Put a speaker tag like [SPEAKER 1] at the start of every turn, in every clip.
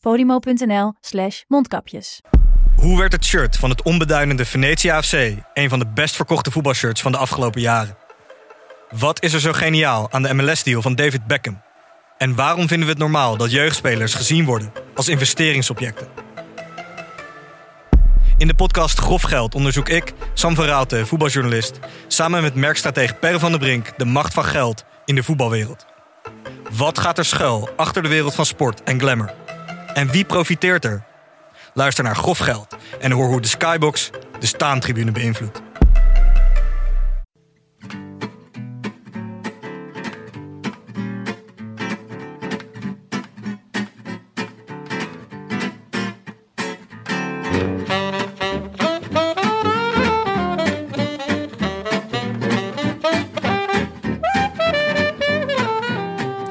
[SPEAKER 1] Podimo.nl slash mondkapjes.
[SPEAKER 2] Hoe werd het shirt van het onbeduidende Venetia AFC een van de best verkochte voetbalshirts van de afgelopen jaren? Wat is er zo geniaal aan de MLS-deal van David Beckham? En waarom vinden we het normaal dat jeugdspelers gezien worden als investeringsobjecten? In de podcast Grof Geld onderzoek ik, Sam van Raalte, voetbaljournalist, samen met merkstratege Per van der Brink de macht van geld in de voetbalwereld. Wat gaat er schuil achter de wereld van sport en glamour? En wie profiteert er? Luister naar Grof Geld en hoor hoe de Skybox de staantribune beïnvloedt.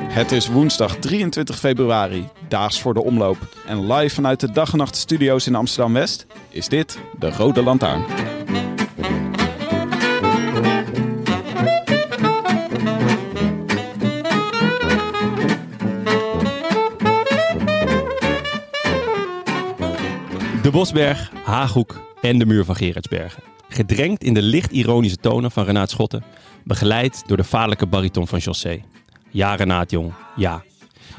[SPEAKER 3] Het is woensdag 23 februari, daags voor de omloop. En live vanuit de dag en nacht studio's in Amsterdam-West is dit de Rode Lantaarn.
[SPEAKER 4] De Bosberg, Haaghoek en de muur van Gerardsbergen. Gedrenkt in de licht ironische tonen van Renaat Schotten, begeleid door de vaarlijke bariton van José. Ja, Renaat jong, ja.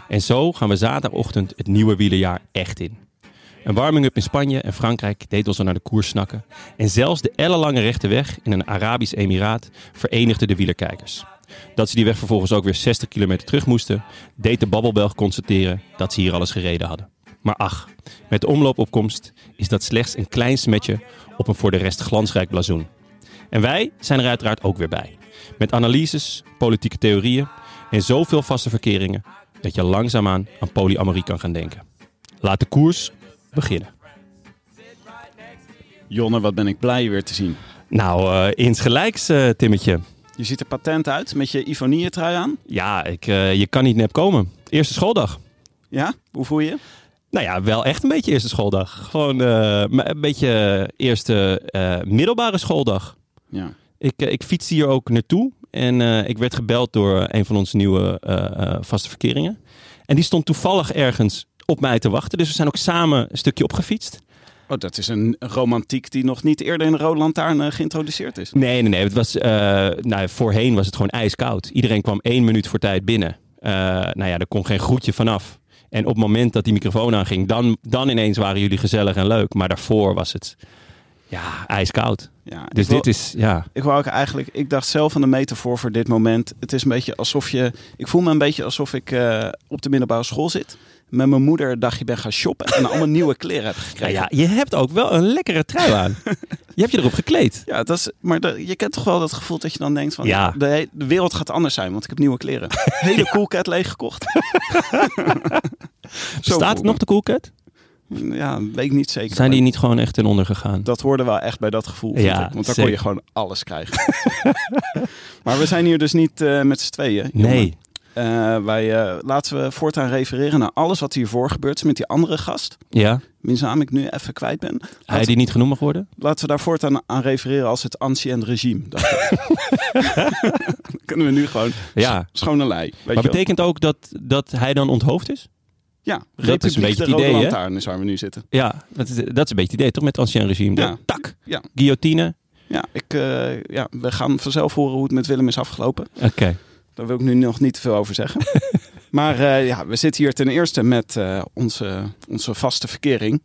[SPEAKER 4] En zo gaan we zaterdagochtend het nieuwe wielerjaar echt in. Een warming-up in Spanje en Frankrijk deed ons al naar de koers snakken. En zelfs de ellenlange rechte weg in een Arabisch emiraat verenigde de wielerkijkers. Dat ze die weg vervolgens ook weer 60 kilometer terug moesten, deed de babbelbelg constateren dat ze hier alles gereden hadden. Maar ach, met de omloopopkomst is dat slechts een klein smetje op een voor de rest glansrijk blazoen. En wij zijn er uiteraard ook weer bij. Met analyses, politieke theorieën en zoveel vaste verkeringen dat je langzaamaan aan polyamorie kan gaan denken. Laat de koers beginnen.
[SPEAKER 3] Jonne, wat ben ik blij je weer te zien.
[SPEAKER 4] Nou, eh insgelijks, eh, Timmetje.
[SPEAKER 3] Je ziet er patent uit met je Ivonie-trui aan.
[SPEAKER 4] Ja, ik, eh, je kan niet nep komen. Eerste schooldag.
[SPEAKER 3] Ja, hoe voel je?
[SPEAKER 4] Nou ja, wel echt een beetje eerste schooldag. Gewoon eh, maar een beetje eerste eh, middelbare schooldag.
[SPEAKER 3] Ja.
[SPEAKER 4] Ik, eh, ik fietste hier ook naartoe. En eh, ik werd gebeld door een van onze nieuwe eh, eh, vaste verkeringen. En die stond toevallig ergens op mij te wachten. Dus we zijn ook samen een stukje opgefietst.
[SPEAKER 3] Oh, dat is een romantiek die nog niet eerder in de Rode Lantaarn eh, geïntroduceerd is.
[SPEAKER 4] Nee, nee, nee. Het was, eh, nou, voorheen was het gewoon ijskoud. Iedereen kwam één minuut voor tijd binnen. Eh, nou ja, er kon geen groetje vanaf. En op het moment dat die microfoon aanging, dan, dan ineens waren jullie gezellig en leuk. Maar daarvoor was het, ja, ijskoud.
[SPEAKER 3] Ja, ik
[SPEAKER 4] Dus
[SPEAKER 3] wil-
[SPEAKER 4] dit is, ja.
[SPEAKER 3] Ik wou ook eigenlijk, ik dacht zelf aan de metafoor voor dit moment. Het is een beetje alsof je, ik voel me een beetje alsof ik eh, op de middelbare school zit. Met mijn moeder een dagje ben gaan shoppen en allemaal nieuwe kleren heb
[SPEAKER 4] Nou
[SPEAKER 3] gekregen.
[SPEAKER 4] ja, je hebt ook wel een lekkere trui aan. je hebt je erop gekleed.
[SPEAKER 3] Ja, dat is, maar dat- je kent toch wel dat gevoel dat je dan denkt van
[SPEAKER 4] Ja.
[SPEAKER 3] de, he- de wereld gaat anders zijn, want ik heb nieuwe kleren. Hele coolcat leeggekocht. Zo voel
[SPEAKER 4] Staat
[SPEAKER 3] ik
[SPEAKER 4] het nog de coolcat?
[SPEAKER 3] me. Ja, weet ik niet zeker.
[SPEAKER 4] Zijn die
[SPEAKER 3] maar
[SPEAKER 4] niet gewoon echt ten onder gegaan?
[SPEAKER 3] Dat hoorde wel echt bij dat gevoel. vond
[SPEAKER 4] Ja,
[SPEAKER 3] ik, want dan kon
[SPEAKER 4] zeker.
[SPEAKER 3] je gewoon alles krijgen. maar we zijn hier dus niet eh, met z'n tweeën. jongen.
[SPEAKER 4] Nee.
[SPEAKER 3] Eh, wij eh, laten we voortaan refereren naar alles wat hiervoor gebeurd is met die andere gast.
[SPEAKER 4] Ja?
[SPEAKER 3] Wiens naam ik nu even kwijt ben.
[SPEAKER 4] Hij die niet genoemd mag worden?
[SPEAKER 3] Laten we daar voortaan aan refereren als het ancien regime. dacht ik. Dan kunnen we nu gewoon
[SPEAKER 4] Ja.
[SPEAKER 3] schone lei. Weet
[SPEAKER 4] Maar
[SPEAKER 3] je wel?
[SPEAKER 4] betekent ook dat, dat hij dan onthoofd is?
[SPEAKER 3] Ja,
[SPEAKER 4] is een
[SPEAKER 3] Republiek
[SPEAKER 4] beetje
[SPEAKER 3] de
[SPEAKER 4] het
[SPEAKER 3] Rode
[SPEAKER 4] idee, hè?
[SPEAKER 3] Lantaarn is waar we nu zitten.
[SPEAKER 4] Ja, dat is, dat is een beetje het idee, toch? Met het ancien regime.
[SPEAKER 3] Ja.
[SPEAKER 4] De Tak.
[SPEAKER 3] Ja.
[SPEAKER 4] Guillotine.
[SPEAKER 3] Ja, ik, eh, ja, we gaan vanzelf horen hoe het met Willem is afgelopen.
[SPEAKER 4] Oké.
[SPEAKER 3] Daar wil ik nu nog niet te veel over zeggen. maar eh, ja, we zitten hier ten eerste met eh, onze, onze vaste verkering.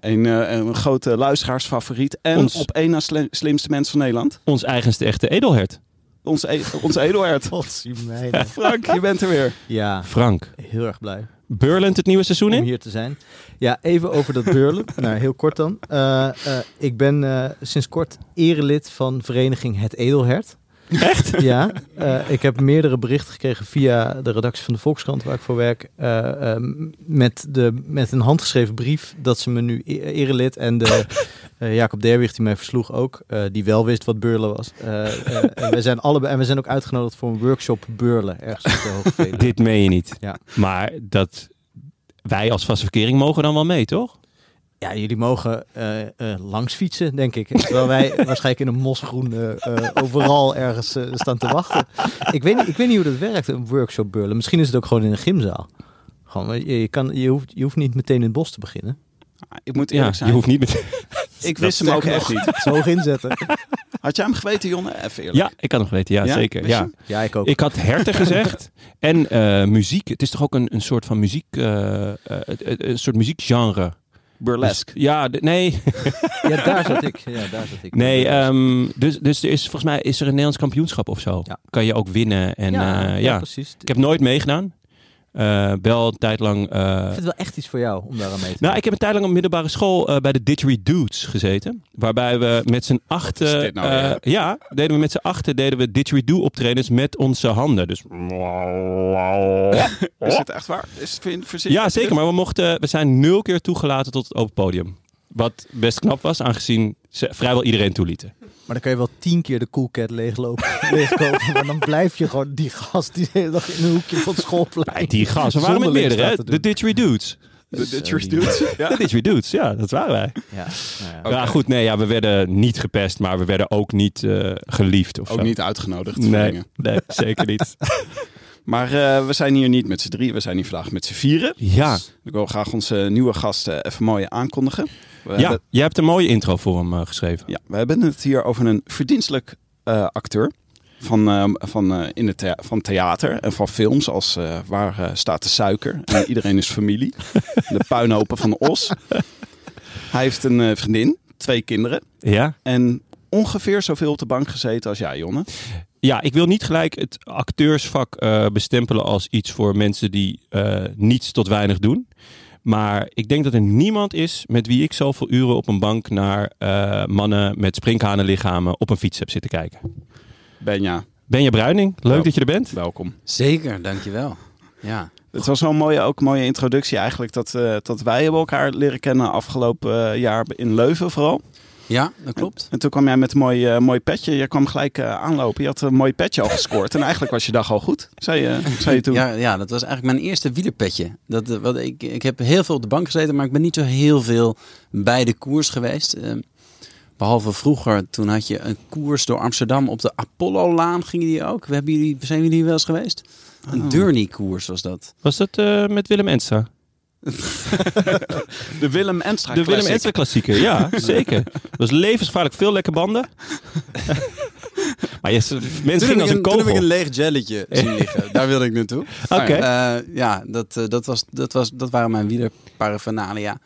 [SPEAKER 3] Een, eh, een grote luisteraarsfavoriet. En
[SPEAKER 4] Ons-
[SPEAKER 3] op één na sli- slimste mens van Nederland.
[SPEAKER 4] Ons eigenste echte edelhert.
[SPEAKER 3] Onze, e- onze Eduard.
[SPEAKER 5] Potsie meiden.
[SPEAKER 3] Frank, je bent er weer.
[SPEAKER 5] Ja,
[SPEAKER 4] Frank.
[SPEAKER 5] heel erg blij
[SPEAKER 4] Burlend het nieuwe seizoen
[SPEAKER 5] om
[SPEAKER 4] in?
[SPEAKER 5] hier te zijn. Ja, even over dat beurlen. nou, heel kort dan. Eh, eh, ik ben eh, sinds kort erelid van vereniging Het Edelhert.
[SPEAKER 4] Echt?
[SPEAKER 5] Ja, eh, ik heb meerdere berichten gekregen via de redactie van de Volkskrant, waar ik voor werk, eh, eh, met, de, met een handgeschreven brief dat ze me nu e- erelid en de eh, Jacob Derwig die mij versloeg ook, eh, die wel wist wat Beurlen was. Eh, eh, en, we zijn allebei, en we zijn ook uitgenodigd voor een workshop Beurlen, ergens op de Hoge Veluwe.
[SPEAKER 4] Dit meen je niet.
[SPEAKER 5] Ja.
[SPEAKER 4] Maar dat wij als vaste verkering mogen dan wel mee, toch?
[SPEAKER 5] Ja, jullie mogen eh, eh, langs fietsen, denk ik. Terwijl wij waarschijnlijk in een mosgroen eh, eh, overal ergens eh, staan te wachten. Ik weet, niet, ik weet niet hoe dat werkt, een workshop burlen. Misschien is het ook gewoon in een gymzaal. Gewoon, je, je kan, je, hoeft, je hoeft niet meteen in het bos te beginnen.
[SPEAKER 3] Ah, Ik moet eerlijk
[SPEAKER 4] Ja,
[SPEAKER 3] zijn.
[SPEAKER 4] je hoeft niet met...
[SPEAKER 3] Ik wist hem ook echt niet.
[SPEAKER 5] Zo hoog inzetten.
[SPEAKER 3] Had jij hem geweten, Jonne? Even eerlijk.
[SPEAKER 4] Ja, ik had nog weten. Ja,
[SPEAKER 3] Ja?
[SPEAKER 4] zeker.
[SPEAKER 3] Wist
[SPEAKER 4] Ja.
[SPEAKER 3] je?
[SPEAKER 5] Ja, ik ook.
[SPEAKER 4] Ik had herten gezegd. En eh, muziek. Het is toch ook een, een soort van muziek... eh, eh, eh, een soort muziekgenre.
[SPEAKER 3] Burlesque.
[SPEAKER 4] Dus- ja, d- nee.
[SPEAKER 5] Ja, daar zat ik. Ja, daar zat ik.
[SPEAKER 4] Nee, ehm, dus, dus er is, volgens mij is er een Nederlands kampioenschap of zo.
[SPEAKER 5] Ja.
[SPEAKER 4] Kan je ook winnen. En,
[SPEAKER 5] ja,
[SPEAKER 4] eh,
[SPEAKER 5] ja,
[SPEAKER 4] ja.
[SPEAKER 5] precies.
[SPEAKER 4] Ik heb nooit meegedaan. Eh wel een tijd lang... eh,
[SPEAKER 5] Ik vind het wel echt iets voor jou om daar aan mee te
[SPEAKER 4] Nou, ik heb een tijd lang op middelbare school eh, bij de Didgeridoo's gezeten. Waarbij we met z'n
[SPEAKER 3] Wat
[SPEAKER 4] achten...
[SPEAKER 3] is dit nou
[SPEAKER 4] eh, ja, deden we met z'n achten deden we didgeridoo optredens met onze handen. Dus...
[SPEAKER 3] Is het echt waar? Is het vind- verzin-
[SPEAKER 4] Oh. Ja, zeker. Maar we, mochten, we zijn nul keer toegelaten tot het open podium. Wat best knap was, aangezien ze vrijwel iedereen toelieten.
[SPEAKER 5] Maar dan kan je wel tien keer de Cool Cat leeglopen. leegkopen. Maar dan blijf je gewoon die gast die de hele dag in een hoekje van het schoolplein.
[SPEAKER 4] Bij die gasten waren we met
[SPEAKER 5] Zonder
[SPEAKER 4] meerdere, hè?
[SPEAKER 5] lidstaten
[SPEAKER 4] De Didgeridoos.
[SPEAKER 3] De, de Church Dudes.
[SPEAKER 4] De Didgeridoos, Dus, eh, ja, dat waren wij.
[SPEAKER 5] Ja, nou ja.
[SPEAKER 4] Ja, goed, nee, ja, we werden niet gepest, maar we werden ook niet eh, geliefd of
[SPEAKER 3] Ook
[SPEAKER 4] zo.
[SPEAKER 3] niet uitgenodigd.
[SPEAKER 4] Nee,
[SPEAKER 3] Nee.
[SPEAKER 4] nee, zeker niet.
[SPEAKER 3] Maar eh, we zijn hier niet met z'n drie. We zijn hier vandaag met z'n vieren.
[SPEAKER 4] Ja,
[SPEAKER 3] Ik wil graag onze nieuwe gasten even mooi aankondigen. We
[SPEAKER 4] ja
[SPEAKER 3] hebben-
[SPEAKER 4] jij hebt een mooie intro voor hem eh, geschreven.
[SPEAKER 3] Ja, we hebben het hier over een verdienstelijk eh, acteur. Van, ehm, van, eh, in het thea- van theater en van films als eh, Waar eh, staat de suiker? En iedereen is familie. De puinhopen van de os. Hij heeft een eh, vriendin, twee kinderen.
[SPEAKER 4] Ja?
[SPEAKER 3] En ongeveer zoveel op de bank gezeten als jij, Jonne.
[SPEAKER 4] Ja, ik wil niet gelijk het acteursvak eh, bestempelen als iets voor mensen die eh, niets tot weinig doen. Maar ik denk dat er niemand is met wie ik zoveel uren op een bank naar eh, mannen met sprinkhanenlichamen op een fiets heb zitten kijken.
[SPEAKER 3] Benja,
[SPEAKER 4] Benja Bruining, leuk
[SPEAKER 3] Ja.
[SPEAKER 4] dat je er bent.
[SPEAKER 3] welkom.
[SPEAKER 6] Zeker, dankjewel. Ja,
[SPEAKER 3] Het was zo'n mooie, ook mooie introductie eigenlijk. Dat, eh, dat wij hebben elkaar leren kennen afgelopen eh, jaar in Leuven vooral.
[SPEAKER 6] ja dat klopt.
[SPEAKER 3] En toen kwam jij met een mooi, eh, mooi petje. Je kwam gelijk eh, aanlopen. Je had een mooi petje al gescoord. en eigenlijk was je dag al goed, zei je, zei je toen.
[SPEAKER 6] Ja, ja, dat was eigenlijk mijn eerste wielerpetje. Dat, eh, wat, ik, ik heb heel veel op de bank gezeten, maar ik ben niet zo heel veel bij de koers geweest. Eh, behalve vroeger, toen had je een koers door Amsterdam op de Apollo-laan, gingen die ook. We hebben jullie, zijn jullie wel eens geweest? Een Journey-koers was dat.
[SPEAKER 4] Was dat eh, met Willem Enstra?
[SPEAKER 3] De Willem
[SPEAKER 6] Ah,
[SPEAKER 3] Enstra
[SPEAKER 4] De Willem Enstra klassieker, ja, zeker. was levensgevaarlijk, veel lekke banden. maar yes, mensen
[SPEAKER 6] heb
[SPEAKER 4] gingen
[SPEAKER 6] ik
[SPEAKER 4] als een
[SPEAKER 6] een, toen heb ik
[SPEAKER 4] kogel.
[SPEAKER 6] een leeg jelletje zien liggen. Daar wilde ik naartoe.
[SPEAKER 4] Oké.
[SPEAKER 6] Eh, ja, dat, eh, dat, was, dat, was, dat waren mijn wielerparaphernalia.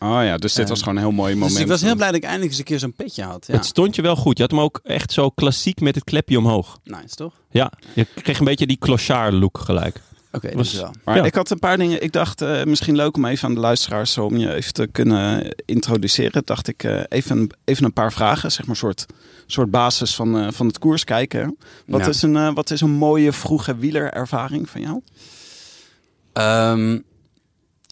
[SPEAKER 3] Oh ja, dus dit
[SPEAKER 6] Eh,
[SPEAKER 3] was gewoon een heel mooi moment.
[SPEAKER 6] Dus ik was heel blij dat ik eindelijk eens een keer zo'n petje had. Ja.
[SPEAKER 4] Het stond je wel goed. Je had hem ook echt zo klassiek met het klepje omhoog.
[SPEAKER 6] Nice, toch?
[SPEAKER 4] Ja, je kreeg een beetje die clochard look gelijk.
[SPEAKER 6] Oké, dat
[SPEAKER 4] Was-
[SPEAKER 6] is wel.
[SPEAKER 3] Maar
[SPEAKER 4] Ja.
[SPEAKER 3] ik had een paar dingen. Ik dacht eh, misschien leuk om even aan de luisteraars om je even te kunnen introduceren. Dacht ik eh, even, even een paar vragen, zeg maar soort, soort basis van, eh, van het koers kijken. Wat,
[SPEAKER 6] Ja.
[SPEAKER 3] is een, eh, wat is een mooie vroege wielerervaring van jou?
[SPEAKER 6] Ehm,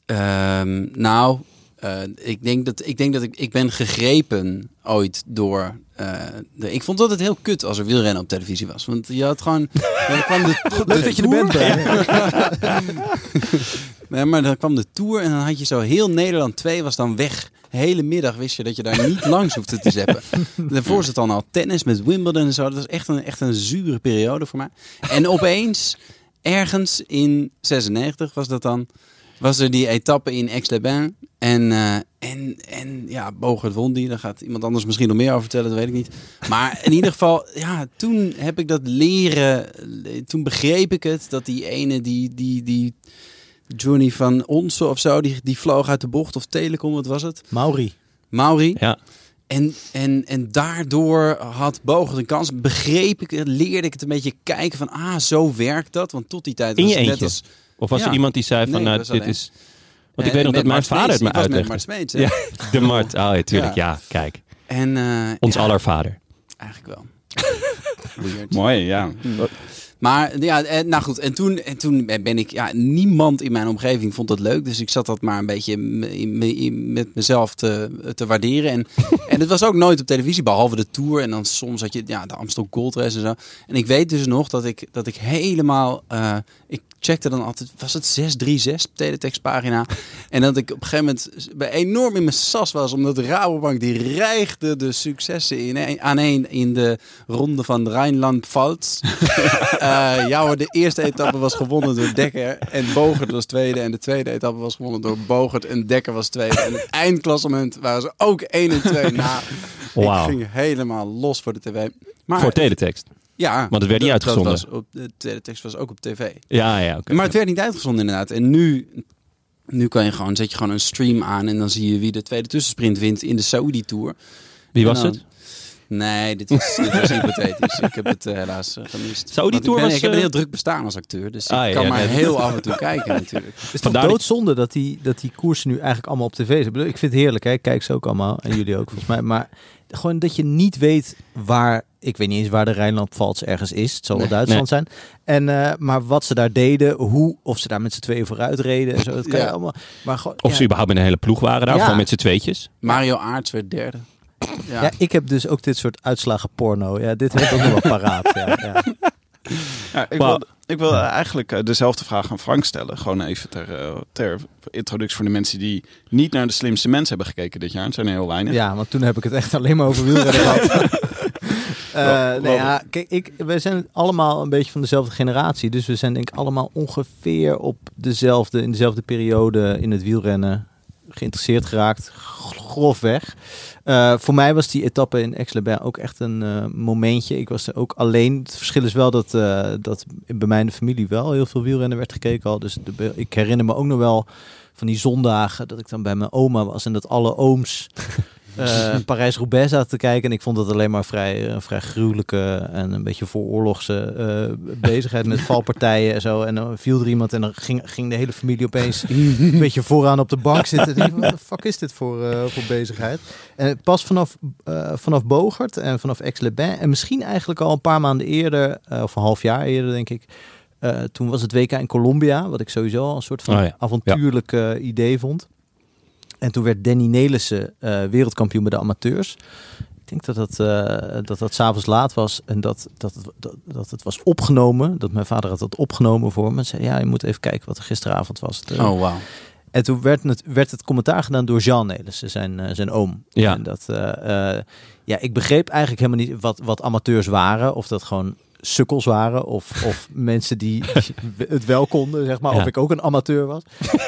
[SPEAKER 6] ehm, nou, eh, ik denk dat ik, denk dat ik, ik ben gegrepen ooit door. eh, de, ik vond het altijd heel kut als er wielrennen op televisie was. Want je had gewoon. dan kwam de,
[SPEAKER 5] Leuk dat je er
[SPEAKER 6] Tour-
[SPEAKER 5] bent, Ben.
[SPEAKER 6] Nee, maar dan kwam de tour en dan had je zo heel Nederland 2 was dan weg. De hele middag wist je dat je daar niet langs hoefde te zeppen. Daarvoor zat dan al tennis met Wimbledon en zo. Dat was echt een, echt een zure periode voor mij. En opeens, ergens in 96 was dat dan, was er die etappe in Aix-les-Bains. En, eh, en, en ja, Bogert won die. Daar gaat iemand anders misschien nog meer over vertellen, dat weet ik niet. Maar in ieder geval, ja, toen heb ik dat leren. eh, Toen begreep ik het, dat die ene, die, die, die Johnny van Onze of zo, die, die vloog uit de bocht. Of Telecom, wat was het?
[SPEAKER 5] Mauri.
[SPEAKER 6] Mauri.
[SPEAKER 4] Ja.
[SPEAKER 6] En, en, en daardoor had Bogert een kans. Begreep ik het, leerde ik het een beetje kijken van, ah, zo werkt dat. Want tot die tijd
[SPEAKER 4] In
[SPEAKER 6] was
[SPEAKER 4] je
[SPEAKER 6] het net
[SPEAKER 4] eentje?
[SPEAKER 6] als...
[SPEAKER 4] Of was er
[SPEAKER 6] Ja.
[SPEAKER 4] iemand die zei van,
[SPEAKER 6] Nee,
[SPEAKER 4] nou,
[SPEAKER 6] dat
[SPEAKER 4] dit
[SPEAKER 6] was alleen.
[SPEAKER 4] is... Want ik
[SPEAKER 6] Eh,
[SPEAKER 4] weet nog dat
[SPEAKER 6] met
[SPEAKER 4] mijn
[SPEAKER 6] Mart
[SPEAKER 4] vader het
[SPEAKER 6] Smeets.
[SPEAKER 4] me
[SPEAKER 6] Ik was met Mart
[SPEAKER 4] uitlegde.
[SPEAKER 6] Smeets, hè?
[SPEAKER 4] Ja, de Mart. Ah, ja, tuurlijk, ja.
[SPEAKER 6] Ja.
[SPEAKER 4] Kijk,
[SPEAKER 6] En, eh,
[SPEAKER 4] ons
[SPEAKER 6] ja,
[SPEAKER 4] aller vader.
[SPEAKER 6] Eigenlijk wel. Weird.
[SPEAKER 3] Mooi, ja.
[SPEAKER 6] Maar ja, eh, nou goed. En toen, en toen ben ik, ja, niemand in mijn omgeving vond dat leuk. Dus ik zat dat maar een beetje m- in- in- met mezelf te, te waarderen. En, en het was ook nooit op televisie, behalve de tour. En dan soms had je ja, de Amstel Gold Race en zo. En ik weet dus nog dat ik, dat ik helemaal, eh, ik checkte dan altijd, was het 636 teletextpagina? En dat ik op een gegeven moment bij- enorm in mijn sas was, omdat Rabobank die reigde de successen in, aaneen in de ronde van Rijnland-Pfalz. Eh, ja hoor, de eerste etappe was gewonnen door Dekker en Bogert was tweede. En de tweede etappe was gewonnen door Bogert en Dekker was tweede. En het eindklassement waren ze ook 1 en 2. Nou,
[SPEAKER 4] Wauw.
[SPEAKER 6] ik ging helemaal los voor de tv. Maar,
[SPEAKER 4] Voor teletext.
[SPEAKER 6] ja,
[SPEAKER 4] want het werd niet
[SPEAKER 6] dat- dat
[SPEAKER 4] uitgezonden.
[SPEAKER 6] was op, de teletext was ook op tv.
[SPEAKER 4] Ja, ja, oké.
[SPEAKER 6] Maar het werd niet uitgezonden inderdaad. En nu, nu kan je gewoon, zet je gewoon een stream aan en dan zie je wie de tweede tussensprint wint in de Saudi Tour.
[SPEAKER 4] Wie
[SPEAKER 6] En
[SPEAKER 4] was
[SPEAKER 6] dan-
[SPEAKER 4] het?
[SPEAKER 6] Nee, dit is, dit is hypothetisch. Ik heb het eh, helaas eh, gemist.
[SPEAKER 4] Saudi
[SPEAKER 6] Want ik,
[SPEAKER 4] Tour
[SPEAKER 6] ben-
[SPEAKER 4] was,
[SPEAKER 6] ik heb een
[SPEAKER 4] eh,
[SPEAKER 6] heel druk bestaan als acteur, dus
[SPEAKER 4] Ah,
[SPEAKER 6] ik kan
[SPEAKER 4] ja,
[SPEAKER 6] maar
[SPEAKER 4] nee.
[SPEAKER 6] heel af en toe kijken natuurlijk.
[SPEAKER 5] Het is toch
[SPEAKER 4] Vandaar die-
[SPEAKER 5] doodzonde dat die, dat die koersen nu eigenlijk allemaal op tv zijn. Ik bedoel, Ik vind het heerlijk, hè? ik kijk ze ook allemaal. En jullie ook volgens mij. Maar gewoon dat je niet weet waar... Ik weet niet eens waar de Rijnland-Pfalz ergens is. Het zal wel
[SPEAKER 6] Nee.
[SPEAKER 5] Duitsland zijn. En, eh, maar wat ze daar deden, hoe... Of ze daar met z'n tweeën vooruit reden en zo. Dat kan
[SPEAKER 6] Ja.
[SPEAKER 5] je allemaal... Maar gewoon,
[SPEAKER 4] Of
[SPEAKER 5] ja.
[SPEAKER 4] ze überhaupt met een hele ploeg waren daar, of
[SPEAKER 5] Ja.
[SPEAKER 4] gewoon met z'n tweetjes.
[SPEAKER 6] Mario Aarts werd derde. Ja.
[SPEAKER 5] Ja, ik heb dus ook dit soort uitslagen porno. Ja, dit heb ik ook nog wel paraat. Ja, ja.
[SPEAKER 3] Ja, ik,
[SPEAKER 4] Wauw.
[SPEAKER 3] wil, ik wil eigenlijk eh, dezelfde vraag aan Frank stellen. Gewoon even ter, eh, ter introductie voor de mensen die niet naar de slimste mensen hebben gekeken dit jaar. Het zijn er heel weinig.
[SPEAKER 5] Ja, want toen heb ik het echt alleen maar over wielrennen gehad. Eh nee,
[SPEAKER 3] Robert.
[SPEAKER 5] ja, kijk, ik, we zijn allemaal een beetje van dezelfde generatie. Dus we zijn denk ik allemaal ongeveer op dezelfde, in dezelfde periode in het wielrennen geïnteresseerd geraakt. g- Grofweg. Eh, voor mij was die etappe in Aix-les-Bains ook echt een eh, momentje. Ik was er ook alleen. Het verschil is wel dat, eh, dat bij mij in de familie wel heel veel wielrennen werd gekeken al. Dus de be- ik herinner me ook nog wel van die zondagen dat ik dan bij mijn oma was en dat alle ooms eh, Parijs-Roubaix zaten te kijken. En ik vond dat alleen maar vrij, een vrij gruwelijke en een beetje vooroorlogse eh, bezigheid met valpartijen en zo. En dan viel er iemand en dan ging, ging de hele familie opeens een beetje vooraan op de bank zitten. En ik, Wat de fuck is dit voor, eh, voor bezigheid? En pas vanaf, eh, vanaf Bogert en vanaf Aix-les-Bains en misschien eigenlijk al een paar maanden eerder, eh, of een half jaar eerder denk ik, eh, toen was het WK in Colombia, wat ik sowieso al een soort van
[SPEAKER 4] Oh ja, ja.
[SPEAKER 5] avontuurlijk eh, idee vond. En toen werd Danny Nelissen eh, wereldkampioen bij de amateurs. Ik denk dat dat, eh, dat, dat s'avonds laat was en dat, dat, dat, dat het was opgenomen. Dat mijn vader had dat opgenomen voor me. En zei, ja, je moet even kijken wat er gisteravond was. Het, eh,
[SPEAKER 6] Oh, wauw.
[SPEAKER 5] en toen werd het, werd het commentaar gedaan door Jean Nelissen, zijn, eh, zijn oom.
[SPEAKER 4] Ja.
[SPEAKER 5] En dat, eh, eh, ja, ik begreep eigenlijk helemaal niet wat, wat amateurs waren. Of dat gewoon sukkels waren. Of, of mensen die het wel konden, zeg maar.
[SPEAKER 4] Ja.
[SPEAKER 5] Of ik ook een amateur was.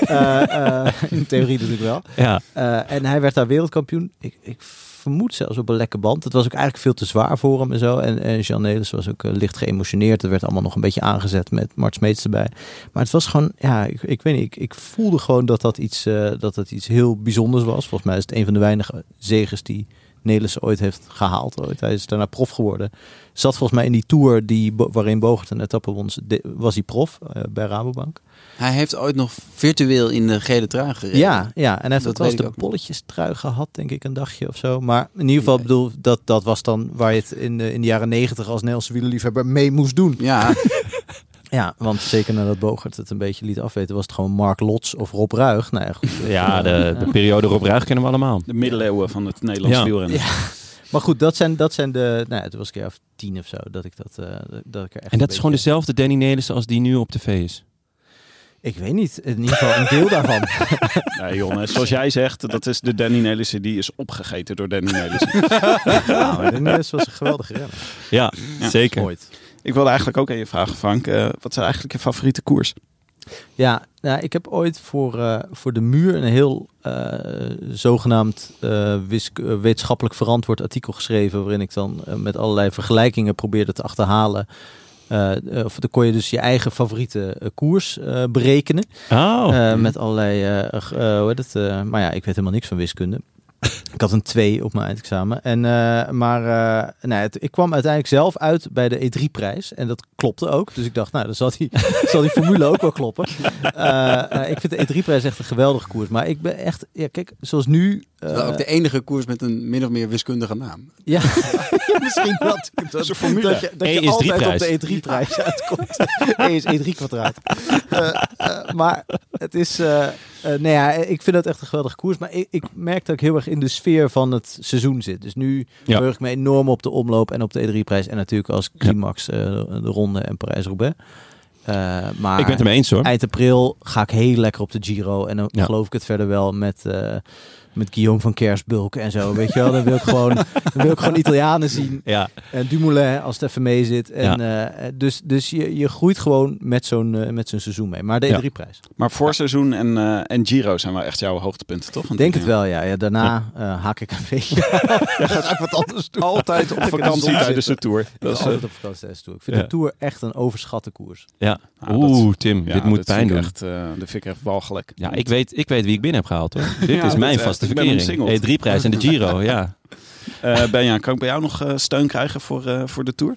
[SPEAKER 5] Eh, eh, in theorie natuurlijk wel.
[SPEAKER 4] Ja,
[SPEAKER 5] Eh, en hij werd daar wereldkampioen. Ik, ik vermoed zelfs op een lekke band. Het was ook eigenlijk veel te zwaar voor hem en zo. En, en Jean Nelis was ook eh, licht geëmotioneerd. Er werd allemaal nog een beetje aangezet met Mart Smeets erbij. Maar het was gewoon, ja, ik, ik weet niet. Ik, ik voelde gewoon dat dat, iets, eh, dat dat iets heel bijzonders was. Volgens mij is het een van de weinige zegers die Nelis ooit heeft gehaald. Ooit. Hij is daarna prof geworden. Zat volgens mij in die tour die, Bo- waarin Bogert een etappe won. de- Was hij prof eh, bij Rabobank.
[SPEAKER 6] Hij heeft ooit nog virtueel in de gele trui gereden.
[SPEAKER 5] Ja, ja. En hij heeft
[SPEAKER 6] Dat
[SPEAKER 5] ook wel eens de
[SPEAKER 6] weet ik ook nog.
[SPEAKER 5] bolletjes trui gehad, denk ik, een dagje of zo. Maar in ieder geval, bedoel, dat, dat was dan waar je het in de, in de jaren negentig als Nederlandse wielerliefhebber mee moest doen.
[SPEAKER 6] Ja,
[SPEAKER 5] Ja, want zeker nadat Bogert het een beetje liet afweten, was het gewoon Mark Lots of Rob Ruig. Nou ja, goed.
[SPEAKER 4] ja de, de periode Rob Ruig kennen we allemaal.
[SPEAKER 3] De middeleeuwen van het Nederlands
[SPEAKER 4] Ja.
[SPEAKER 3] wielrennen.
[SPEAKER 5] Maar goed, dat zijn, dat zijn de... Nou ja, het was een keer of tien of zo dat ik dat, eh, dat ik er echt
[SPEAKER 4] En
[SPEAKER 5] een
[SPEAKER 4] dat is gewoon
[SPEAKER 5] beetje-
[SPEAKER 4] dezelfde Danny Nelissen als die nu op tv is.
[SPEAKER 5] Ik weet niet, in ieder geval een deel daarvan.
[SPEAKER 3] Nee, Jonne, zoals jij zegt, dat is de Danny Nelissen. Die is opgegeten door Danny Nelissen.
[SPEAKER 5] Nou, en dat was een geweldige renner.
[SPEAKER 4] Ja, zeker.
[SPEAKER 5] Ooit.
[SPEAKER 3] ik wilde eigenlijk ook aan je vragen, Frank. eh, wat zijn eigenlijk je favoriete koers?
[SPEAKER 5] Ja, nou, ik heb ooit voor, eh, voor de muur een heel eh, zogenaamd eh, wisk- eh, wetenschappelijk verantwoord artikel geschreven. Waarin ik dan eh, met allerlei vergelijkingen probeerde te achterhalen. eh, of dan kon je dus je eigen favoriete eh, koers eh, berekenen.
[SPEAKER 4] Oh,
[SPEAKER 5] Eh, met allerlei, eh, eh, hoe heet het? eh, maar ja, ik weet helemaal niks van wiskunde. Ik had een 2 op mijn eindexamen. En, eh, maar eh, nou, het- ik kwam uiteindelijk zelf uit bij de E3-prijs. En dat klopte ook. Dus ik dacht, nou, dan zal die, zal die formule ook wel kloppen. Eh, eh, ik vind de E3-prijs echt een geweldige koers. Maar ik ben echt, ja, kijk, zoals nu. eh,
[SPEAKER 6] ook de enige koers met een min of meer wiskundige naam.
[SPEAKER 5] ja, misschien dat.
[SPEAKER 3] Dat is een formule.
[SPEAKER 5] Dat je, dat
[SPEAKER 4] E
[SPEAKER 5] je
[SPEAKER 4] is
[SPEAKER 5] altijd
[SPEAKER 4] drieprijs.
[SPEAKER 5] op de E3-prijs uitkomt. E is E3-kwadraat. eh, maar het is... eh eh, nou ja, ik vind dat echt een geweldige koers. Maar ik, ik merk dat ik heel erg in de sfeer van het seizoen zit. Dus nu
[SPEAKER 4] Ja.
[SPEAKER 5] verheug ik me enorm op de omloop en op de E3-prijs. En natuurlijk als climax eh, de, de ronde en Parijs-Roubaix. Eh, maar
[SPEAKER 4] Ik ben het ermee eens hoor.
[SPEAKER 5] eind april ga ik heel lekker op de Giro. En dan
[SPEAKER 4] Ja.
[SPEAKER 5] geloof ik het verder wel met, eh, met Guillaume van Kersbulk en zo. Weet je wel, dan wil ik gewoon, dan wil ik gewoon Italianen zien.
[SPEAKER 4] Ja,
[SPEAKER 5] En Eh, Dumoulin, als het even mee zit. En, eh, dus dus je, je groeit gewoon met zo'n eh, met zo'n seizoen mee. Maar de E
[SPEAKER 4] Ja.
[SPEAKER 5] E3-prijs.
[SPEAKER 3] Maar voorseizoen en, eh, en Giro zijn wel echt jouw hoogtepunten, toch? Van
[SPEAKER 5] Denk
[SPEAKER 3] dit
[SPEAKER 5] het
[SPEAKER 3] jaar.
[SPEAKER 5] wel, ja. ja daarna eh, haak ik een beetje. ga ik wat anders doen.
[SPEAKER 3] Altijd op vakantie
[SPEAKER 5] zitten.
[SPEAKER 3] tijdens de Tour.
[SPEAKER 5] Dat is
[SPEAKER 3] eh,
[SPEAKER 5] altijd op vakantie tijdens de Tour. Ik vind
[SPEAKER 4] Ja.
[SPEAKER 5] de Tour echt een overschatte koers.
[SPEAKER 4] ja.
[SPEAKER 3] nou, dat-
[SPEAKER 4] Oeh, Tim,
[SPEAKER 3] ja,
[SPEAKER 4] dit moet
[SPEAKER 3] dat
[SPEAKER 4] pijn
[SPEAKER 3] vind
[SPEAKER 4] doen.
[SPEAKER 3] ik Echt, eh dat vind ik echt walgelijk.
[SPEAKER 4] Ja, ik weet, ik weet wie ik binnen heb gehaald hoor. Dit
[SPEAKER 3] Ja,
[SPEAKER 4] is
[SPEAKER 3] dit,
[SPEAKER 4] mijn
[SPEAKER 3] eh,
[SPEAKER 4] vaste
[SPEAKER 3] ik ben
[SPEAKER 4] verkering.
[SPEAKER 3] omsingeld.
[SPEAKER 4] E3-prijs en de Giro, ja.
[SPEAKER 3] Eh, Benja, kan ik bij jou nog eh, steun krijgen voor, eh, voor de Tour?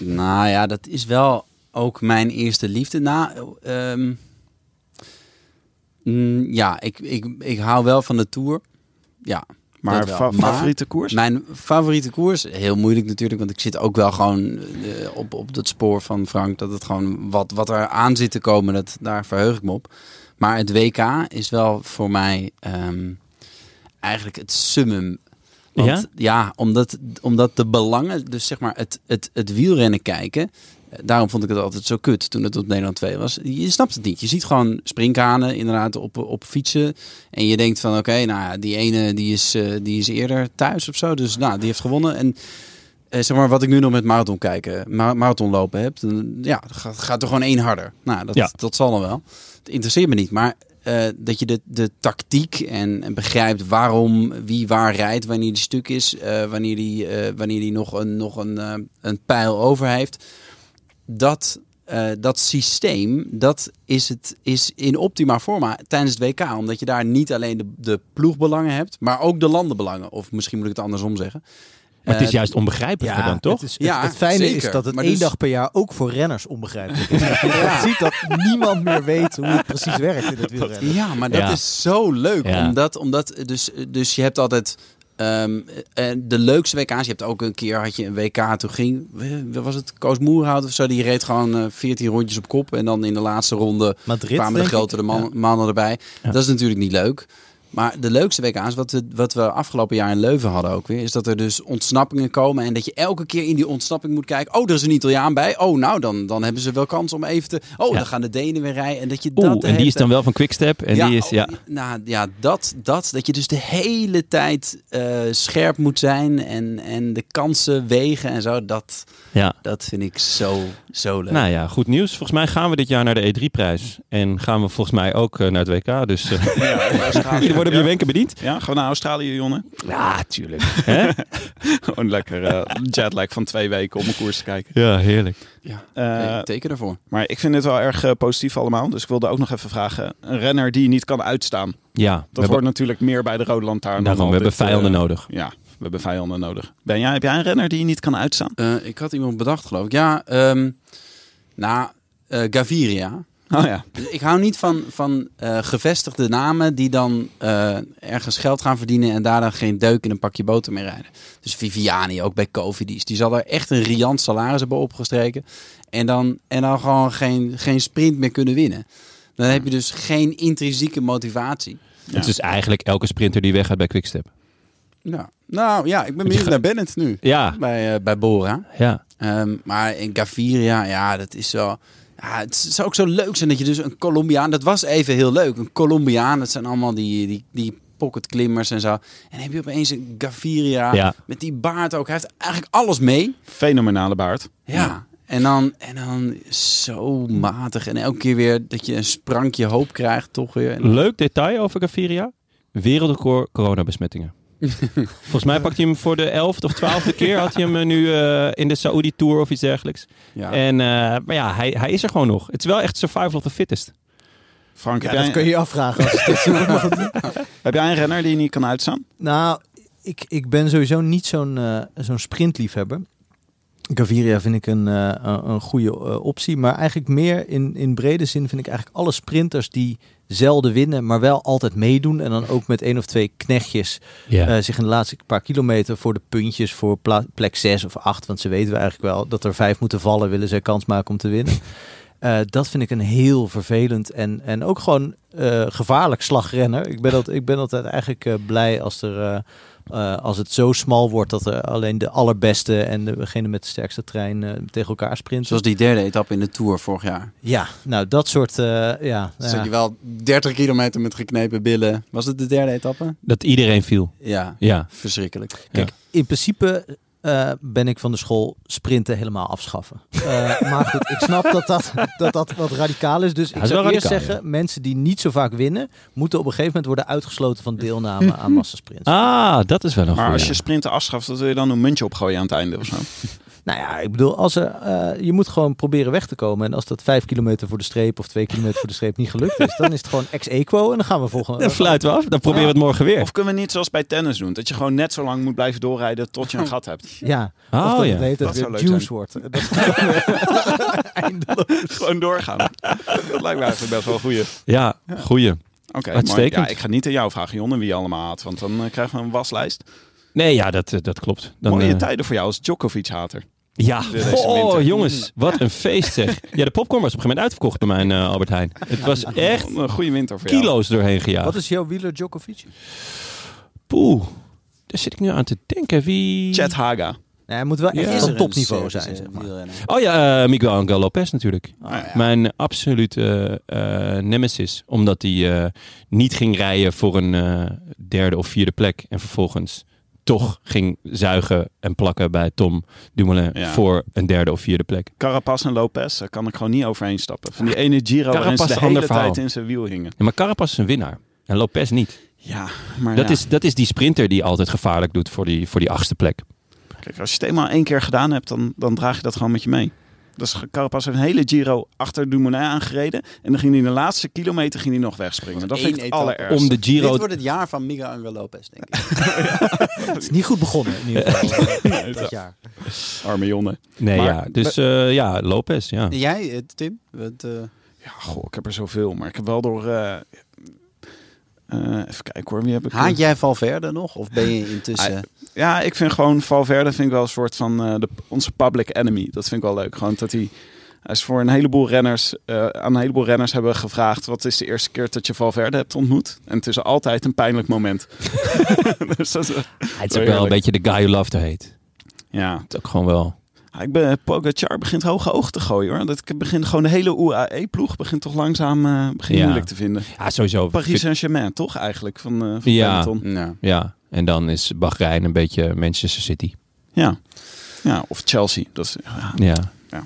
[SPEAKER 6] Nou ja, dat is wel ook mijn eerste liefde. Na, ehm, mm, ja, ik, ik, ik hou wel van de Tour. Ja,
[SPEAKER 3] Maar
[SPEAKER 6] dat wel.
[SPEAKER 3] fa-
[SPEAKER 6] Maar-
[SPEAKER 3] favoriete koers?
[SPEAKER 6] Mijn favoriete koers, heel moeilijk natuurlijk, want ik zit ook wel gewoon eh, op, op dat spoor van Frank. Dat het gewoon wat, wat er aan zit te komen, dat, daar verheug ik me op. Maar het WK is wel voor mij ehm, eigenlijk het summum. Want,
[SPEAKER 4] Ja?
[SPEAKER 6] ja, omdat, omdat de belangen, dus zeg maar het, het, het wielrennen kijken. eh, Daarom vond ik het altijd zo kut toen het op Nederland 2 was. Je snapt het niet. Je ziet gewoon springkanen inderdaad op, op fietsen. En je denkt van oké, nou ja, die ene die is, eh, die is eerder thuis of zo. Dus nou, die heeft gewonnen. En eh, zeg maar wat ik nu nog met marathon kijken, ma- marathon lopen heb. Dan, ja, gaat, gaat er gewoon één harder. Nou, dat,
[SPEAKER 4] Ja.
[SPEAKER 6] dat zal dan wel. Het interesseert me niet. Maar eh, dat je de, de tactiek en, en begrijpt waarom, wie waar rijdt, wanneer die stuk is, eh, wanneer die, eh, wanneer die nog, een, nog een, eh, een pijl over heeft. Dat, eh, dat systeem, dat is, het, is in optima forma tijdens het WK. Omdat je daar niet alleen de, de ploegbelangen hebt, maar ook de landenbelangen. Of misschien moet ik het andersom zeggen.
[SPEAKER 4] Maar het is
[SPEAKER 6] Eh,
[SPEAKER 4] juist onbegrijpelijk dan, toch?
[SPEAKER 5] Het, is, het,
[SPEAKER 6] Ja,
[SPEAKER 5] het fijne
[SPEAKER 6] zeker.
[SPEAKER 5] is dat het
[SPEAKER 6] Maar
[SPEAKER 5] één
[SPEAKER 6] dus-
[SPEAKER 5] dag per jaar ook voor renners onbegrijpelijk is. Je ziet dat niemand meer weet hoe het precies werkt in het wielrennen.
[SPEAKER 6] Ja, maar dat
[SPEAKER 4] Ja.
[SPEAKER 6] is zo leuk.
[SPEAKER 4] Ja.
[SPEAKER 6] Omdat, omdat dus, dus je hebt altijd ehm, eh, de leukste WK's. Je hebt ook een keer had je een WK, toen ging, eh, was het Koos Moerhout of zo, die reed gewoon eh, 14 rondjes op kop. En dan in de laatste ronde
[SPEAKER 5] Madrid,
[SPEAKER 6] kwamen de
[SPEAKER 5] denk ik.
[SPEAKER 6] grotere man, mannen erbij. Dat is natuurlijk niet leuk. Maar de leukste WK's, wat we, wat we afgelopen jaar in Leuven hadden ook weer, is dat er dus ontsnappingen komen. En dat je elke keer in die ontsnapping moet kijken. Oh, er is een Italiaan bij. Oh, nou, dan, dan hebben ze wel kans om even te. Oh,
[SPEAKER 4] Ja.
[SPEAKER 6] dan gaan de Denen weer rijden. En dat je dat.
[SPEAKER 4] Oeh,
[SPEAKER 6] de
[SPEAKER 4] en die
[SPEAKER 6] hele
[SPEAKER 4] is dan wel van Quickstep. En die is,
[SPEAKER 6] oh,
[SPEAKER 4] ja.
[SPEAKER 6] Nou ja, dat, dat, dat je dus de hele tijd eh, scherp moet zijn en, en de kansen wegen en zo, dat,
[SPEAKER 4] ja.
[SPEAKER 6] dat vind ik zo, zo leuk.
[SPEAKER 4] Nou ja, goed nieuws. Volgens mij gaan we dit jaar naar de E3-prijs. En gaan we volgens mij ook eh, naar het WK. Dus eh jullie worden op je wenken bediend.
[SPEAKER 3] Ja, gewoon naar Australië, Jonne.
[SPEAKER 4] Ja, tuurlijk. Hè?
[SPEAKER 3] Gewoon lekker eh, jetlag van twee weken om een koers te kijken.
[SPEAKER 4] Ja, heerlijk.
[SPEAKER 6] ja,
[SPEAKER 3] Eh,
[SPEAKER 6] oké, teken ervoor.
[SPEAKER 3] Maar ik vind het wel erg eh, positief allemaal. Dus ik wilde ook nog even vragen. Een renner die je niet kan uitstaan. Dat
[SPEAKER 4] Ja, we hebben,
[SPEAKER 3] hoort natuurlijk meer bij de Rode Lantaarn. dan
[SPEAKER 4] daarom,
[SPEAKER 3] al
[SPEAKER 4] we hebben
[SPEAKER 3] dit, eh,
[SPEAKER 4] vijanden nodig.
[SPEAKER 3] Ja, we hebben vijanden nodig. Ben jij, heb jij een renner die je niet kan uitstaan?
[SPEAKER 6] Eh, ik had iemand bedacht, geloof ik. Ja, ehm nou, eh, Gaviria.
[SPEAKER 3] Oh ja.
[SPEAKER 6] Ik hou niet van, van eh, gevestigde namen die dan eh, ergens geld gaan verdienen en daarna geen deuk in een pakje boter meer rijden. Dus Viviani ook bij Covidis. Die zal daar echt een riant salaris hebben opgestreken. En dan, en dan gewoon geen, geen sprint meer kunnen winnen. Dan heb je dus geen intrinsieke motivatie.
[SPEAKER 3] Ja.
[SPEAKER 4] Het is dus eigenlijk elke sprinter die weggaat bij Quickstep.
[SPEAKER 6] Nou, nou ja, ik ben benieuwd
[SPEAKER 4] gaat-
[SPEAKER 6] naar Bennett nu.
[SPEAKER 4] Ja,
[SPEAKER 6] Bij, eh, bij Bora.
[SPEAKER 4] ja.
[SPEAKER 6] Ehm, maar in Gaviria, ja, dat is wel. Ja, het zou ook zo leuk zijn dat je dus een Colombiaan. Dat was even heel leuk. Een Colombiaan, dat zijn allemaal die, die, die pocketklimmers en zo. En dan heb je opeens een Gaviria
[SPEAKER 4] Ja.
[SPEAKER 6] met die baard ook. Hij heeft eigenlijk alles mee.
[SPEAKER 3] Fenomenale baard.
[SPEAKER 6] Ja. En, dan, en dan zo matig. En elke keer weer dat je een sprankje hoop krijgt, toch weer. En-
[SPEAKER 4] Leuk detail over Gaviria. Wereldrecord coronabesmettingen. Volgens mij pakt hij hem voor de elfde of twaalfde keer. Had hij hem eh, nu eh, in de Saudi Tour of iets dergelijks.
[SPEAKER 6] Ja.
[SPEAKER 4] En, eh, maar ja, hij, hij is er gewoon nog. Het is wel echt survival of the fittest.
[SPEAKER 3] Frank,
[SPEAKER 5] Ja,
[SPEAKER 3] heb,
[SPEAKER 5] dat kun
[SPEAKER 3] jij,
[SPEAKER 5] je je afvragen. Als het is.
[SPEAKER 3] heb jij een renner die je niet kan uitstaan?
[SPEAKER 5] nou, ik, ik ben sowieso niet zo'n eh, zo'n sprintliefhebber. Gaviria vind ik een, eh, een, een goede eh, optie. Maar eigenlijk meer in, in brede zin vind ik eigenlijk alle sprinters die zelden winnen, maar wel altijd meedoen. En dan ook met één of twee knechtjes
[SPEAKER 4] Ja.
[SPEAKER 5] eh, zich in de laatste paar kilometer voor de puntjes voor pla- plek 6 of 8. Want ze weten we eigenlijk wel dat er vijf moeten vallen, willen ze kans maken om te winnen. Eh, dat vind ik een heel vervelend en, en ook gewoon eh, gevaarlijk slagrenner. Ik ben, dat, ik ben altijd eigenlijk eh, blij als, er, eh, eh, als het zo smal wordt dat er alleen de allerbeste en degene met de sterkste trein eh, tegen elkaar sprinten.
[SPEAKER 6] Zoals die derde etappe in de Tour vorig jaar.
[SPEAKER 5] Ja, nou dat soort. eh, ja,
[SPEAKER 6] Dus
[SPEAKER 5] ja.
[SPEAKER 6] dat je wel 30 kilometer met geknepen billen. Was het de derde etappe?
[SPEAKER 4] Dat iedereen viel.
[SPEAKER 6] Ja,
[SPEAKER 4] Ja.
[SPEAKER 6] verschrikkelijk.
[SPEAKER 4] Ja.
[SPEAKER 5] In principe eh, ben ik van de school sprinten helemaal afschaffen. Eh, maar goed, ik snap dat dat, dat, dat wat radicaal is. Dus
[SPEAKER 4] is
[SPEAKER 5] ik zou
[SPEAKER 4] wel
[SPEAKER 5] eerst
[SPEAKER 4] radicaal,
[SPEAKER 5] zeggen, mensen die niet zo vaak winnen, moeten op een gegeven moment worden uitgesloten van deelname aan massasprints.
[SPEAKER 4] Ah, dat is wel een
[SPEAKER 3] Maar
[SPEAKER 4] goede.
[SPEAKER 3] als je sprinten afschaft, wat wil je dan een muntje opgooien aan het einde of zo?
[SPEAKER 5] Nou ja, ik bedoel, als er, eh, je moet gewoon proberen weg te komen. En als dat vijf kilometer voor de streep of twee kilometer voor de streep niet gelukt is, dan is het gewoon ex-equo en dan gaan we volgende.
[SPEAKER 4] Dan fluiten we af. Dan proberen we het morgen weer.
[SPEAKER 3] Of kunnen we niet zoals bij tennis doen? Dat je gewoon net zo lang moet blijven doorrijden tot je een gat hebt.
[SPEAKER 5] Ja,
[SPEAKER 4] Oh,
[SPEAKER 5] of dat
[SPEAKER 4] ja.
[SPEAKER 5] het de hele tijd
[SPEAKER 3] Dat zou
[SPEAKER 5] weer
[SPEAKER 3] leuk
[SPEAKER 5] juice
[SPEAKER 3] zijn.
[SPEAKER 5] wordt. Dat is gewoon weer eindeloos.
[SPEAKER 3] gewoon doorgaan. Dat lijkt me eigenlijk best wel een goeie.
[SPEAKER 4] Ja, goeie.
[SPEAKER 3] Oké, mooi.
[SPEAKER 4] Uitstekend.
[SPEAKER 3] Ja, ik ga niet aan jou vragen, Jonne, wie je allemaal haat. Want dan eh, krijgen we een waslijst.
[SPEAKER 4] Nee, ja, dat, eh, dat klopt. Dan,
[SPEAKER 3] Mooie
[SPEAKER 4] eh,
[SPEAKER 3] tijden voor jou als Djokovic-hater.
[SPEAKER 4] Ja,
[SPEAKER 3] Deze
[SPEAKER 4] oh
[SPEAKER 3] winter.
[SPEAKER 4] jongens, wat een feest zeg. Ja, de popcorn was op een gegeven moment uitverkocht bij mijn eh, Albert Heijn. Het was echt
[SPEAKER 3] Een eh, goede winter voor jou.
[SPEAKER 4] kilo's doorheen gejaagd.
[SPEAKER 5] Wat is jouw wieler Djokovic?
[SPEAKER 4] Poeh, daar zit ik nu aan te denken. Wie...
[SPEAKER 3] Chad Haga.
[SPEAKER 5] Nee, hij moet wel echt
[SPEAKER 4] Ja.
[SPEAKER 5] van
[SPEAKER 4] Is
[SPEAKER 5] topniveau zijn, zeg maar.
[SPEAKER 4] Oh ja, eh, Miguel Angel Lopez natuurlijk.
[SPEAKER 3] Oh, ja.
[SPEAKER 4] Mijn absolute eh, eh, nemesis. Omdat hij eh, niet ging rijden voor een eh, derde of vierde plek. En vervolgens toch ging zuigen en plakken bij Tom Dumoulin
[SPEAKER 3] Ja.
[SPEAKER 4] voor een derde of vierde plek.
[SPEAKER 3] Carapaz en Lopez, daar kan ik gewoon niet overheen stappen. Van die ene Giro waarin ze
[SPEAKER 4] Carapaz,
[SPEAKER 3] de
[SPEAKER 4] ander
[SPEAKER 3] hele
[SPEAKER 4] verhaal.
[SPEAKER 3] tijd in zijn wiel hingen.
[SPEAKER 4] Ja, maar Carapaz is een winnaar. En Lopez niet.
[SPEAKER 3] Ja, maar
[SPEAKER 4] Dat,
[SPEAKER 3] ja.
[SPEAKER 4] is, dat is die sprinter die altijd gevaarlijk doet voor die, voor die achtste plek.
[SPEAKER 3] Kijk, als je het eenmaal één keer gedaan hebt, dan, dan draag je dat gewoon met je mee. Dus Carapaz heeft een hele Giro achter Dumoulin aangereden. En dan ging hij in de laatste kilometer ging hij nog wegspringen. Dat
[SPEAKER 6] Eén
[SPEAKER 3] vind ik het
[SPEAKER 6] etappe.
[SPEAKER 3] allerergste.
[SPEAKER 4] Om de
[SPEAKER 6] Dit
[SPEAKER 4] Giro...
[SPEAKER 6] wordt het jaar van Miguel Angel Lopez, denk ik.
[SPEAKER 5] Het is niet goed begonnen in ieder geval eh, dat jaar.
[SPEAKER 3] Arme jongen.
[SPEAKER 4] Nee,
[SPEAKER 3] Maar-
[SPEAKER 4] ja. Dus eh, ja, Lopez, ja.
[SPEAKER 6] En jij, eh, Tim? Wat, eh,
[SPEAKER 3] Ja, goh, ik heb er zoveel. Maar ik heb wel door... eh, eh, even kijken hoor, wie heb ik...
[SPEAKER 6] haat jij Valverde nog? Of ben je intussen...
[SPEAKER 3] Ja, ik vind gewoon Valverde vind ik wel een soort van eh, de, onze public enemy. Dat vind ik wel leuk. Gewoon dat hij, hij is voor een heleboel renners, eh, aan een heleboel renners hebben we gevraagd: wat is de eerste keer dat je Valverde hebt ontmoet? En het is altijd een pijnlijk moment. dus dat is-
[SPEAKER 4] Hij is ook wel een beetje de guy who loved to hate.
[SPEAKER 3] ja, Ah,
[SPEAKER 4] Het is ook gewoon wel...
[SPEAKER 3] ik ben eh, Pogacar begint hoge oog te gooien hoor. Dat begint gewoon de hele UAE-ploeg begint toch langzaam eh begint
[SPEAKER 4] Ja.
[SPEAKER 3] moeilijk te vinden.
[SPEAKER 4] Ja, sowieso.
[SPEAKER 3] Paris Saint-Germain toch eigenlijk van, eh van
[SPEAKER 4] Ja.
[SPEAKER 3] peloton?
[SPEAKER 6] Nou,
[SPEAKER 4] Ja, en dan is Bahrein een beetje Manchester City.
[SPEAKER 3] Ja. ja, of Chelsea. Dat is, ja,
[SPEAKER 4] Ja.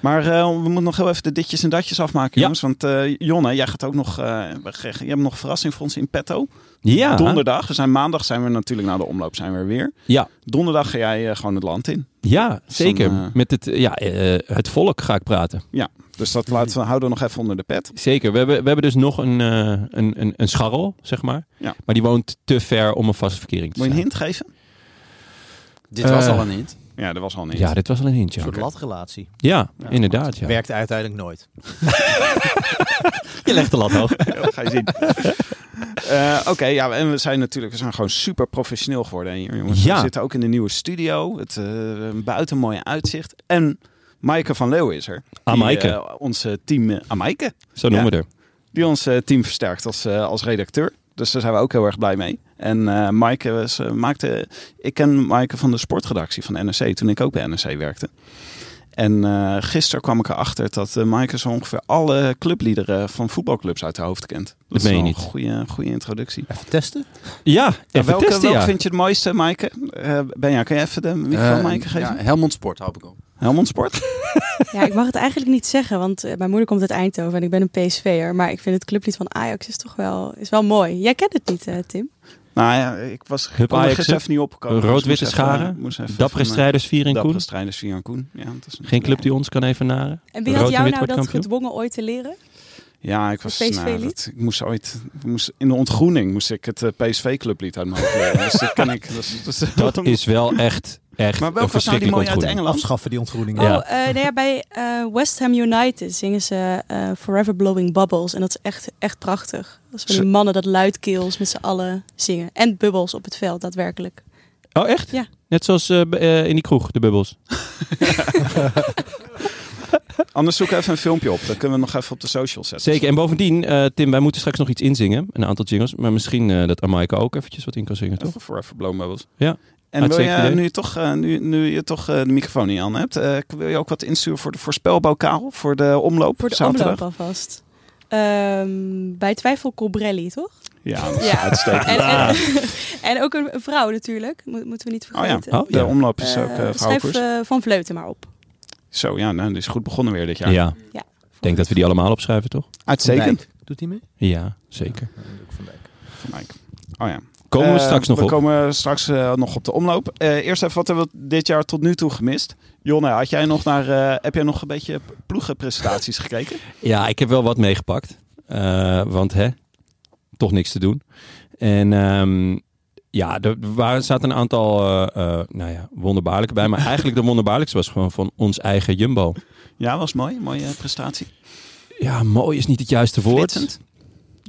[SPEAKER 3] Maar eh, we moeten nog heel even de ditjes en datjes afmaken,
[SPEAKER 4] Ja.
[SPEAKER 3] jongens. Want eh, Jonne, jij gaat ook nog. eh, we krijgen- je hebt nog een verrassing voor ons in petto.
[SPEAKER 4] Ja.
[SPEAKER 3] Donderdag. We zijn maandag zijn we natuurlijk na de omloop zijn we er weer.
[SPEAKER 4] Ja.
[SPEAKER 3] Donderdag ga jij eh, gewoon het land in.
[SPEAKER 4] Ja, zeker.
[SPEAKER 3] Dan, eh,
[SPEAKER 4] Met het, ja, eh, het volk ga ik praten.
[SPEAKER 3] Dus dat laten we, houden we nog even onder de pet.
[SPEAKER 4] Zeker. We hebben, we hebben dus nog een, eh, een, een, een scharrel, zeg maar.
[SPEAKER 3] Ja.
[SPEAKER 4] Maar die woont te ver om een vaste verkering te
[SPEAKER 3] Moet je
[SPEAKER 4] zijn.
[SPEAKER 3] een hint geven?
[SPEAKER 6] dit was
[SPEAKER 4] Eh,
[SPEAKER 6] al een hint.
[SPEAKER 3] Ja, dat was al niet.
[SPEAKER 4] Ja, dit was al een hint,
[SPEAKER 5] Een
[SPEAKER 4] ja.
[SPEAKER 5] soort latrelatie.
[SPEAKER 4] Ja, inderdaad, ja.
[SPEAKER 5] Werkt uiteindelijk nooit.
[SPEAKER 4] Je legt de lat hoog.
[SPEAKER 3] dat ga je zien. Eh, Oké, ja, en we zijn natuurlijk, we zijn gewoon super professioneel geworden hier, jongens.
[SPEAKER 4] Ja.
[SPEAKER 3] We zitten ook in de nieuwe studio. Het eh, een buiten mooi uitzicht. En Maaike van Leeuwen is er. Die,
[SPEAKER 4] Amaike.
[SPEAKER 3] eh, ons eh, team, eh, Amaike.
[SPEAKER 4] Zo noemen we er.
[SPEAKER 3] die ons eh, team versterkt als, eh, als redacteur. Dus daar zijn we ook heel erg blij mee. En eh Maaike was, eh, maakte. Ik ken Maaike van de sportredactie van NRC toen ik ook bij NRC werkte. En eh gisteren kwam ik erachter dat eh Maaike zo ongeveer alle clubliederen van voetbalclubs uit haar hoofd kent. Dat,
[SPEAKER 4] meen je
[SPEAKER 3] wel
[SPEAKER 4] niet.
[SPEAKER 3] Een goede, goede introductie.
[SPEAKER 5] Even testen.
[SPEAKER 4] Ja,
[SPEAKER 3] En
[SPEAKER 4] even
[SPEAKER 3] welke
[SPEAKER 4] testen,
[SPEAKER 3] welke
[SPEAKER 4] ja. Eh,
[SPEAKER 3] vind je het mooiste, Maaike? Eh Benja, kan je even de microfoon aan Maaike geven?
[SPEAKER 6] eh, Ja, Helmond Sport, hoop ik al.
[SPEAKER 3] Helmond Sport?
[SPEAKER 7] Ja, ik mag het eigenlijk niet zeggen, want eh, mijn moeder komt uit Eindhoven en ik ben een PSV'er. Maar ik vind het clublied van Ajax is toch wel, is wel mooi. Jij kent het niet, eh, Tim?
[SPEAKER 3] Nou ja, ik was ik
[SPEAKER 4] Hup
[SPEAKER 3] kon er
[SPEAKER 4] Ajax,
[SPEAKER 3] gisteren
[SPEAKER 4] hè?
[SPEAKER 3] even eh, niet opkomen.
[SPEAKER 4] Rood-witte scharen, Dappere strijders vier in
[SPEAKER 3] Dappere
[SPEAKER 4] Koen.
[SPEAKER 3] eh, strijders, Vier en Koen. Ja, dat is een-
[SPEAKER 4] Geen club die ons kan even naren.
[SPEAKER 7] En wie
[SPEAKER 4] Rood
[SPEAKER 7] had
[SPEAKER 4] en
[SPEAKER 7] jou
[SPEAKER 4] wit
[SPEAKER 7] nou
[SPEAKER 4] wordt
[SPEAKER 7] dat
[SPEAKER 4] kampioen?
[SPEAKER 7] gedwongen ooit te leren?
[SPEAKER 3] Ja, ik was. Nou,
[SPEAKER 7] PSV-lied?
[SPEAKER 3] dat, ik moest ooit. ik moest, in de ontgroening moest ik het eh, PSV-clublied uit mijn hoofd leren. dus dat kan ik. Dat, is- dat is-
[SPEAKER 4] Dat is wel echt, echt
[SPEAKER 3] maar welke
[SPEAKER 4] een
[SPEAKER 3] was nou die
[SPEAKER 4] verschrikkelijke
[SPEAKER 3] mooie uit
[SPEAKER 4] ontgroening.
[SPEAKER 3] Engeland?
[SPEAKER 5] Afschaffen die ontgroening.
[SPEAKER 7] Oh,
[SPEAKER 4] Ja.
[SPEAKER 7] eh, nou ja, bij eh, West Ham United zingen ze eh, Forever Blowing Bubbles. En dat is echt, echt prachtig. Dat is van die
[SPEAKER 3] Ze-
[SPEAKER 7] mannen dat luidkeels met z'n allen zingen. En bubbels op het veld, daadwerkelijk.
[SPEAKER 4] Oh, echt?
[SPEAKER 7] Ja.
[SPEAKER 4] Net zoals eh, b- eh, in die kroeg, de bubbels.
[SPEAKER 3] Anders zoek even een filmpje op. Dan kunnen we nog even op de social zetten.
[SPEAKER 4] Zeker. En bovendien, eh, Tim, wij moeten straks nog iets inzingen. Een aantal jingles. Maar misschien eh, dat Amaika ook eventjes wat in kan zingen, toch?
[SPEAKER 3] Even Forever Blow Bubbles.
[SPEAKER 4] Ja.
[SPEAKER 3] En wil
[SPEAKER 4] Uitstekend
[SPEAKER 3] je,
[SPEAKER 4] idee.
[SPEAKER 3] nu, je toch, eh, nu, nu je toch eh, de microfoon niet aan hebt, eh, wil je ook wat insturen voor de voorspelbokaal? Voor de omloop?
[SPEAKER 7] Voor de
[SPEAKER 3] zaterdag?
[SPEAKER 7] omloop alvast. Ehm, bij twijfel Cobrelli, toch?
[SPEAKER 3] Ja, dat is
[SPEAKER 7] Ja.
[SPEAKER 3] uitstekend. Ah.
[SPEAKER 7] En, eh, en, en ook een vrouw natuurlijk. Moet, moeten we niet
[SPEAKER 3] Oh ja,
[SPEAKER 7] vergeten.
[SPEAKER 4] Oh,
[SPEAKER 3] de
[SPEAKER 4] ja.
[SPEAKER 3] omloop is
[SPEAKER 7] Eh,
[SPEAKER 3] ook eh
[SPEAKER 7] schrijf
[SPEAKER 3] vrouwenkoers.
[SPEAKER 7] eh, Van Vleuten maar op.
[SPEAKER 3] Zo, ja, nou, die is goed begonnen weer dit jaar.
[SPEAKER 4] Ik denk dat we die allemaal opschrijven, toch?
[SPEAKER 3] Uitstekend.
[SPEAKER 5] Doet hij mee?
[SPEAKER 4] Nou, Ja, zeker.
[SPEAKER 3] Van Dijk. Oh ja.
[SPEAKER 4] Komen we
[SPEAKER 3] Eh,
[SPEAKER 4] straks nog
[SPEAKER 3] we
[SPEAKER 4] op.
[SPEAKER 3] komen straks eh, nog op de omloop. Eh, eerst even, wat hebben we dit jaar tot nu toe gemist? Jonne, had jij nog naar, eh, heb jij nog een beetje ploegenprestaties gekeken?
[SPEAKER 4] Ja, ik heb wel wat meegepakt. Eh, want hè, toch niks te doen. En ehm, ja, er waren, zaten een aantal eh, eh, nou ja, wonderbaarlijke bij. Maar eigenlijk de wonderbaarlijkste was gewoon van ons eigen Jumbo.
[SPEAKER 3] Ja, was mooi. Mooie eh, prestatie.
[SPEAKER 4] Ja, mooi is niet het juiste woord.
[SPEAKER 3] Flitsend.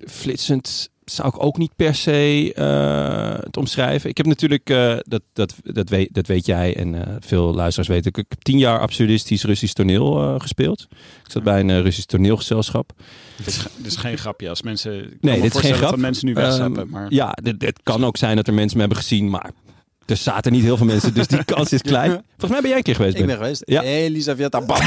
[SPEAKER 4] Flitsend zou ik ook niet per se eh, het omschrijven. Ik heb natuurlijk, eh, dat, dat, dat, weet, dat weet jij en eh, veel luisteraars weten, ik ik heb tien jaar absurdistisch Russisch toneel eh, gespeeld. Ik zat bij een eh, Russisch toneelgezelschap.
[SPEAKER 3] Dit is, geen grapje. Als mensen,
[SPEAKER 4] me dit is geen voorstellen grap. dat
[SPEAKER 3] Dat mensen nu
[SPEAKER 4] Ehm,
[SPEAKER 3] wegzappen. maar
[SPEAKER 4] Ja, dit- het kan ook zijn dat er mensen me hebben gezien, maar er zaten niet heel veel mensen, dus die kans is klein. Volgens mij ben jij een keer geweest.
[SPEAKER 6] Ik
[SPEAKER 4] Ben.
[SPEAKER 6] ben geweest.
[SPEAKER 4] Ja.
[SPEAKER 6] Elisaveta Bam.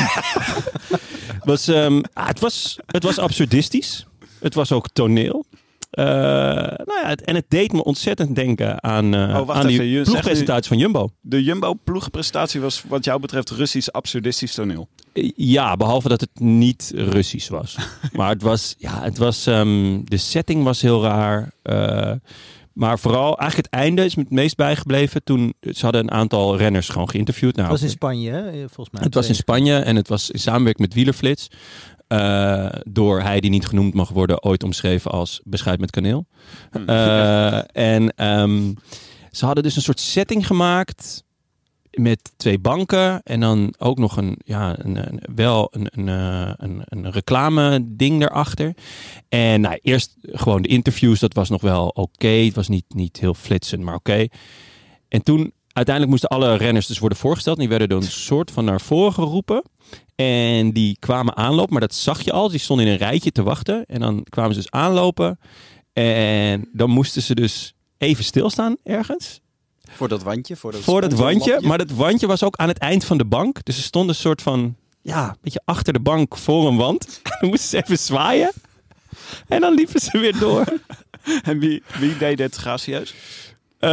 [SPEAKER 4] Was, ehm, ah, het, was, het was absurdistisch. Het was ook toneel. Eh, nou ja, het- en het deed me ontzettend denken aan, eh
[SPEAKER 3] Oh, wacht
[SPEAKER 4] aan
[SPEAKER 3] even, je
[SPEAKER 4] die
[SPEAKER 3] zegt
[SPEAKER 4] ploegpresentatie van Jumbo.
[SPEAKER 3] de Jumbo ploegprestatie was wat jou betreft Russisch absurdistisch toneel.
[SPEAKER 4] Eh, Ja, behalve dat het niet Russisch was. Maar het was, ja, het was, ehm, de setting was heel raar. Eh, maar vooral, eigenlijk het einde is me het meest bijgebleven. Toen, ze hadden een aantal renners gewoon geïnterviewd. Nou,
[SPEAKER 5] Het was in Spanje, hè? Eh, volgens mij.
[SPEAKER 4] Het was in Spanje en het was in samenwerking met Wielerflits. eh, door hij die niet genoemd mag worden, ooit omschreven als beschuit met kaneel.
[SPEAKER 3] Hm.
[SPEAKER 4] Eh, en ehm, ze hadden dus een soort setting gemaakt met twee banken en dan ook nog een, ja, een, een- wel een, een, eh, een, een reclame ding erachter. En nou, eerst gewoon de interviews, dat was nog wel oké. Het was niet, niet heel flitsend, maar oké. En toen, uiteindelijk moesten alle renners dus worden voorgesteld. En die werden dan een soort van naar voren geroepen. En die kwamen aanlopen, maar dat zag je al. Die stonden in een rijtje te wachten. En dan kwamen ze dus aanlopen. En dan moesten ze dus even stilstaan ergens.
[SPEAKER 6] Voor dat wandje. Voor dat,
[SPEAKER 4] Voor dat wandje.
[SPEAKER 6] sponsorlapje.
[SPEAKER 4] Maar dat wandje was ook aan het eind van de bank. Dus ze stonden een soort van, ja, een beetje achter de bank voor een wand. En dan moesten ze even zwaaien. En dan liepen ze weer door.
[SPEAKER 3] En wie, wie deed dit gracieus?
[SPEAKER 4] Eh,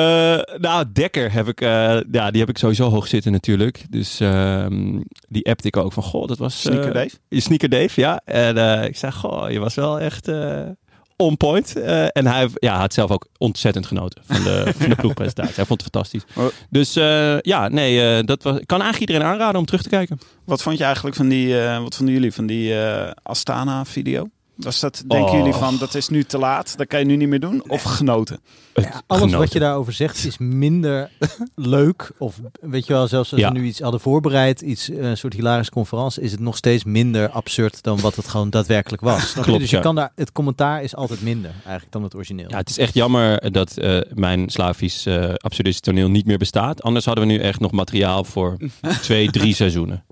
[SPEAKER 4] nou, Dekker heb ik, eh, ja, die heb ik sowieso hoog zitten natuurlijk. Dus ehm, die appte ik ook van, goh, dat was... eh,
[SPEAKER 3] Sneaker Dave?
[SPEAKER 4] je Sneaker Dave, ja. En eh, ik zei, goh, je was wel echt eh, on point. Eh, en hij ja, had zelf ook ontzettend genoten van de, van de ploegpresentatie. Hij vond het fantastisch.
[SPEAKER 3] Oh.
[SPEAKER 4] Dus eh, ja, nee, eh, dat was, ik kan eigenlijk iedereen aanraden om terug te kijken.
[SPEAKER 3] Wat vond je eigenlijk van die, eh, wat vonden jullie van die eh, Astana-video? Was dat, denken
[SPEAKER 4] Oh.
[SPEAKER 3] jullie van, dat is nu te laat, dat kan je nu niet meer doen? Of genoten?
[SPEAKER 5] Ja, alles wat je
[SPEAKER 4] genoten.
[SPEAKER 5] daarover zegt is minder leuk. Of weet je wel, zelfs als
[SPEAKER 4] Ja.
[SPEAKER 5] we nu iets hadden voorbereid, iets, eh, een soort hilarische conferentie, is het nog steeds minder absurd dan wat het gewoon daadwerkelijk was. Snap je?
[SPEAKER 4] Klopt,
[SPEAKER 5] dus je
[SPEAKER 4] ja.
[SPEAKER 5] kan daar, het commentaar is altijd minder eigenlijk dan het origineel.
[SPEAKER 4] Ja, het is echt jammer dat eh, mijn Slavisch eh absurdistisch toneel niet meer bestaat. Anders hadden we nu echt nog materiaal voor twee, drie seizoenen.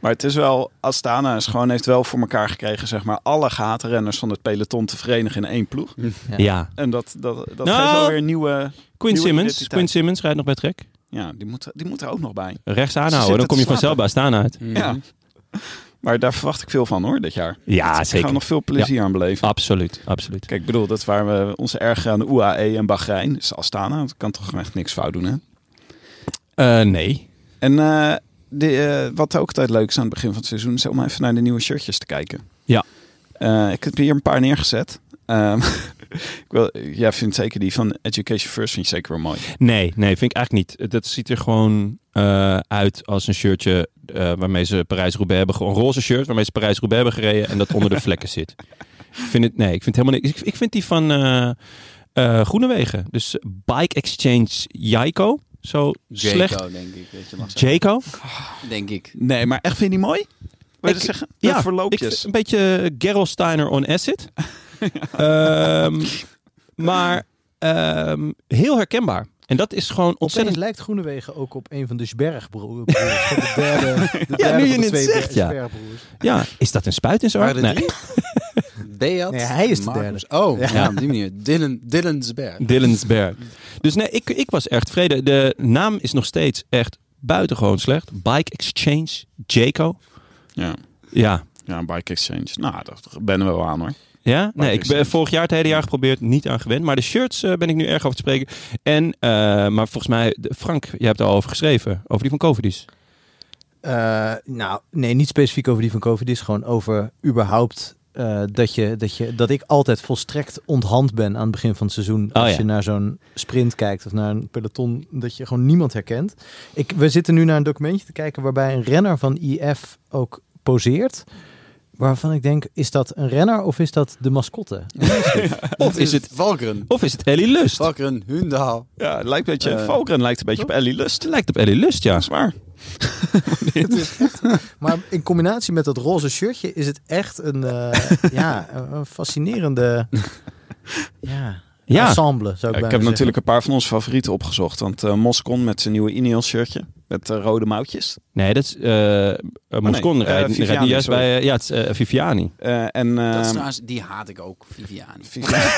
[SPEAKER 3] Maar het is wel, Astana is gewoon, heeft wel voor elkaar gekregen, zeg maar, alle gatenrenners van het peloton te verenigen in één ploeg.
[SPEAKER 5] Ja.
[SPEAKER 4] ja.
[SPEAKER 3] En dat, dat, dat
[SPEAKER 4] Nou.
[SPEAKER 3] geeft wel weer nieuwe...
[SPEAKER 4] Quinn
[SPEAKER 3] Nieuwe
[SPEAKER 4] Simmons.
[SPEAKER 3] identiteit.
[SPEAKER 4] Quinn Simmons rijdt nog bij Trek.
[SPEAKER 3] Ja, die moet, die moet er ook nog bij.
[SPEAKER 4] Rechts
[SPEAKER 3] Ze
[SPEAKER 4] aanhouden,
[SPEAKER 3] zitten
[SPEAKER 4] dan kom je
[SPEAKER 3] te
[SPEAKER 4] vanzelf bij staan uit.
[SPEAKER 3] Ja. Maar daar verwacht ik veel van hoor, dit jaar.
[SPEAKER 4] Ja, Ah.
[SPEAKER 3] Daar gaan we
[SPEAKER 4] zeker.
[SPEAKER 3] nog veel plezier aan beleven.
[SPEAKER 4] Absoluut, absoluut.
[SPEAKER 3] Kijk, ik bedoel, dat waren we onze erger aan de UAE en Bahrein. Dus Astana, dat kan toch echt niks fout doen, hè?
[SPEAKER 4] Eh, nee.
[SPEAKER 3] En eh, de, eh, wat ook altijd leuk is aan het begin van het seizoen, is om even naar de nieuwe shirtjes te kijken.
[SPEAKER 4] Ja.
[SPEAKER 3] Eh, ik heb hier een paar neergezet. Ehm, ik wil, jij vindt zeker die van Education First vind je zeker wel mooi.
[SPEAKER 4] Nee, nee, vind ik eigenlijk niet. Dat ziet er gewoon eh, uit als een shirtje eh, waarmee ze Parijs-Roubaix hebben... ge- Een roze shirt waarmee ze Parijs-Roubaix hebben gereden en dat onder de vlekken zit. Ik vind het, nee, ik vind het helemaal niks. Ik, ik vind die van eh eh, Groenewegen. Dus Bike Exchange Jaiko. Zo slecht.
[SPEAKER 6] Jaco, denk ik. Dat je mag zeggen.
[SPEAKER 4] Jaco?
[SPEAKER 6] Denk ik.
[SPEAKER 3] Nee, maar echt vind je die mooi? Wil je
[SPEAKER 4] Ik-
[SPEAKER 3] dat zeggen? De
[SPEAKER 4] ja, Ik vind
[SPEAKER 3] verloopjes.
[SPEAKER 4] het een beetje Gerol Steiner on acid. Ehm, maar ehm, heel herkenbaar. En dat is gewoon
[SPEAKER 5] Opeens
[SPEAKER 4] ontzettend...
[SPEAKER 5] lijkt Groenewegen ook op een van de Sbergbroers. De derde, de derde
[SPEAKER 4] nu je
[SPEAKER 5] van de
[SPEAKER 4] het
[SPEAKER 5] twee
[SPEAKER 4] zegt, ja.
[SPEAKER 5] Sbergbroers.
[SPEAKER 4] Ja, is dat een spuit in zijn
[SPEAKER 6] Waren
[SPEAKER 4] hart?
[SPEAKER 6] er
[SPEAKER 4] Nee.
[SPEAKER 6] drie? Beat,
[SPEAKER 5] Nee, hij is de
[SPEAKER 6] Marcus- Oh, ja. op die manier. Dylan, Dylansberg.
[SPEAKER 4] Dillensberg. Dus nee, ik, ik was echt vrede. De naam is nog steeds echt buitengewoon slecht. Bike Exchange, Jaco.
[SPEAKER 3] Ja.
[SPEAKER 4] Ja.
[SPEAKER 3] ja, een bike exchange. Nou, dat ben we wel aan hoor.
[SPEAKER 4] Ja? Nee, ik ben
[SPEAKER 3] Exchange.
[SPEAKER 4] vorig jaar het hele jaar geprobeerd, niet aan gewend. Maar de shirts eh, ben ik nu erg over te spreken. En, eh, maar volgens mij, de- Frank, je hebt er al over geschreven. Over die van Covidis.
[SPEAKER 5] Eh, nou, nee, niet specifiek over die van COVID. is gewoon over überhaupt eh, dat, je, dat, je, dat ik altijd volstrekt onthand ben aan het begin van het seizoen.
[SPEAKER 4] Oh,
[SPEAKER 5] als
[SPEAKER 4] ja.
[SPEAKER 5] je naar zo'n sprint kijkt of naar een peloton, dat je gewoon niemand herkent. Ik, we zitten nu naar een documentje te kijken waarbij een renner van IF ook poseert. Waarvan ik denk, is dat een renner of is dat de mascotte?
[SPEAKER 4] Of is het,
[SPEAKER 6] Valkeren?
[SPEAKER 4] of is het Ellie Lust?
[SPEAKER 6] Valkeren, Hundaal.
[SPEAKER 3] Ja, het lijkt een beetje,
[SPEAKER 6] Eh,
[SPEAKER 3] Valkeren lijkt een beetje op Ellie Lust.
[SPEAKER 4] Het lijkt op Ellie Lust, ja.
[SPEAKER 3] Dat is waar.
[SPEAKER 5] Maar in combinatie met dat roze shirtje is het echt een, eh, ja, een een fascinerende ja,
[SPEAKER 4] Ja.
[SPEAKER 5] ensemble, zou ik bijna
[SPEAKER 3] ik heb
[SPEAKER 5] zeggen.
[SPEAKER 3] natuurlijk een paar van onze favorieten opgezocht. Want eh, Moscon met zijn nieuwe Ineos shirtje. Met eh, rode mouwtjes.
[SPEAKER 4] Nee, dat is... eh eh, Moscon
[SPEAKER 3] Oh, nee, eh,
[SPEAKER 4] rijdt rijdt
[SPEAKER 3] Viviani,
[SPEAKER 4] niet juist
[SPEAKER 3] sorry.
[SPEAKER 4] bij... eh, ja, het is eh, Viviani.
[SPEAKER 3] Eh, en,
[SPEAKER 6] Dat is
[SPEAKER 3] eh,
[SPEAKER 6] trouwens- die haat ik ook, Viviani.
[SPEAKER 3] Viviani.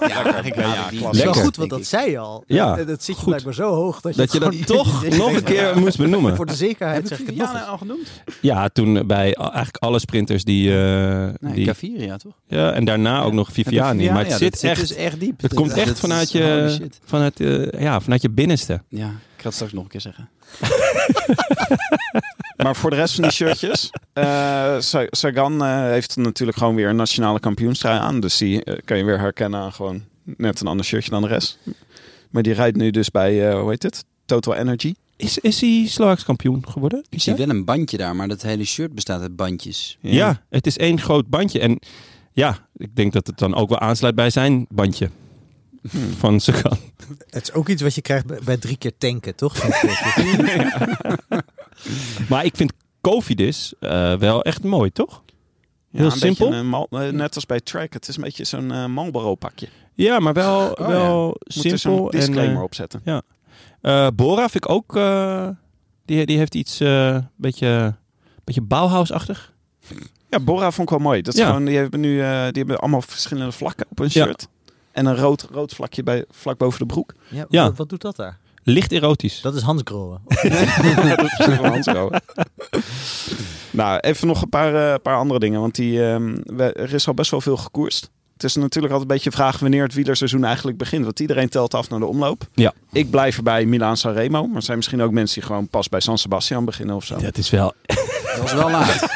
[SPEAKER 6] Ja, eigenlijk wel. Ja, die.
[SPEAKER 3] klasse.
[SPEAKER 5] Zo
[SPEAKER 4] Lekker.
[SPEAKER 5] goed, want dat zei je al.
[SPEAKER 4] Ja,
[SPEAKER 5] dat, dat zit je
[SPEAKER 4] goed.
[SPEAKER 5] blijkbaar zo hoog dat je,
[SPEAKER 4] Dat je
[SPEAKER 5] gewoon-
[SPEAKER 4] dat toch
[SPEAKER 5] je
[SPEAKER 4] nog een
[SPEAKER 5] denkt,
[SPEAKER 4] keer
[SPEAKER 5] nou,
[SPEAKER 4] moest benoemen.
[SPEAKER 5] Voor de zekerheid zeg
[SPEAKER 6] Heb ik
[SPEAKER 5] ik nou, het nog
[SPEAKER 6] Viviani
[SPEAKER 5] eens.
[SPEAKER 6] al genoemd?
[SPEAKER 4] Ja, toen bij a- eigenlijk alle sprinters die... eh,
[SPEAKER 6] Nee,
[SPEAKER 4] die
[SPEAKER 6] Gaviria toch?
[SPEAKER 4] ja, en daarna ook nog Viviani. maar het
[SPEAKER 6] ja,
[SPEAKER 4] zit
[SPEAKER 6] dat
[SPEAKER 4] echt...
[SPEAKER 6] dus echt diep.
[SPEAKER 4] het komt
[SPEAKER 6] Ja,
[SPEAKER 4] echt
[SPEAKER 6] dat is-
[SPEAKER 4] vanuit
[SPEAKER 6] holy
[SPEAKER 4] je,
[SPEAKER 6] shit.
[SPEAKER 4] vanuit, eh, ja, vanuit je binnenste.
[SPEAKER 6] Ja, ik ga het straks nog een keer zeggen.
[SPEAKER 3] maar voor de rest van die shirtjes. eh, Sa- Sagan eh, heeft natuurlijk gewoon weer een nationale kampioenstrui aan. Dus die eh, kan je weer herkennen aan gewoon net een ander shirtje dan de rest. Maar die rijdt nu dus bij, eh, hoe heet het? Total Energy.
[SPEAKER 4] Is, is hij Slovaaks kampioen geworden?
[SPEAKER 6] Ik zie wel een bandje daar, maar dat hele shirt bestaat uit bandjes.
[SPEAKER 4] Ja. het is één groot bandje. En ja, ik denk dat het dan ook wel aansluit bij zijn bandje. Van Sagan.
[SPEAKER 5] Het is ook iets wat je krijgt bij, bij drie keer tanken, toch? Zo'n shirtje.
[SPEAKER 4] Maar ik vind Covidis eh, wel echt mooi, toch?
[SPEAKER 3] Ja,
[SPEAKER 4] Heel
[SPEAKER 3] een beetje
[SPEAKER 4] simpel.
[SPEAKER 3] een mal- eh, net als bij Track. Het is een beetje zo'n eh Marlboro pakje.
[SPEAKER 4] Ja, maar wel,
[SPEAKER 3] Oh,
[SPEAKER 4] wel
[SPEAKER 3] Moet er zo'n
[SPEAKER 4] simpel. En,
[SPEAKER 3] disclaimer
[SPEAKER 4] eh,
[SPEAKER 3] op zetten.
[SPEAKER 4] eh, Bora vind ik ook... eh, die, die heeft iets eh beetje, beetje Bauhaus-achtig.
[SPEAKER 3] Ja, Bora vond ik wel mooi. Dat is
[SPEAKER 4] Ja.
[SPEAKER 3] gewoon, die hebben nu eh, die hebben allemaal verschillende vlakken op hun
[SPEAKER 4] Ja.
[SPEAKER 3] shirt. En een rood, rood vlakje bij, vlak boven de broek.
[SPEAKER 5] ja,
[SPEAKER 4] Ja.
[SPEAKER 5] Wat, wat doet dat daar?
[SPEAKER 4] Licht erotisch.
[SPEAKER 5] Dat is Hans Groen.
[SPEAKER 3] dat is een handschoen. nou, even nog een paar, eh, paar andere dingen. Want die, ehm, we- er is al best wel veel gekoerst. Het is natuurlijk altijd een beetje de vraag wanneer het wielerseizoen eigenlijk begint. Want iedereen telt af naar de omloop.
[SPEAKER 4] Ja.
[SPEAKER 3] Ik blijf erbij Milaan Sanremo. Maar er zijn misschien ook mensen die gewoon pas bij San Sebastian beginnen of zo.
[SPEAKER 4] Dat is wel
[SPEAKER 6] Dat was wel laat.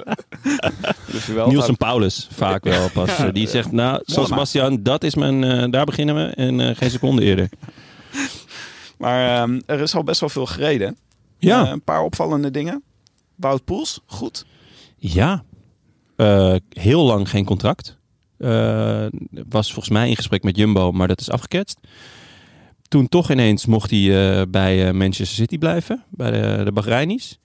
[SPEAKER 3] Dus wel
[SPEAKER 4] Niels en Paulus vaak wel pas. Eh, Die zegt, nou, zoals
[SPEAKER 3] maar.
[SPEAKER 4] Bastiaan, dat is mijn... eh, daar beginnen we en eh, geen seconde eerder.
[SPEAKER 3] Maar ehm, er is al best wel veel gereden.
[SPEAKER 4] Ja.
[SPEAKER 3] Eh, een paar opvallende dingen. Wout Poels, goed.
[SPEAKER 4] Ja, Eh, heel lang geen contract. Eh, was volgens mij in gesprek met Jumbo, maar dat is afgeketst. Toen toch ineens mocht hij eh, bij eh, Manchester City blijven, bij de, de Bahrainis.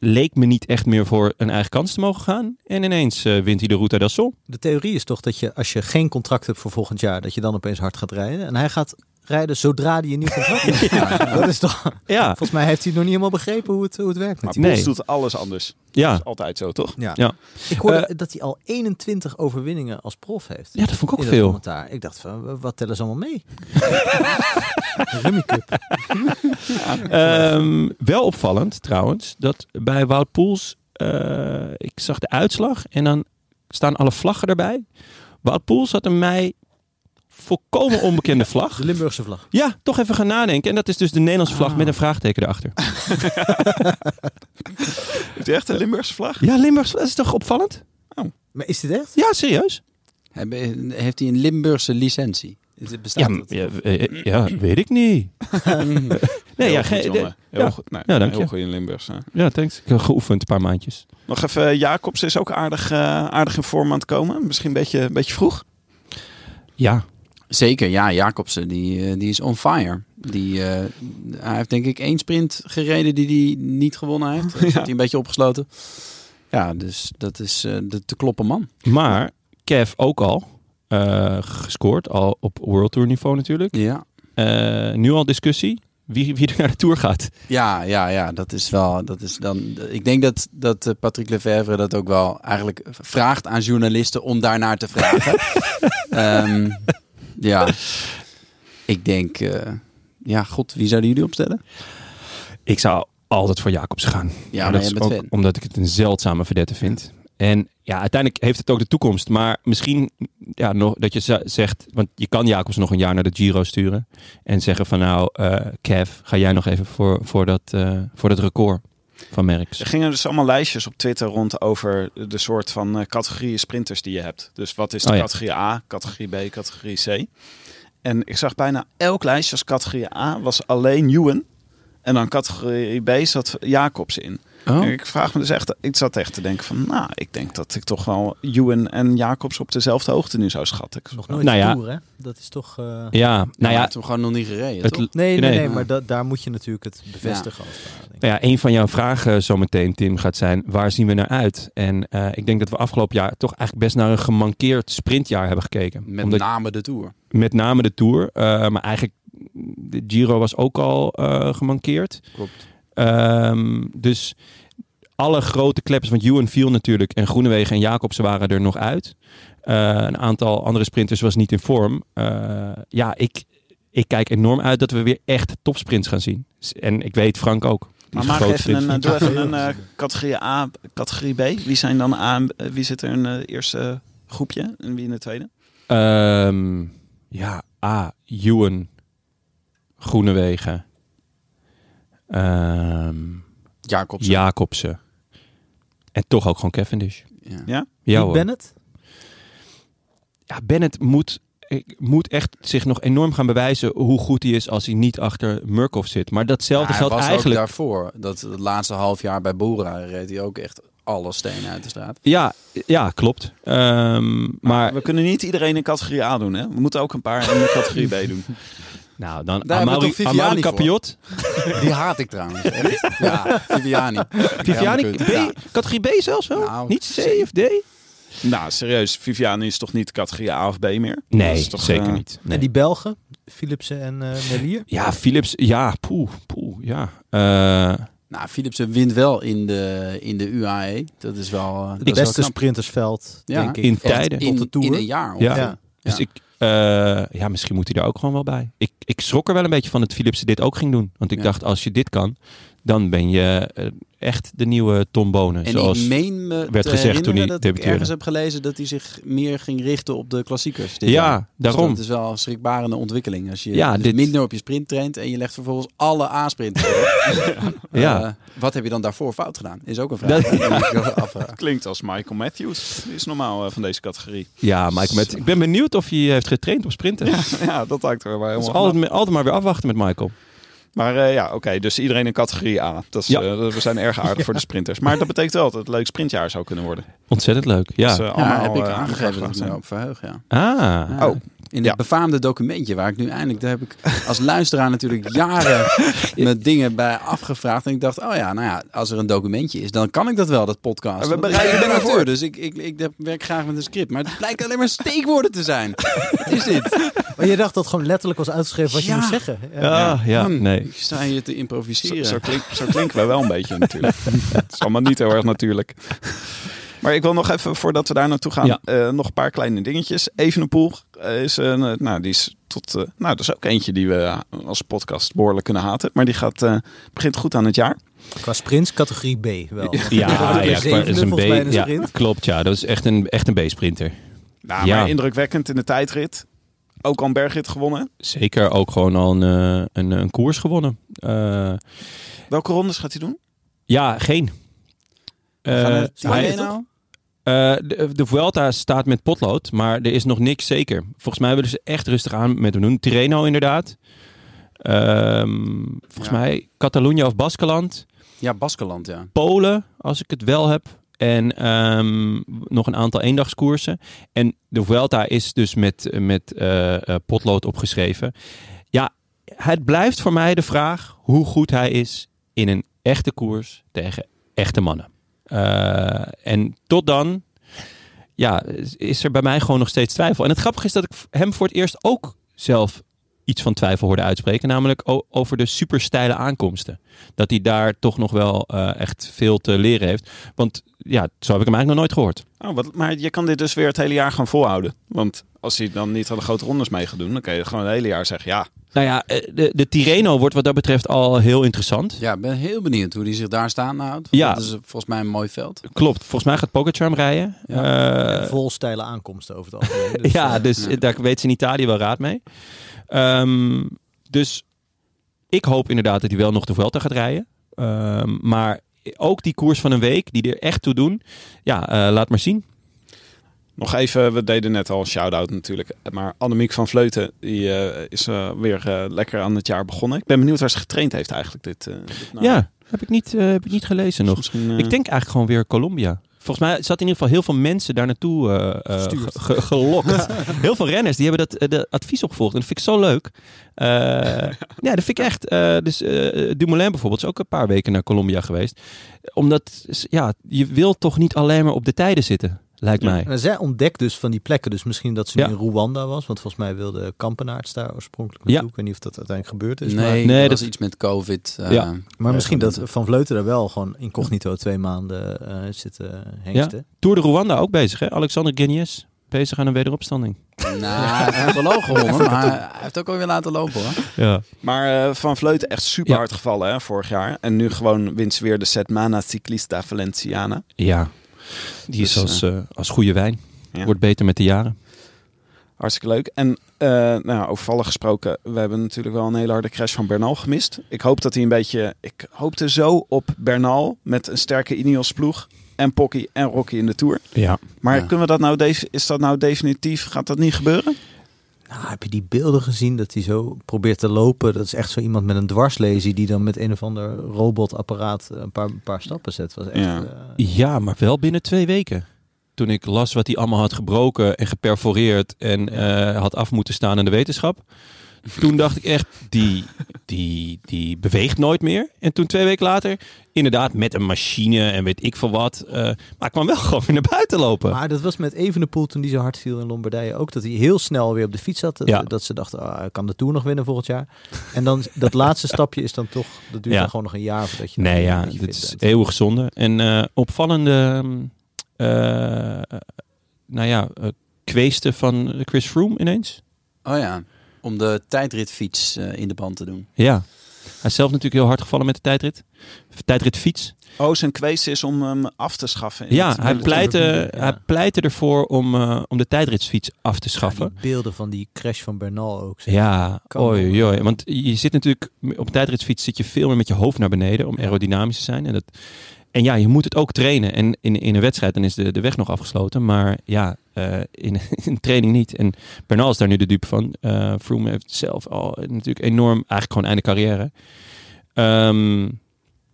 [SPEAKER 4] Leek me niet echt meer voor een eigen kans te mogen gaan. En ineens eh, wint hij de Route del Sol.
[SPEAKER 5] De theorie is toch dat je als je geen contract hebt voor volgend jaar, dat je dan opeens hard gaat rijden. En hij gaat rijden zodra hij een nieuw contract heeft. Dat is toch...
[SPEAKER 4] Ja,
[SPEAKER 5] Volgens mij heeft hij nog niet helemaal begrepen hoe het, hoe het werkt met
[SPEAKER 3] Maar
[SPEAKER 5] die dus
[SPEAKER 4] Nee.
[SPEAKER 3] Poels doet alles anders.
[SPEAKER 4] ja.
[SPEAKER 3] Is altijd zo, toch?
[SPEAKER 5] Ja.
[SPEAKER 4] Ja. Eh,
[SPEAKER 5] Ik hoorde dat hij al 21 overwinningen als prof heeft.
[SPEAKER 4] ja, dat vond ik ook
[SPEAKER 5] in dat
[SPEAKER 4] veel.
[SPEAKER 5] commentaar. Ik dacht van, w- wat tellen ze allemaal mee? Rummy Cup.
[SPEAKER 4] Ehm, wel opvallend trouwens, dat bij Wout Poels, eh, ik zag de uitslag en dan staan alle vlaggen erbij. Wout Poels had een mij volkomen onbekende vlag.
[SPEAKER 5] De Limburgse vlag.
[SPEAKER 4] Ja, toch even gaan nadenken. En dat is dus de Nederlandse vlag
[SPEAKER 3] Ah.
[SPEAKER 4] met een vraagteken erachter.
[SPEAKER 3] Heeft hij echt een Limburgse vlag?
[SPEAKER 4] Ja, Limburgs, dat is toch opvallend?
[SPEAKER 5] Maar is dit echt?
[SPEAKER 4] Ja, serieus.
[SPEAKER 6] Heb- Heeft hij een Limburgse licentie? Is het
[SPEAKER 4] Ja,
[SPEAKER 6] bestaat
[SPEAKER 4] m-
[SPEAKER 6] het?
[SPEAKER 4] ja, eh, ja, weet ik niet. Nee, ja,
[SPEAKER 3] Heel
[SPEAKER 4] ge-
[SPEAKER 3] goed,
[SPEAKER 4] de-
[SPEAKER 3] jongen. Heel
[SPEAKER 4] ja.
[SPEAKER 3] goed. Nee,
[SPEAKER 4] Ja, dank
[SPEAKER 3] heel
[SPEAKER 4] je.
[SPEAKER 3] goed in Limburgs. hè.
[SPEAKER 4] ja, thanks. Ik heb geoefend een paar maandjes.
[SPEAKER 3] Nog even, Jacobs is ook aardig, eh, aardig in vorm aan het komen. Misschien een beetje, een beetje vroeg.
[SPEAKER 4] Ja,
[SPEAKER 6] Zeker, ja. Jacobsen, die, eh, die is on fire. Die, eh, hij heeft denk ik één sprint gereden die hij niet gewonnen heeft. Daar zat hij een beetje opgesloten. Ja, dus dat is eh, de te kloppen man.
[SPEAKER 4] maar Kev ook al eh, gescoord, al op World Tour niveau natuurlijk.
[SPEAKER 6] Ja.
[SPEAKER 4] Eh, nu al discussie wie, wie er naar de Tour gaat.
[SPEAKER 6] Ja, ja, ja, dat is wel. Dat is dan, ik denk dat, dat eh, Patrick Lefevre dat ook wel eigenlijk vraagt aan journalisten om daarnaar te vragen. Ehm, ja, ik denk, eh, ja, god, wie zouden jullie opstellen?
[SPEAKER 4] Ik zou altijd voor Jacobs gaan. Maar
[SPEAKER 6] Ja, maar
[SPEAKER 4] dat
[SPEAKER 6] jij
[SPEAKER 4] is
[SPEAKER 6] bent
[SPEAKER 4] ook
[SPEAKER 6] fan.
[SPEAKER 4] omdat ik het een zeldzame verdette vind. En ja, uiteindelijk heeft het ook de toekomst. Maar misschien ja, nog, dat je z- zegt... Want je kan Jacobs nog een jaar naar de Giro sturen. En zeggen van nou, eh Kev, ga jij nog even voor, voor, dat, eh, voor dat record van Merckx.
[SPEAKER 3] Er gingen dus allemaal lijstjes op Twitter rond over de soort van eh, categorieën sprinters die je hebt. Dus wat is de
[SPEAKER 4] Oh ja.
[SPEAKER 3] categorie A, categorie B, categorie C. En ik zag bijna elk lijstje als categorie A was alleen Ewan. En dan categorie B zat Jacobs in.
[SPEAKER 4] Oh.
[SPEAKER 6] Nou
[SPEAKER 4] Nou
[SPEAKER 3] En Ik vraag me dus echt, ik zat echt te denken van, nou, ik denk dat ik toch wel Ewan en Jacobs op dezelfde hoogte nu zou schatten. Ik-
[SPEAKER 5] Nog nooit
[SPEAKER 4] Nou ja.
[SPEAKER 5] toer, hè? Dat is toch... eh,
[SPEAKER 4] Ja, nou
[SPEAKER 6] hij
[SPEAKER 4] ja,
[SPEAKER 6] heeft hem gewoon nog niet gereden,
[SPEAKER 4] het,
[SPEAKER 6] toch?
[SPEAKER 5] Nee, nee,
[SPEAKER 4] Nee.
[SPEAKER 5] nee, maar da- daar moet je natuurlijk het bevestigen. Als het ware, denk ik.
[SPEAKER 4] Nou ja, een van jouw vragen zometeen, Tim, gaat zijn: waar zien we naar uit? En eh, ik denk dat we afgelopen jaar toch eigenlijk best naar een gemankeerd sprintjaar hebben gekeken.
[SPEAKER 6] Met
[SPEAKER 4] Omdat-
[SPEAKER 6] name de Tour.
[SPEAKER 4] met name de Tour, eh, maar eigenlijk de Giro was ook al eh, gemankeerd.
[SPEAKER 6] Klopt.
[SPEAKER 4] Ehm, dus alle grote kleppers, want Ewan viel natuurlijk en Groenewegen en Jacobsen waren er nog uit. Eh, een aantal andere sprinters was niet in vorm. Eh, ja, ik, ik kijk enorm uit dat we weer echt topsprints gaan zien. S- En ik weet Frank ook. Die
[SPEAKER 3] Maar
[SPEAKER 4] is
[SPEAKER 3] maak
[SPEAKER 4] groot
[SPEAKER 3] even een, eh,
[SPEAKER 4] sprintvriend.
[SPEAKER 3] doe even een eh, categorie A, categorie B. Wie zijn dan A en B? Eh, wie zit er in het eerste groepje en wie in het tweede? eh,
[SPEAKER 4] Ehm, ja, A. Ewan. Groenewegen. Ehm,
[SPEAKER 6] Jacobsen.
[SPEAKER 4] Jacobsen. En toch ook gewoon Cavendish.
[SPEAKER 6] Ja.
[SPEAKER 4] Ja,
[SPEAKER 5] Wie
[SPEAKER 4] hoor.
[SPEAKER 5] Bennett?
[SPEAKER 4] ja, Bennett moet, ik- moet echt zich nog enorm gaan bewijzen hoe goed hij is als hij niet achter Murkoff zit. Maar datzelfde
[SPEAKER 6] hij
[SPEAKER 4] geldt
[SPEAKER 6] was
[SPEAKER 4] eigenlijk...
[SPEAKER 6] ook daarvoor. Dat het laatste half jaar bij Bora reed hij ook echt alle stenen uit de straat.
[SPEAKER 4] Ja, ja, klopt. Ehm, maar,
[SPEAKER 3] We kunnen niet iedereen in categorie A doen, hè? We moeten ook een paar in de categorie B doen.
[SPEAKER 4] nou, dan
[SPEAKER 6] Daar hebben we
[SPEAKER 4] Amaury,
[SPEAKER 6] toch Viviani
[SPEAKER 4] Amaury
[SPEAKER 6] voor?
[SPEAKER 4] Capiot.
[SPEAKER 6] Die haat ik trouwens. echt. Ja, Viviani.
[SPEAKER 4] Viviani,
[SPEAKER 6] Helemaal
[SPEAKER 4] B,
[SPEAKER 6] kut. Ja.
[SPEAKER 4] categorie B zelfs wel?
[SPEAKER 6] Nou,
[SPEAKER 4] niet C of D?
[SPEAKER 3] nou, serieus. Viviani is toch niet categorie A of B meer? Dat
[SPEAKER 4] Nee,
[SPEAKER 3] is toch,
[SPEAKER 4] zeker
[SPEAKER 3] eh,
[SPEAKER 4] niet. Nee.
[SPEAKER 5] En die Belgen? Philipsen en eh Melier?
[SPEAKER 4] Ja, Philips. Ja, poeh, poeh, ja. Eh,
[SPEAKER 6] Nou, Philipsen wint wel in de, in de UAE. Dat is wel... eh, dat
[SPEAKER 5] Het
[SPEAKER 6] is wel
[SPEAKER 5] beste
[SPEAKER 6] knap.
[SPEAKER 5] sprintersveld,
[SPEAKER 6] Ja.
[SPEAKER 5] denk ik.
[SPEAKER 4] In
[SPEAKER 5] van-
[SPEAKER 4] tijden.
[SPEAKER 5] tot de
[SPEAKER 6] in,
[SPEAKER 5] Tour.
[SPEAKER 6] in een jaar.
[SPEAKER 4] Ja.
[SPEAKER 6] Ja.
[SPEAKER 5] Ja.
[SPEAKER 4] dus ik... eh, ja, misschien moet hij daar ook gewoon wel bij. Ik, ik schrok er wel een beetje van dat Philipsen dit ook ging doen. Want ik
[SPEAKER 6] Ja.
[SPEAKER 4] dacht, als je dit kan, dan ben je eh, echt de nieuwe Tom Bonen.
[SPEAKER 6] En
[SPEAKER 4] Zoals...
[SPEAKER 6] ik meen me
[SPEAKER 4] werd
[SPEAKER 6] te
[SPEAKER 4] gezegd toen
[SPEAKER 6] herinneren
[SPEAKER 4] hij
[SPEAKER 6] dat ik
[SPEAKER 4] debuteerde.
[SPEAKER 6] ergens heb gelezen dat hij zich meer ging richten op de klassiekers. dit jaar.
[SPEAKER 4] ja, daarom.
[SPEAKER 6] Dus dat is wel een schrikbarende ontwikkeling. Als je dus
[SPEAKER 4] Ja, dit-
[SPEAKER 6] minder op je sprint traint en je legt vervolgens alle A-sprinten.
[SPEAKER 4] ja.
[SPEAKER 6] wat heb je dan daarvoor fout gedaan? Is ook een vraag. hè, die ik wil afvragen.
[SPEAKER 3] Klinkt als Michael Matthews. Die is normaal eh, van deze categorie.
[SPEAKER 4] ja, Michael. Met... Ik ben benieuwd of hij heeft getraind op sprinten. Het
[SPEAKER 3] ja, dat lijkt er wel
[SPEAKER 4] is
[SPEAKER 3] helemaal
[SPEAKER 4] altijd, me- altijd maar weer afwachten met Michael.
[SPEAKER 3] Maar eh, ja, oké. dus iedereen in categorie A. Dat is,
[SPEAKER 4] Ja.
[SPEAKER 3] eh, we zijn erg aardig voor de sprinters. Maar dat betekent wel dat het een leuk sprintjaar zou kunnen worden.
[SPEAKER 4] Ontzettend leuk. Ja.
[SPEAKER 3] Dus, eh,
[SPEAKER 6] Ja,
[SPEAKER 3] allemaal,
[SPEAKER 6] heb ik
[SPEAKER 3] eh,
[SPEAKER 6] aangegeven dat nou
[SPEAKER 3] aangevraagd
[SPEAKER 6] ik me
[SPEAKER 3] zijn.
[SPEAKER 6] op verheug, ja.
[SPEAKER 4] Ah.
[SPEAKER 6] Ja.
[SPEAKER 3] Oh,
[SPEAKER 6] In het
[SPEAKER 3] ja.
[SPEAKER 6] befaamde documentje waar ik nu eindelijk, daar heb ik als luisteraar natuurlijk jaren met dingen bij afgevraagd. En ik dacht, oh ja, nou ja, als er een documentje is, dan kan ik dat wel, dat podcast.
[SPEAKER 3] Maar we
[SPEAKER 6] Want
[SPEAKER 3] bereiden
[SPEAKER 6] ik ben
[SPEAKER 3] er voor.
[SPEAKER 6] auteur, dus ik, ik, ik heb- werk graag met een script. Maar het blijkt alleen maar steekwoorden te zijn. Wat is dit?
[SPEAKER 5] Oh, Maar je dacht dat gewoon letterlijk was uitgeschreven wat
[SPEAKER 6] Ja.
[SPEAKER 5] je moest zeggen. Ja.
[SPEAKER 4] Ah, ja,
[SPEAKER 6] Hmm,
[SPEAKER 4] nee.
[SPEAKER 6] Ik sta hier te
[SPEAKER 3] Zo,
[SPEAKER 6] improviseren.
[SPEAKER 3] zo, klink, zo klinken wij wel een beetje natuurlijk. Het is allemaal niet heel erg natuurlijk. Maar ik wil nog even, voordat we daar naartoe gaan,
[SPEAKER 4] Ja.
[SPEAKER 3] eh, nog een paar kleine dingetjes. Evenepoel eh, is, een, eh, nou, die is tot, eh, nou, dat is ook eentje die we als podcast behoorlijk kunnen haten. Maar die gaat, eh, begint goed aan het jaar.
[SPEAKER 5] Qua sprints categorie B wel. Want
[SPEAKER 4] Ja,
[SPEAKER 5] er
[SPEAKER 4] ja,
[SPEAKER 5] waren er
[SPEAKER 4] qua-
[SPEAKER 5] zevende
[SPEAKER 4] is een
[SPEAKER 5] volgens mij in
[SPEAKER 4] B.
[SPEAKER 5] de
[SPEAKER 4] Ja,
[SPEAKER 5] sprint.
[SPEAKER 4] klopt, ja. Dat is echt een, echt een B-sprinter.
[SPEAKER 3] Nou,
[SPEAKER 4] Ja.
[SPEAKER 3] maar indrukwekkend in de tijdrit. Ook al een bergrit gewonnen.
[SPEAKER 4] Zeker ook gewoon al een, eh, een, een koers gewonnen. Eh,
[SPEAKER 3] Welke rondes gaat hij doen?
[SPEAKER 4] ja, geen. Eh,
[SPEAKER 6] Gaan we-
[SPEAKER 4] hij-
[SPEAKER 6] nou?
[SPEAKER 4] Eh, de, de Vuelta staat met potlood, maar er is nog niks zeker. Volgens mij willen ze echt rustig aan met hem doen. Tirreno inderdaad. Ehm, volgens
[SPEAKER 6] Ja.
[SPEAKER 4] mij Catalonië of Baskeland.
[SPEAKER 6] Ja, Baskeland, ja.
[SPEAKER 4] Polen, als ik het wel heb. En ehm, nog een aantal eendagskoersen. En de Vuelta is dus met, met eh, eh, potlood opgeschreven. Ja, het blijft voor mij de vraag hoe goed hij is in een echte koers tegen echte mannen. Eh, en tot dan ja, is- is er bij mij gewoon nog steeds twijfel. En het grappige is dat ik v- hem voor het eerst ook zelf iets van twijfel hoorde uitspreken. Namelijk o- over de supersteile aankomsten. Dat hij daar toch nog wel eh, echt veel te leren heeft. Want ja, zo heb ik hem eigenlijk nog nooit gehoord.
[SPEAKER 3] Oh, wat, maar je kan dit dus weer het hele jaar gaan volhouden. Want als hij dan niet aan de grote rondes mee gaat doen, dan kan je gewoon het hele jaar zeggen ja.
[SPEAKER 4] Nou ja, eh, de, de Tirreno wordt wat dat betreft al heel interessant.
[SPEAKER 6] Ja, ik ben heel benieuwd hoe die zich daar staan houdt. Want
[SPEAKER 4] Ja.
[SPEAKER 6] Dat is eh, volgens mij een mooi veld.
[SPEAKER 4] Klopt, volgens mij gaat Pogacar hem rijden. Eh,
[SPEAKER 5] Vol steile aankomsten over het algemeen. Dus,
[SPEAKER 4] ja,
[SPEAKER 5] eh,
[SPEAKER 4] dus
[SPEAKER 6] ja.
[SPEAKER 4] daar weet ze in Italië wel raad mee. Ehm, dus ik hoop inderdaad dat hij wel nog de Vuelta gaat rijden. Ehm, maar ook die koers van een week, die er echt toe doen. Ja, eh, laat maar zien.
[SPEAKER 3] Nog even, we deden net al een shout-out natuurlijk. Maar Annemiek van Vleuten die, eh, is eh, weer eh, lekker aan het jaar begonnen. Ik ben benieuwd waar ze getraind heeft eigenlijk. Dit, eh, dit najaar.
[SPEAKER 4] ja, heb ik niet, eh, heb ik niet gelezen nog.
[SPEAKER 3] Misschien, eh,
[SPEAKER 4] Ik denk eigenlijk gewoon weer Colombia. Volgens mij zat in ieder geval heel veel mensen daar naartoe eh, eh,
[SPEAKER 5] Gestuurd.
[SPEAKER 4] ge- ge- gelokt. heel veel renners die hebben dat eh, de advies opgevolgd. En dat vind ik zo leuk. Eh, ja, dat vind ik echt. eh, dus eh, Dumoulin bijvoorbeeld is ook een paar weken naar Colombia geweest. Omdat, ja, je wil toch niet alleen maar op de tijden zitten, lijkt
[SPEAKER 3] Ja.
[SPEAKER 4] mij.
[SPEAKER 5] Maar zij ontdekt dus van die plekken. Dus misschien dat ze nu
[SPEAKER 4] Ja.
[SPEAKER 5] in Rwanda was. Want volgens mij wilde Kampenaerts daar oorspronkelijk
[SPEAKER 4] Ja.
[SPEAKER 5] naartoe. Ik weet niet of dat uiteindelijk gebeurd is. maar-
[SPEAKER 6] nee,
[SPEAKER 4] nee,
[SPEAKER 6] dat
[SPEAKER 4] dat-
[SPEAKER 6] was iets met COVID. eh,
[SPEAKER 4] Ja.
[SPEAKER 5] Maar
[SPEAKER 6] Ja,
[SPEAKER 5] misschien
[SPEAKER 6] dat-
[SPEAKER 5] dat Van Vleuten daar wel gewoon incognito twee maanden eh, zit zitten hengsten.
[SPEAKER 4] Tour de Rwanda ook bezig, hè? Alexander Guinness bezig aan een wederopstanding.
[SPEAKER 6] Nou, hij heeft wel logo gewonnen, maar hij heeft ook alweer laten lopen hoor.
[SPEAKER 4] Ja.
[SPEAKER 3] Maar eh, Van Vleuten echt super
[SPEAKER 4] Ja.
[SPEAKER 3] hard gevallen hè, vorig jaar. En nu gewoon wint ze weer de Setmana Ciclista Valenciana.
[SPEAKER 4] ja. Die is
[SPEAKER 3] Dus,
[SPEAKER 4] als, eh, als goede wijn.
[SPEAKER 3] Ja.
[SPEAKER 4] Wordt beter met de jaren.
[SPEAKER 3] Hartstikke leuk. En eh nou, ja, over vallen gesproken, we hebben natuurlijk wel een hele harde crash van Bernal gemist. Ik hoop dat hij een beetje. Ik hoopte zo op Bernal met een sterke Ineos ploeg. En Pocky en Rocky in de Tour.
[SPEAKER 4] Ja.
[SPEAKER 3] Maar
[SPEAKER 6] Ja.
[SPEAKER 3] kunnen we dat nou def- is dat nou definitief? Gaat dat niet gebeuren?
[SPEAKER 5] Nou, heb je die beelden gezien dat hij zo probeert te lopen? Dat is echt zo iemand met een dwarslesie die dan met een of ander robotapparaat een paar, een paar stappen zet. Was echt,
[SPEAKER 3] Ja.
[SPEAKER 5] eh,
[SPEAKER 4] Ja, maar wel binnen twee weken. Toen ik las wat hij allemaal had gebroken en geperforeerd en eh, had af moeten staan aan de wetenschap. Toen dacht ik echt, die, die, die beweegt nooit meer. En toen twee weken later, inderdaad met een machine en weet ik veel wat. eh, maar hij kwam wel gewoon weer naar buiten lopen.
[SPEAKER 5] Maar dat was met Evenepoel toen die zo hard viel in Lombardije ook. Dat hij heel snel weer op de fiets zat. Dat,
[SPEAKER 4] Ja.
[SPEAKER 5] dat ze dachten, ah, hij kan de Tour nog winnen volgend jaar. En dan dat laatste stapje is dan toch, dat duurt
[SPEAKER 4] Ja.
[SPEAKER 5] dan gewoon nog een jaar voordat je
[SPEAKER 4] Nee,
[SPEAKER 5] dat-
[SPEAKER 4] ja,
[SPEAKER 5] dat je
[SPEAKER 4] dit
[SPEAKER 5] fit
[SPEAKER 4] is
[SPEAKER 5] bent.
[SPEAKER 4] eeuwig zonde. En eh, opvallende, mm, eh, nou ja, eh, kweesten van Chris Froome ineens.
[SPEAKER 6] Oh ja, om de tijdritfiets eh, in de band te doen.
[SPEAKER 4] Ja. Hij is zelf natuurlijk heel hard gevallen met de tijdrit. Tijdritfiets.
[SPEAKER 3] Oh, zijn kwees is om hem af te schaffen. in
[SPEAKER 4] Ja,
[SPEAKER 3] het-
[SPEAKER 4] hij pleitte,
[SPEAKER 5] ja.
[SPEAKER 4] hij pleitte ervoor om, eh, om de tijdritsfiets af te
[SPEAKER 5] Ja, die
[SPEAKER 4] schaffen.
[SPEAKER 5] beelden van die crash van Bernal ook. zeg.
[SPEAKER 4] Ja,
[SPEAKER 5] Kan
[SPEAKER 4] oei, oei,
[SPEAKER 5] wel.
[SPEAKER 4] oei. Want je zit natuurlijk, op een tijdritsfiets zit je veel meer met je hoofd naar beneden om aerodynamisch te zijn. En, dat, en ja, je moet het ook trainen. En in, in een wedstrijd, dan is de, de weg nog afgesloten. Maar ja, eh, in, in training niet. En Bernal is daar nu de dupe van. Eh Froome heeft zelf al natuurlijk enorm, eigenlijk gewoon einde carrière. Ehm,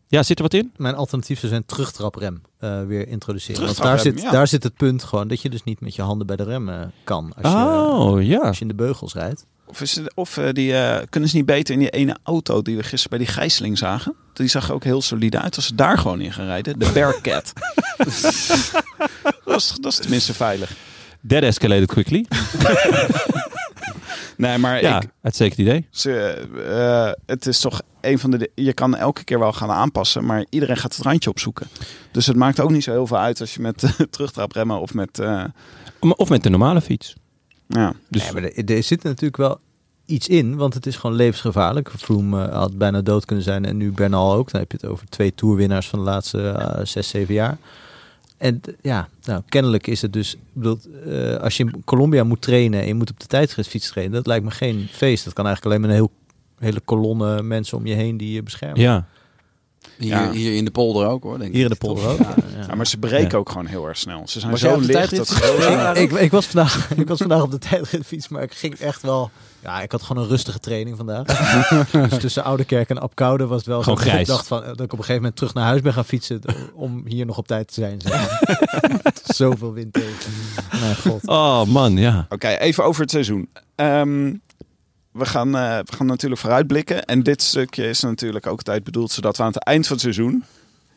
[SPEAKER 4] ja, zit er wat in?
[SPEAKER 5] Mijn alternatief zou zijn terugtraprem eh, weer introduceren. Want daar
[SPEAKER 3] Terugtraprem,
[SPEAKER 5] zit,
[SPEAKER 3] ja.
[SPEAKER 5] daar zit het punt gewoon dat je dus niet met je handen bij de rem eh, kan. Als, je,
[SPEAKER 4] Oh, ja.
[SPEAKER 5] als je in de beugels rijdt.
[SPEAKER 3] Of, is het- of eh, die, eh, kunnen ze niet beter in die ene auto die we gisteren bij die gijzeling zagen? Die zag er ook heel solide uit. Als ze daar gewoon in gaan rijden. De Bearcat. dat, is, dat is tenminste veilig.
[SPEAKER 4] That escalated quickly.
[SPEAKER 3] Nee, maar
[SPEAKER 4] Ja,
[SPEAKER 3] ik,
[SPEAKER 4] uitstekend idee.
[SPEAKER 3] ze, eh, het is toch een van de... Je kan elke keer wel gaan aanpassen, maar iedereen gaat het randje opzoeken. Dus het maakt ook niet zo heel veel uit als je met eh, terugtrapremmen of met... eh,
[SPEAKER 4] Maar- Of met de normale fiets.
[SPEAKER 3] ja.
[SPEAKER 4] Dus
[SPEAKER 5] Ja, maar er, er zit natuurlijk wel iets in, want het is gewoon levensgevaarlijk. Froome eh, had bijna dood kunnen zijn en nu Bernal ook. Dan heb je het over twee toerwinnaars van de laatste eh, zes, zeven jaar. En eh, ja, nou, kennelijk is het dus... ik Bedoel, eh, als je in Colombia moet trainen en je moet op de tijdritfiets trainen... dat lijkt me geen feest. Dat kan eigenlijk alleen maar een heel, hele kolonne mensen om je heen die je beschermen.
[SPEAKER 4] ja.
[SPEAKER 6] Hier,
[SPEAKER 3] Ja.
[SPEAKER 6] hier in de polder ook hoor, denk ik.
[SPEAKER 5] Hier in de polder ook.
[SPEAKER 6] Ja.
[SPEAKER 3] Ja, maar ze breken ook gewoon heel erg snel. Ze zijn
[SPEAKER 6] Was jij
[SPEAKER 3] zo
[SPEAKER 6] op de
[SPEAKER 3] licht dat
[SPEAKER 6] tijdrit?
[SPEAKER 3] ze heel snel-
[SPEAKER 5] ik, ik, was vandaag, ik was vandaag op de tijdritfiets, maar ik ging echt wel... Ja, ik had gewoon een rustige training vandaag. dus tussen Oudekerk en Apkoude was het wel...
[SPEAKER 4] Gewoon
[SPEAKER 5] zo dat
[SPEAKER 4] grijs.
[SPEAKER 5] Ik dacht van, eh, dat ik op een gegeven moment terug naar huis ben gaan fietsen... eh, om hier nog op tijd te zijn. zeg maar. Zoveel wind tegen. Mijn god.
[SPEAKER 4] Oh man, ja.
[SPEAKER 3] Oké, even over het seizoen. Ehm, we, gaan, eh, we gaan natuurlijk vooruitblikken. En dit stukje is natuurlijk ook tijd bedoeld zodat we aan het eind van het seizoen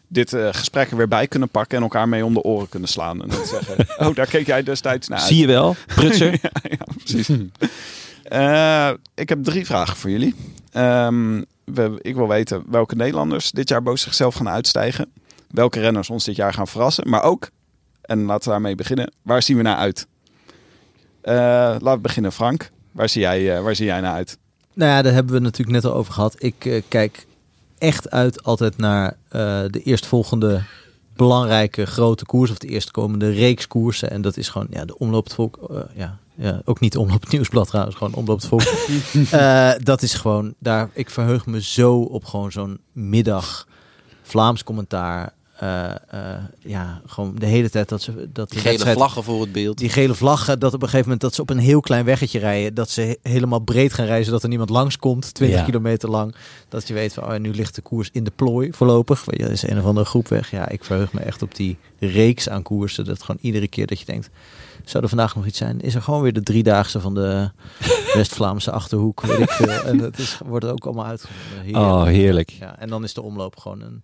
[SPEAKER 3] dit eh, gesprek er weer bij kunnen pakken en elkaar mee om de oren kunnen slaan. En dan zeggen, oh, daar keek jij destijds naar uit.
[SPEAKER 4] Zie je wel, prutser.
[SPEAKER 3] Eh, ik heb drie vragen voor jullie. Ehm, we- ik wil weten welke Nederlanders dit jaar boven zichzelf gaan uitstijgen. Welke renners ons dit jaar gaan verrassen. Maar ook, en laten we daarmee beginnen, waar zien we naar uit? Eh, laten we beginnen, Frank. Waar zie jij, eh, waar zie jij naar uit?
[SPEAKER 5] Nou ja, daar hebben we het natuurlijk net al over gehad. Ik eh, kijk echt uit altijd naar eh, de eerstvolgende belangrijke grote koers. Of de eerstkomende reeks koersen. En dat is gewoon ja, de Omloop het Volk. eh, ja, ja, ook niet Omloop het Nieuwsblad trouwens. Gewoon Omloop het Volk. Eh, dat is gewoon daar. Ik verheug me zo op gewoon zo'n middag. Vlaams commentaar. eh, eh, ja, gewoon de hele tijd dat ze... Dat de
[SPEAKER 6] Die gele
[SPEAKER 5] wedstrijd-
[SPEAKER 6] vlaggen voor het beeld.
[SPEAKER 5] die gele vlaggen, dat op een gegeven moment dat ze op een heel klein weggetje rijden, dat ze he- helemaal breed gaan rijden, zodat er niemand langskomt, 20
[SPEAKER 4] Ja.
[SPEAKER 5] kilometer lang. Dat je weet van, oh, nu ligt de koers in de plooi voorlopig. Want ja, Er is een of andere groep weg. Ja, ik verheug me echt op die reeks aan koersen. Dat gewoon iedere keer dat je denkt, zou er vandaag nog iets zijn? Is er gewoon weer de driedaagse van de West-Vlaamse Achterhoek, weet ik veel. En dat is, wordt ook allemaal uitgevonden. Heerlijk.
[SPEAKER 4] Oh, heerlijk.
[SPEAKER 5] Ja, en dan is de omloop gewoon een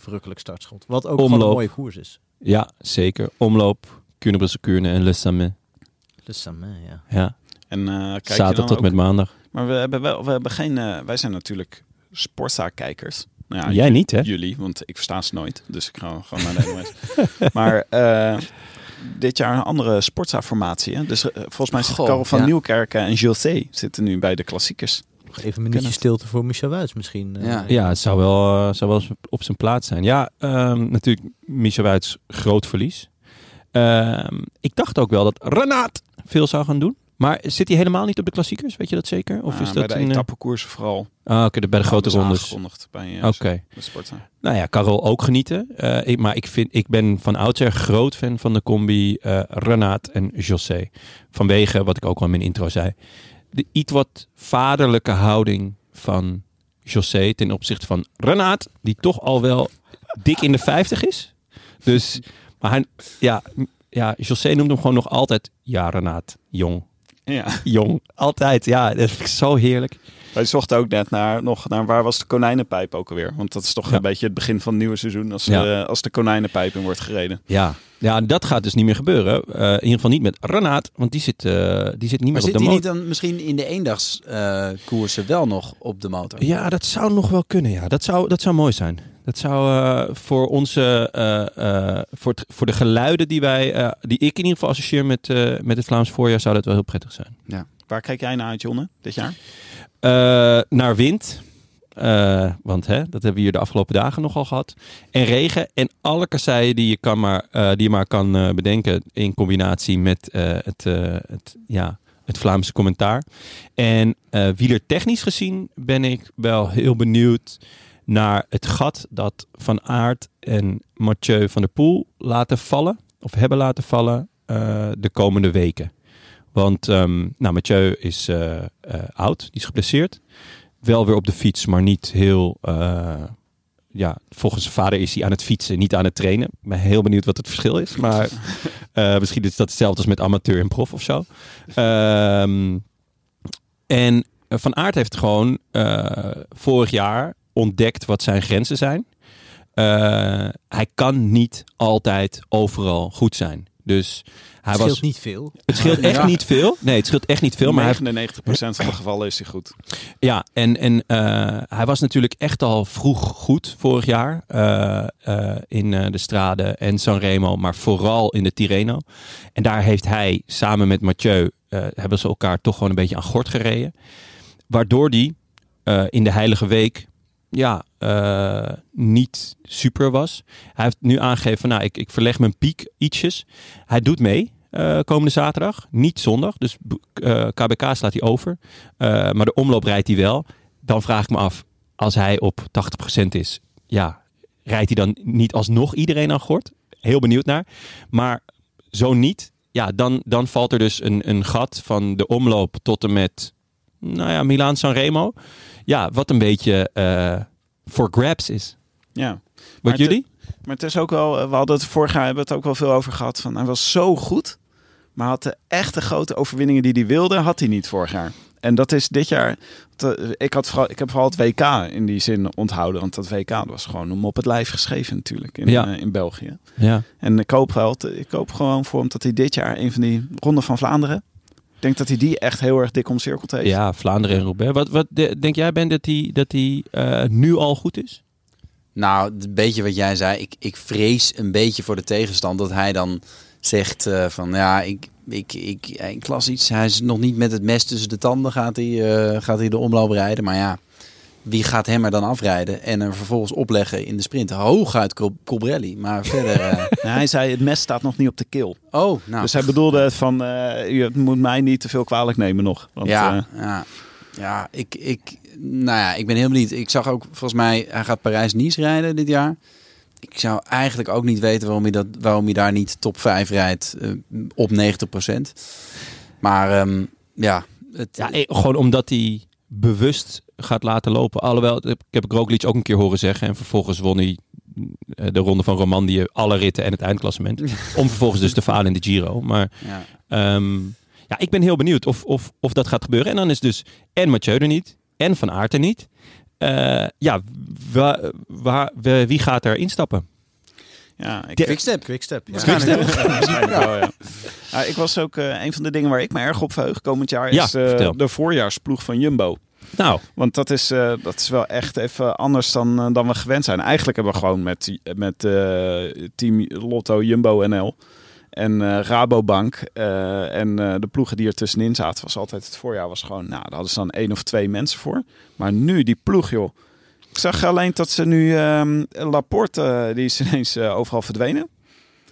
[SPEAKER 5] verrukkelijk startschot. Wat ook gewoon
[SPEAKER 4] Omloop.
[SPEAKER 5] een mooie koers is.
[SPEAKER 4] Ja, zeker. Omloop, Kuurne-Brussel, Kuurne en Le Samen.
[SPEAKER 5] Dus dan, eh, ja.
[SPEAKER 4] Ja,
[SPEAKER 3] En, eh, kijk je dan
[SPEAKER 4] zaterdag tot
[SPEAKER 3] ook-
[SPEAKER 4] met maandag.
[SPEAKER 3] Maar we hebben wel, we hebben geen, eh, wij zijn natuurlijk sportzaakkijkers. Nou ja,
[SPEAKER 4] Jij niet, hè?
[SPEAKER 3] jullie, want ik versta ze nooit. Dus ik ga gewoon naar de NOS. maar eh, dit jaar een andere sportza-formatie. hè? Dus eh, volgens mij zitten
[SPEAKER 6] Goh,
[SPEAKER 3] Karel van
[SPEAKER 5] ja.
[SPEAKER 3] Nieuwkerken en José zitten nu bij de klassiekers.
[SPEAKER 5] Even een minuutje
[SPEAKER 3] Kenneth.
[SPEAKER 5] stilte voor Michel Wuits misschien. eh.
[SPEAKER 6] Ja.
[SPEAKER 4] Ja, het zou wel, eh, zou wel eens op zijn plaats zijn. Ja, ehm, natuurlijk Michel Wuits, groot verlies. Ehm, ik dacht ook wel dat Renaat veel zou gaan doen. Maar zit hij helemaal niet op de klassiekers? Weet je dat zeker? Of
[SPEAKER 3] Ah,
[SPEAKER 4] is
[SPEAKER 3] bij
[SPEAKER 4] dat
[SPEAKER 3] de
[SPEAKER 4] een, eh,
[SPEAKER 3] etappekoers vooral.
[SPEAKER 4] Ah, oké, de- bij de grote
[SPEAKER 3] Hebben ze
[SPEAKER 4] rondes. Oké.
[SPEAKER 3] aangekondigd bij eh, de sportza.
[SPEAKER 4] Nou ja, Karel ook genieten. Eh, ik, maar ik, vind, ik ben van oudsher groot fan van de combi eh Renaat en José. Vanwege, wat ik ook al in mijn intro zei, de iets wat vaderlijke houding van José ten opzichte van Renaat, die toch al wel dik in de 50 is. Dus, maar hij, ja, m- ja, José noemt hem gewoon nog altijd, ja Renaat, jong,
[SPEAKER 3] Ja,
[SPEAKER 4] jong, altijd. Ja, dat vind ik zo heerlijk.
[SPEAKER 3] wij zochten ook net naar, nog naar waar was de konijnenpijp ook alweer. Want dat is toch
[SPEAKER 4] Ja.
[SPEAKER 3] een beetje het begin van het nieuwe seizoen als,
[SPEAKER 4] Ja.
[SPEAKER 3] eh, als de konijnenpijp in wordt gereden.
[SPEAKER 4] Ja. Ja, dat gaat dus niet meer gebeuren. Eh, in ieder geval niet met Renaat, want die zit, eh, die zit niet
[SPEAKER 6] Maar
[SPEAKER 4] meer op
[SPEAKER 6] zit
[SPEAKER 4] de
[SPEAKER 6] hij niet
[SPEAKER 4] motor.
[SPEAKER 6] dan misschien in de eendagskoersen koersen wel nog op de motor?
[SPEAKER 4] Ja, dat zou nog wel kunnen. Ja, dat zou, dat zou mooi zijn. Dat zou eh, voor onze, eh, eh, voor, het- voor de geluiden die wij, eh, die ik in ieder geval associeer met, eh, met het Vlaams voorjaar, zou dat wel heel prettig zijn.
[SPEAKER 3] Waar kijk jij naar uit, Jonne, dit jaar?
[SPEAKER 4] Eh, naar wind. Eh, want hè, dat hebben we hier de afgelopen dagen nogal gehad. En regen en alle kasseien die je, kan maar, eh, die je maar kan eh, bedenken. In combinatie met eh, het, eh, het, ja, het Vlaamse commentaar. En eh wielertechnisch gezien ben ik wel heel benieuwd naar het gat dat Van Aert en Mathieu van der Poel laten vallen. Of hebben laten vallen eh, de komende weken. Want ehm, nou, Mathieu is eh, eh, oud, die is geblesseerd. Wel weer op de fiets, maar niet heel. eh, ja, volgens zijn vader is hij aan het fietsen, niet aan het trainen. Ik ben heel benieuwd wat het verschil is. Maar eh, misschien is dat hetzelfde als met amateur en prof of zo. Ehm, en Van Aert heeft gewoon eh, vorig jaar ontdekt wat zijn grenzen zijn. Eh, hij kan niet altijd overal goed zijn. Dus hij
[SPEAKER 5] Het scheelt
[SPEAKER 4] was.
[SPEAKER 5] niet veel.
[SPEAKER 4] Het scheelt echt
[SPEAKER 6] Ja.
[SPEAKER 4] niet veel. Nee, het scheelt echt niet veel. Maar hij,
[SPEAKER 3] 99% van de gevallen is hij goed.
[SPEAKER 4] ja, en, en eh, hij was natuurlijk echt al vroeg goed vorig jaar. eh, eh, in eh, de Strade en Sanremo, maar vooral in de Tirreno. En daar heeft hij samen met Mathieu, eh, hebben ze elkaar toch gewoon een beetje aan gort gereden. Waardoor die eh, in de Heilige Week ja, eh, niet super was. Hij heeft nu aangegeven van, nou, ik, ik verleg mijn piek ietsjes. Hij doet mee eh, komende zaterdag, niet zondag. Dus b- eh, KBK slaat hij over. Eh, maar de omloop rijdt hij wel. Dan vraag ik me af, als hij op 80% is, ja, rijdt hij dan niet alsnog iedereen aan gort? Heel benieuwd naar. Maar zo niet, ja, dan, dan valt er dus een, een gat van de omloop tot en met, nou ja, Milaan-San Remo. Ja, wat een beetje eh, voor grabs is.
[SPEAKER 3] Ja. Maar
[SPEAKER 4] Wat
[SPEAKER 3] het-
[SPEAKER 4] jullie?
[SPEAKER 3] Maar het is ook wel, eh, we hadden het vorig jaar hebben we het ook wel veel over gehad. Van, hij was zo goed, maar had de echte grote overwinningen die hij wilde, had hij niet vorig jaar. En dat is dit jaar. te- Ik, had vooral, ik heb vooral het WK in die zin onthouden. Want dat WK was gewoon hem op het lijf geschreven natuurlijk in,
[SPEAKER 4] Ja.
[SPEAKER 3] eh, in België.
[SPEAKER 4] Ja.
[SPEAKER 3] En ik hoop, wel, ik hoop gewoon voor hem dat hij dit jaar een van die Ronde van Vlaanderen. Ik denk dat hij die echt heel erg dik omcirkeld heeft.
[SPEAKER 4] Ja, Vlaanderen en Roubaix. Wat, wat de- denk jij, Ben, dat die, dat die eh, nu al goed is?
[SPEAKER 6] Nou, een beetje wat jij zei. Ik, ik vrees een beetje voor de tegenstand dat hij dan zegt eh, van ja, ik, ik, ik, ik las iets. Hij is nog niet met het mes tussen de tanden gaat hij, eh, gaat hij de omloop rijden. Maar ja, wie gaat hem er dan afrijden en er vervolgens opleggen in de sprint? Hooguit Col- Colbrelli, maar verder... eh,
[SPEAKER 3] En Nou, hij zei, het mes staat nog niet op de keel.
[SPEAKER 6] oh, nou.
[SPEAKER 3] Dus hij bedoelde van, eh, je moet mij niet te veel kwalijk nemen nog. Want,
[SPEAKER 6] ja,
[SPEAKER 3] eh,
[SPEAKER 6] ja, ja, ik, ik, nou ja, ik ben heel benieuwd. Ik zag ook, volgens mij, hij gaat Parijs-Nice rijden dit jaar. Ik zou eigenlijk ook niet weten waarom hij, dat, waarom hij daar niet top 5 rijdt eh, op 90%. Maar ehm, ja, het,
[SPEAKER 4] Ja, eh, gewoon omdat hij bewust gaat laten lopen. Alhoewel, ik heb- ik heb Roglic ook een keer horen zeggen. En vervolgens won hij eh, de ronde van Romandie, alle ritten en het eindklassement. Om vervolgens dus te falen in de Giro. Maar
[SPEAKER 6] ja.
[SPEAKER 4] ehm, ja, ik ben heel benieuwd of, of, of dat gaat gebeuren. En dan is dus en Mathieu er niet, en Van Aert er niet. Eh, ja, wa- waar, we- wie gaat er instappen?
[SPEAKER 3] ja, ik,
[SPEAKER 6] Quickstep.
[SPEAKER 5] Quickstep. Ja.
[SPEAKER 3] Waarschijnlijk wel, ja, waarschijnlijk wel, ja. Ja, ik was ook eh, een van de dingen waar ik me erg op verheug komend jaar
[SPEAKER 4] Ja,
[SPEAKER 3] is eh,
[SPEAKER 4] vertel.
[SPEAKER 3] de voorjaarsploeg van Jumbo.
[SPEAKER 4] Nou,
[SPEAKER 3] Want dat is, eh, dat is wel echt even anders dan, eh, dan we gewend zijn. Eigenlijk hebben we gewoon met, met eh, team Lotto, Jumbo NL en eh, Rabobank eh, en eh, de ploegen die er tussenin zaten, was altijd het voorjaar was gewoon, nou, daar hadden ze dan één of twee mensen voor. Maar nu die ploeg, joh. Ik zag alleen dat ze nu ehm, Laporte, eh, die is ineens eh, overal verdwenen.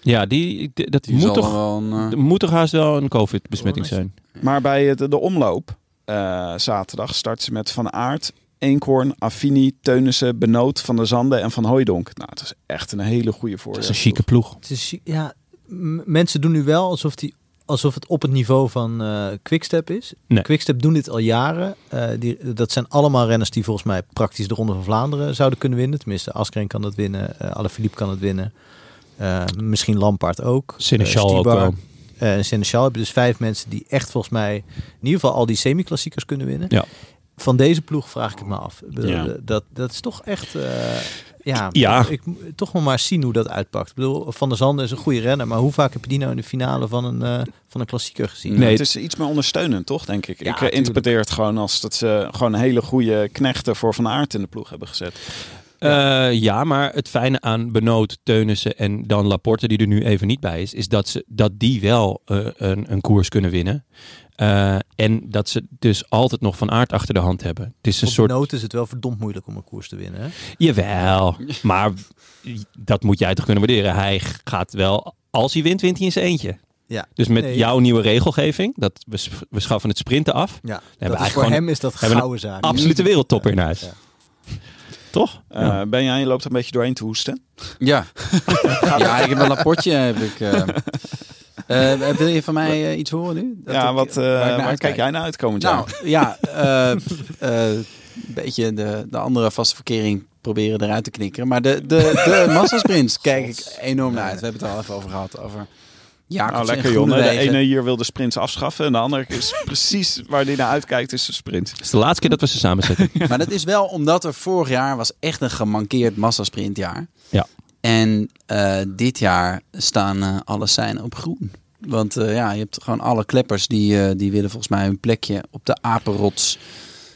[SPEAKER 4] ja, die, d- dat
[SPEAKER 6] Die
[SPEAKER 4] moet
[SPEAKER 6] zal
[SPEAKER 4] toch...
[SPEAKER 6] wel een, eh,
[SPEAKER 4] Er moet toch haast wel een COVID-besmetting zijn?
[SPEAKER 3] Maar bij het- de, omloop eh, zaterdag start ze met Van Aert, Eenkhoorn, Affini, Teunissen, Benoot, Van der Zanden en Van Hooijdonk. Nou, het is echt een hele goede
[SPEAKER 4] Dat
[SPEAKER 3] voorzet.
[SPEAKER 4] is een chique ploeg.
[SPEAKER 5] Het is, ja, m- mensen doen nu wel alsof, die, alsof het op het niveau van eh Quickstep is.
[SPEAKER 4] Nee.
[SPEAKER 5] Quickstep doen dit al jaren. Eh, die, dat zijn allemaal renners die volgens mij praktisch de Ronde van Vlaanderen zouden kunnen winnen. Tenminste, Askren kan dat winnen, eh Alaphilippe kan het winnen. Eh, misschien Lampaard ook.
[SPEAKER 4] Seneschal
[SPEAKER 5] Eh,
[SPEAKER 4] ook
[SPEAKER 5] Stibar.
[SPEAKER 4] wel.
[SPEAKER 5] Eh, en Seneschal heb je dus vijf mensen die echt volgens mij in ieder geval al die semi-klassiekers kunnen winnen.
[SPEAKER 4] Ja.
[SPEAKER 5] Van deze ploeg vraag ik het me af. Ik bedoel,
[SPEAKER 3] Ja.
[SPEAKER 5] Dat, dat is toch echt... eh, ja,
[SPEAKER 4] Ja.
[SPEAKER 5] Ik, moet toch nog maar zien hoe dat uitpakt. Ik bedoel, Van der Zanden is een goede renner, maar hoe vaak heb je die nou in de finale van een, eh, van een klassieker gezien?
[SPEAKER 4] Nee.
[SPEAKER 3] Het is iets meer ondersteunend, toch, denk ik?
[SPEAKER 5] Ja,
[SPEAKER 3] ik eh, interpreteer het gewoon als dat ze gewoon hele goede knechten voor Van Aert in de ploeg hebben gezet.
[SPEAKER 4] Ja. Eh, ja, maar het fijne aan Benoot, Teunissen en dan Laporte, die er nu even niet bij is, is dat, ze, dat die wel eh, een, een koers kunnen winnen. Eh, en dat ze dus altijd nog van aard achter de hand hebben. Het is een
[SPEAKER 5] Op
[SPEAKER 4] soort.
[SPEAKER 5] nood is het wel verdomd moeilijk om een koers te winnen. Hè?
[SPEAKER 4] Jawel, maar dat moet jij toch kunnen waarderen. Hij gaat wel, als hij wint, wint hij in zijn eentje.
[SPEAKER 5] Ja.
[SPEAKER 4] Dus met
[SPEAKER 5] Nee.
[SPEAKER 4] jouw nieuwe regelgeving, dat we, s- we schaffen het sprinten af,
[SPEAKER 5] Ja,
[SPEAKER 4] hebben
[SPEAKER 5] dat is
[SPEAKER 4] eigenlijk
[SPEAKER 5] voor
[SPEAKER 4] gewoon-
[SPEAKER 5] hem is dat
[SPEAKER 4] hebben een
[SPEAKER 5] gouden zaak.
[SPEAKER 4] absolute wereldtopper in huis.
[SPEAKER 5] Ja.
[SPEAKER 4] toch?
[SPEAKER 3] Eh,
[SPEAKER 4] Ja.
[SPEAKER 3] Benja, je loopt er een beetje doorheen te hoesten.
[SPEAKER 6] Ja. ja, ik heb een rapportje. Heb ik, eh. Eh, wil je van mij eh, iets horen nu? Dat
[SPEAKER 3] ja,
[SPEAKER 6] ik-
[SPEAKER 3] wat, eh,
[SPEAKER 6] waar ik naar
[SPEAKER 3] waar,
[SPEAKER 6] uitkijk?
[SPEAKER 3] kijk jij naar uit komend
[SPEAKER 6] Nou
[SPEAKER 3] jaar?
[SPEAKER 6] ja, eh, eh, een beetje de, de andere vaste verkering proberen eruit te knikkeren. Maar de, de, de massasprints kijk ik enorm naar uit. We hebben het er al even over gehad. Over Jacobs
[SPEAKER 3] Nou, lekker
[SPEAKER 6] en
[SPEAKER 3] jongen. De
[SPEAKER 6] Groenewegen.
[SPEAKER 3] ene hier wil de sprints afschaffen en de andere is precies waar die naar uitkijkt, is de sprint.
[SPEAKER 4] Het is de laatste keer dat we ze samen zetten.
[SPEAKER 6] Maar dat is wel omdat er vorig jaar was echt een gemankeerd massasprintjaar.
[SPEAKER 4] Ja.
[SPEAKER 6] En eh, dit jaar staan eh, alle seinen op groen. Want eh, ja, je hebt gewoon alle kleppers die, eh, die willen volgens mij hun plekje op de apenrots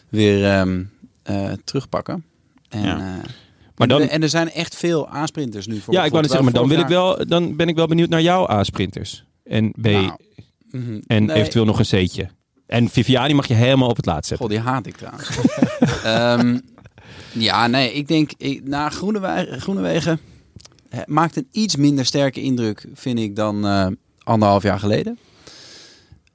[SPEAKER 6] weer ehm, eh, terugpakken. En,
[SPEAKER 3] Ja.
[SPEAKER 6] eh,
[SPEAKER 4] Maar dan-
[SPEAKER 6] en, er- en er zijn echt veel aansprinters nu voor.
[SPEAKER 4] Ja, ik wou net zeggen, maar dan, wil ik wel, dan ben ik wel benieuwd naar jouw A-sprinters. En B.
[SPEAKER 5] Nou,
[SPEAKER 6] Nou, mhm.
[SPEAKER 4] en eventueel nog een C'tje. En Viviani mag je helemaal op het laatst zetten.
[SPEAKER 6] God, die haat ik trouwens. Ehm, ja, nee, ik denk, ik, na Groenewegen, Groenewegen eh, maakt een iets minder sterke indruk, vind ik, dan eh, anderhalf jaar geleden.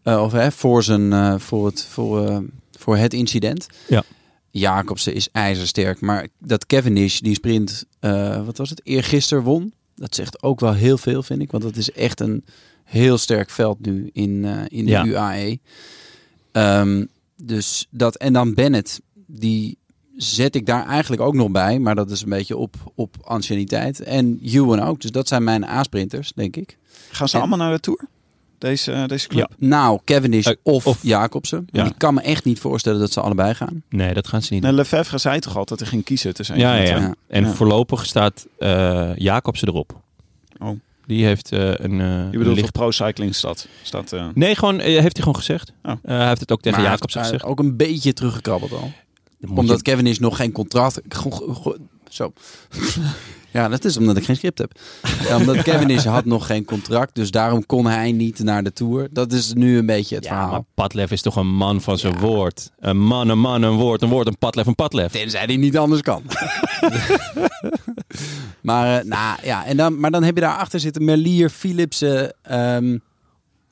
[SPEAKER 6] Eh, of hè, voor, zijn, eh, voor, het, voor, eh, voor het incident.
[SPEAKER 4] Ja.
[SPEAKER 6] Jacobsen is ijzersterk. Maar dat Cavendish, die sprint, eh, wat was het, eergisteren won. Dat zegt ook wel heel veel, vind ik. Want dat is echt een heel sterk veld nu in, eh, in de
[SPEAKER 4] Ja.
[SPEAKER 6] UAE. Ehm, dus dat, en dan Bennett, die zet ik daar eigenlijk ook nog bij. Maar dat is een beetje op, op anciëniteit. En Ewan ook. Dus dat zijn mijn A-sprinters, denk ik.
[SPEAKER 3] Gaan ze
[SPEAKER 6] En-
[SPEAKER 3] allemaal naar de Tour? Deze, eh, deze club?
[SPEAKER 6] Nou, Cavendish
[SPEAKER 4] Eh,
[SPEAKER 6] of,
[SPEAKER 4] of-
[SPEAKER 6] Jacobsen.
[SPEAKER 4] Ja.
[SPEAKER 6] Ik kan me echt niet voorstellen dat ze allebei gaan.
[SPEAKER 4] Nee, dat gaan ze niet
[SPEAKER 3] Nee, Lefebvre zei toch altijd dat hij ging kiezen tussen
[SPEAKER 4] doen.
[SPEAKER 3] een
[SPEAKER 4] Ja,
[SPEAKER 3] van
[SPEAKER 4] ja,
[SPEAKER 3] de
[SPEAKER 4] ja.
[SPEAKER 3] twee.
[SPEAKER 6] Ja.
[SPEAKER 4] En
[SPEAKER 3] Ja.
[SPEAKER 4] voorlopig staat eh Jacobsen erop.
[SPEAKER 3] Oh.
[SPEAKER 4] Die heeft eh, een, eh,
[SPEAKER 3] Je
[SPEAKER 4] een
[SPEAKER 3] bedoelt
[SPEAKER 4] licht-
[SPEAKER 3] toch Pro Cycling Stad? Staat, eh,
[SPEAKER 4] Nee, gewoon, eh, heeft hij gewoon gezegd.
[SPEAKER 3] Oh.
[SPEAKER 4] Eh, hij heeft het ook tegen
[SPEAKER 6] Maar
[SPEAKER 4] Jacobsen
[SPEAKER 6] hij heeft,
[SPEAKER 4] gezegd.
[SPEAKER 6] eh, ook een beetje teruggekrabbeld al.
[SPEAKER 4] Dan moet
[SPEAKER 6] Omdat
[SPEAKER 4] je-
[SPEAKER 6] Kevin is nog geen contract. go- go- go- Zo. ja, dat is omdat ik geen script heb. Ja, omdat Kevin is had nog geen contract, dus daarom kon hij niet naar de tour. Dat is nu een beetje het
[SPEAKER 4] Ja,
[SPEAKER 6] verhaal.
[SPEAKER 4] maar Padlef is toch een man van zijn woord. Een man, een man, een woord, een woord, een Padlef, een Padlef.
[SPEAKER 6] Tenzij hij niet anders kan. maar, eh, nou, ja, en dan, maar dan heb je daarachter zitten Merlier, Philipsen, ehm,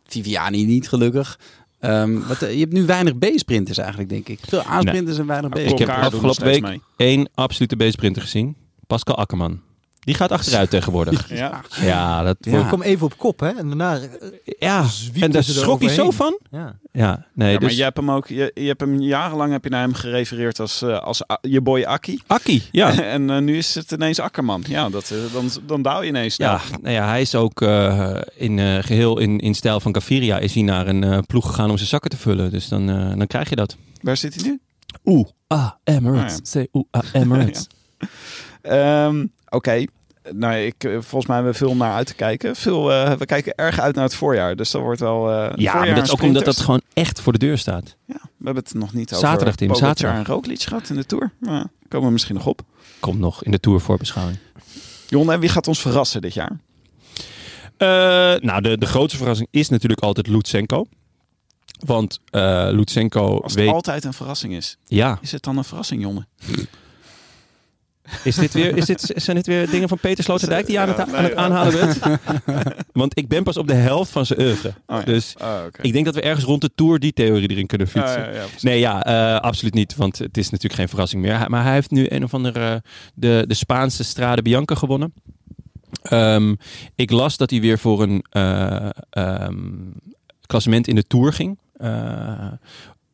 [SPEAKER 6] Viviani niet gelukkig. Ehm, wat, eh, je hebt nu weinig B-sprinters eigenlijk, denk ik. Veel A-sprinters en weinig
[SPEAKER 3] Nou,
[SPEAKER 6] B-sprinters.
[SPEAKER 4] Ik heb
[SPEAKER 3] Elkaar doen nog
[SPEAKER 4] afgelopen
[SPEAKER 3] steeds
[SPEAKER 4] week
[SPEAKER 3] mee.
[SPEAKER 4] één absolute B-sprinter gezien. Pascal Akkerman. Die gaat achteruit tegenwoordig.
[SPEAKER 3] ja.
[SPEAKER 4] Ja, dat
[SPEAKER 6] Ja.
[SPEAKER 5] Ik kwam even op kop, hè? En daarna... eh,
[SPEAKER 4] ja.
[SPEAKER 5] zwiepte
[SPEAKER 4] En daar
[SPEAKER 5] ze
[SPEAKER 4] schrok hij zo
[SPEAKER 5] eroverheen.
[SPEAKER 4] van.
[SPEAKER 5] Ja.
[SPEAKER 4] Ja, nee,
[SPEAKER 3] Ja, maar
[SPEAKER 4] dus...
[SPEAKER 3] je hebt hem ook, je, je hebt hem jarenlang heb je naar hem gerefereerd als, eh, als A- je boy Akkie.
[SPEAKER 4] Akkie, ja.
[SPEAKER 3] en eh, nu is het ineens Akkerman. Ja, dat, eh, dan, dan daal je ineens.
[SPEAKER 4] Ja, nou ja, hij is ook eh, in, eh, geheel in, in stijl van Caviria is hij naar een eh, ploeg gegaan om zijn zakken te vullen. Dus dan, eh, dan krijg je dat.
[SPEAKER 3] Waar zit hij nu?
[SPEAKER 4] Oeh, ah, Emirates. Say oeh, ah, Emirates.
[SPEAKER 3] Ehm, Oké. Nou, ik, eh, volgens mij hebben we veel om naar uit te kijken. Veel, eh, we kijken erg uit naar het voorjaar. Dus dat wordt wel. eh,
[SPEAKER 4] ja,
[SPEAKER 3] voorjaar
[SPEAKER 4] maar dat
[SPEAKER 3] en
[SPEAKER 4] is ook omdat dat
[SPEAKER 3] sprinters.
[SPEAKER 4] gewoon echt voor de deur staat.
[SPEAKER 3] Ja, we hebben het nog niet over.
[SPEAKER 4] Zaterdag, Tim,
[SPEAKER 3] Pogacar
[SPEAKER 4] zaterdag.
[SPEAKER 3] en Roglic gehad in de tour. Maar komen we misschien nog op.
[SPEAKER 4] Komt nog in de Tour voorbeschouwing.
[SPEAKER 3] Jon, en wie gaat ons verrassen dit jaar?
[SPEAKER 4] Eh, nou, de, de grootste verrassing is natuurlijk altijd Lutsenko. Want eh Lutsenko
[SPEAKER 3] Als het
[SPEAKER 4] weet...
[SPEAKER 3] altijd een verrassing is,
[SPEAKER 4] Ja,
[SPEAKER 3] is het dan een verrassing, Jonne?
[SPEAKER 4] is dit weer, is dit, zijn dit weer dingen van Peter Sloterdijk die je aan het,
[SPEAKER 3] Ja, nee,
[SPEAKER 4] aan het
[SPEAKER 3] ja.
[SPEAKER 4] aanhalen bent? Want ik ben pas op de helft van zijn oeuvre.
[SPEAKER 3] Oh, ja.
[SPEAKER 4] Dus
[SPEAKER 3] Oh, oké.
[SPEAKER 4] ik denk dat we ergens rond de Tour die theorie erin kunnen
[SPEAKER 3] Ah,
[SPEAKER 4] fietsen.
[SPEAKER 3] ja, ja, precies.
[SPEAKER 4] Nee, ja, eh, absoluut niet. Want het is natuurlijk geen verrassing meer. Hij- Maar hij heeft nu een of andere... eh, De, de Spaanse Strade Bianca gewonnen. Ehm, ik las dat hij weer voor een eh, ehm, klassement in de Tour ging. Eh,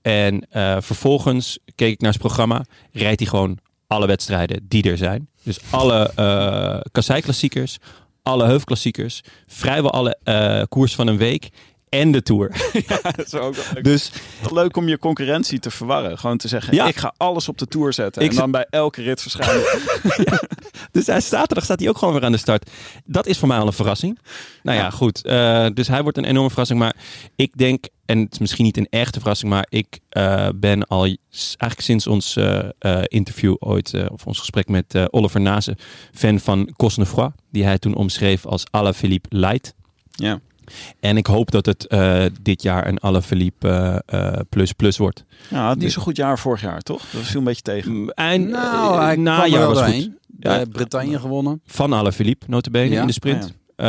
[SPEAKER 4] en eh, vervolgens keek ik naar zijn programma. Rijdt hij gewoon alle wedstrijden die er zijn. Dus alle eh kasseiklassiekers, alle heufklassiekers, vrijwel alle eh, koers van een week en de Tour.
[SPEAKER 3] Dat is ook wel-
[SPEAKER 4] Dus
[SPEAKER 3] leuk om je concurrentie te verwarren. Gewoon te zeggen,
[SPEAKER 4] Ja.
[SPEAKER 3] ik ga alles op de tour zetten.
[SPEAKER 4] Ik
[SPEAKER 3] en dan bij elke rit verschijnen.
[SPEAKER 4] Dus hij, zaterdag staat hij ook gewoon weer aan de start. Dat is voor mij al een verrassing. Nou ja, goed. Eh, dus hij wordt een enorme verrassing. Maar ik denk, en het is misschien niet een echte verrassing, maar ik eh, ben al s- eigenlijk sinds ons eh, eh, interview ooit, eh, of ons gesprek met eh, Oliver Nase, fan van Cosnefroid, die hij toen omschreef als Alain Philippe Light.
[SPEAKER 3] ja.
[SPEAKER 4] En ik hoop dat het eh, dit jaar een Alain Philippe eh, eh, plus plus wordt.
[SPEAKER 3] ja, het is niet zo'n goed jaar vorig jaar, toch? Dat viel een beetje tegen.
[SPEAKER 4] En
[SPEAKER 6] Nou, hij kwam er
[SPEAKER 4] Eh, najaar
[SPEAKER 6] wel
[SPEAKER 4] was goed.
[SPEAKER 6] doorheen.
[SPEAKER 4] Ja,
[SPEAKER 6] Eh, Bretagne gewonnen.
[SPEAKER 4] van Alaphilippe, notabene,
[SPEAKER 6] Ja.
[SPEAKER 4] in de sprint. Eh,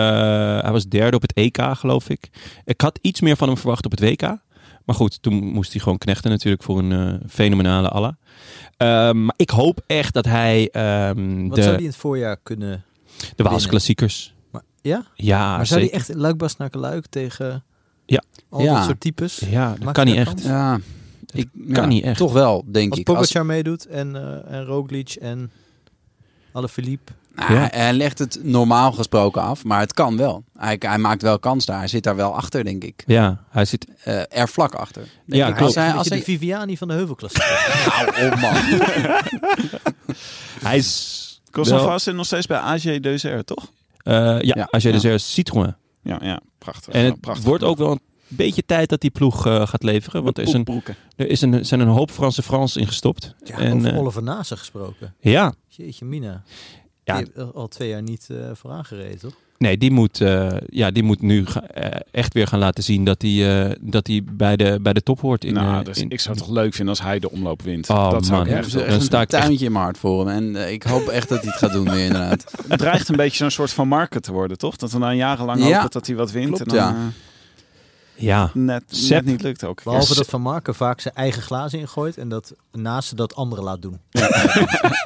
[SPEAKER 4] hij was derde op het EK, geloof ik. Ik had iets meer van hem verwacht op het WK. Maar goed, toen moest hij gewoon knechten natuurlijk voor een eh, fenomenale Alla. Ehm, maar ik hoop echt dat hij ehm,
[SPEAKER 5] Wat zou
[SPEAKER 4] de,
[SPEAKER 5] die in het voorjaar kunnen...
[SPEAKER 4] de Waalse
[SPEAKER 5] winnen?
[SPEAKER 4] klassiekers...
[SPEAKER 5] Maar, ja?
[SPEAKER 4] Ja,
[SPEAKER 5] maar zou die
[SPEAKER 4] Ah, zeker.
[SPEAKER 5] echt luikbas naar luik tegen...
[SPEAKER 4] Ja.
[SPEAKER 5] Al
[SPEAKER 6] Ja.
[SPEAKER 5] dat soort types?
[SPEAKER 4] Ja, dat
[SPEAKER 5] Maakt
[SPEAKER 4] kan
[SPEAKER 5] hij
[SPEAKER 4] niet
[SPEAKER 5] daar
[SPEAKER 4] echt.
[SPEAKER 5] kans?
[SPEAKER 6] Ja, ik,
[SPEAKER 4] Kan niet echt.
[SPEAKER 6] Toch wel, denk
[SPEAKER 5] Als
[SPEAKER 6] ik. Als-
[SPEAKER 5] Pogacar meedoet en, eh en Roglic en Alaphilippe.
[SPEAKER 6] Nou,
[SPEAKER 4] Ja.
[SPEAKER 6] Hij legt het normaal gesproken af, maar het kan wel. Hij, hij maakt wel kans daar. Hij zit daar wel achter, denk ik.
[SPEAKER 4] Ja, hij zit...
[SPEAKER 6] Eh, er vlak achter.
[SPEAKER 4] Ja,
[SPEAKER 6] ik.
[SPEAKER 4] klopt.
[SPEAKER 6] Als hij,
[SPEAKER 5] Als
[SPEAKER 6] als
[SPEAKER 5] je de
[SPEAKER 6] hij...
[SPEAKER 5] Viviani van de heuvelklasse.
[SPEAKER 6] Hou op, man.
[SPEAKER 4] Hij is...
[SPEAKER 3] Kosovo zit nog steeds bij AG Deuzer, toch?
[SPEAKER 4] Eh, ja,
[SPEAKER 6] Ja,
[SPEAKER 4] als je
[SPEAKER 3] ja.
[SPEAKER 4] dus zegt Citroën.
[SPEAKER 3] Ja, ja prachtig.
[SPEAKER 4] En
[SPEAKER 3] Ja,
[SPEAKER 4] het
[SPEAKER 3] prachtig.
[SPEAKER 4] wordt ook wel een beetje tijd dat die ploeg eh, gaat leveren. Want er, is een,
[SPEAKER 3] Poepbroeken.
[SPEAKER 4] er is een, zijn een hoop Franse Frans ingestopt.
[SPEAKER 5] Ja,
[SPEAKER 4] en,
[SPEAKER 5] over
[SPEAKER 4] eh,
[SPEAKER 5] Oliver Nase gesproken.
[SPEAKER 4] ja,
[SPEAKER 5] Jeetje mina.
[SPEAKER 4] Ja.
[SPEAKER 5] Die heeft al twee jaar niet eh vooraan gereden, toch?
[SPEAKER 4] Nee, die moet, eh, ja, die moet nu ga- eh, echt weer gaan laten zien dat hij eh, dat hij bij, de, bij de top hoort. In,
[SPEAKER 3] nou,
[SPEAKER 4] eh,
[SPEAKER 3] dus
[SPEAKER 4] in-
[SPEAKER 3] ik zou het toch leuk vinden als hij de omloop wint.
[SPEAKER 4] Oh,
[SPEAKER 3] dat zou
[SPEAKER 4] man.
[SPEAKER 3] ik
[SPEAKER 6] Ja,
[SPEAKER 3] echt
[SPEAKER 6] echt
[SPEAKER 3] wel-
[SPEAKER 4] Dan sta
[SPEAKER 6] een
[SPEAKER 4] ik echt-
[SPEAKER 6] tuintje in mijn hart voor hem. En eh, ik hoop echt dat hij het gaat doen weer, inderdaad.
[SPEAKER 3] Het dreigt een beetje zo'n soort van market te worden, toch? Dat we na jarenlang
[SPEAKER 6] Ja.
[SPEAKER 3] hopen dat hij wat wint.
[SPEAKER 6] Klopt,
[SPEAKER 3] en dan,
[SPEAKER 6] ja.
[SPEAKER 3] eh,
[SPEAKER 4] Ja,
[SPEAKER 3] Net,
[SPEAKER 4] Sepp.
[SPEAKER 3] net niet lukt ook.
[SPEAKER 5] Behalve dat Van Marken vaak zijn eigen glazen ingooit en dat naasten dat anderen laat doen.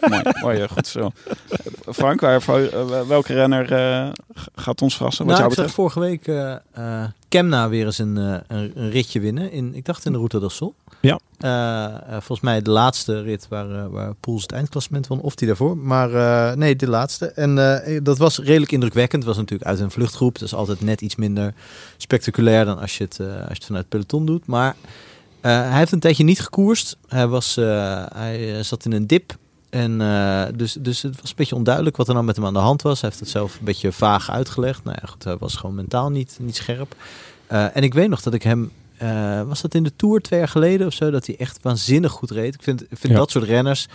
[SPEAKER 3] mooi, mooi, eh, goed zo. Frank, waar, eh, welke renner eh, g- gaat ons verrassen? Wat
[SPEAKER 5] Nou, ik
[SPEAKER 3] jou betreft?
[SPEAKER 5] zag vorige week eh eh, Kemna weer eens een, eh, een, een ritje winnen. In, ik dacht in de Route del Sol.
[SPEAKER 4] Ja.
[SPEAKER 5] Eh, eh, volgens mij de laatste rit waar, eh, waar Poels het eindklassement won. Of die daarvoor. Maar eh, nee, de laatste. En eh, dat was redelijk indrukwekkend. was natuurlijk uit een vluchtgroep. Dat is altijd net iets minder spectaculair dan als je het, eh, als je het vanuit het peloton doet. Maar eh, hij heeft een tijdje niet gekoerst. Hij, was, eh, hij eh, zat in een dip. En eh, dus, dus het was een beetje onduidelijk wat er nou met hem aan de hand was. Hij heeft het zelf een beetje vaag uitgelegd. Nou ja, goed, hij was gewoon mentaal niet, niet scherp. Eh, en ik weet nog dat ik hem. eh, was dat in de Tour twee jaar geleden of zo? Dat hij echt waanzinnig goed reed. Ik vind, ik vind
[SPEAKER 4] Ja.
[SPEAKER 5] dat soort renners.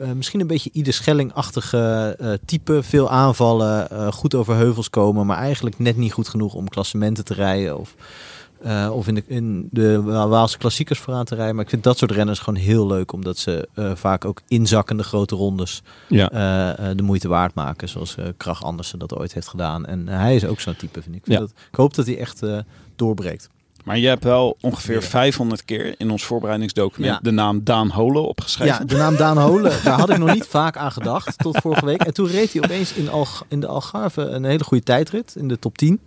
[SPEAKER 5] eh, misschien een beetje ieder Schelling-achtige eh, type. Veel aanvallen, eh, goed over heuvels komen. Maar eigenlijk net niet goed genoeg om klassementen te rijden. Of, eh, of in, de, in de Wa- Waalse klassiekers vooraan te rijden. Maar ik vind dat soort renners gewoon heel leuk. Omdat ze eh, vaak ook inzakkende grote rondes
[SPEAKER 4] ja.
[SPEAKER 5] eh, eh, de moeite waard maken. Zoals eh Krach Andersen dat ooit heeft gedaan. En hij is ook zo'n type, vind ik. Ik, vind
[SPEAKER 4] Ja.
[SPEAKER 5] dat, ik hoop dat hij echt eh, doorbreekt.
[SPEAKER 3] Maar je hebt wel ongeveer
[SPEAKER 5] Ja.
[SPEAKER 3] 500 keer in ons voorbereidingsdocument
[SPEAKER 5] Ja.
[SPEAKER 3] de naam Daan Hole opgeschreven.
[SPEAKER 5] Ja, de naam Daan Holen, daar had ik nog niet vaak aan gedacht tot vorige week. En toen reed hij opeens in, Alg in de Algarve een hele goede tijdrit in de top 10.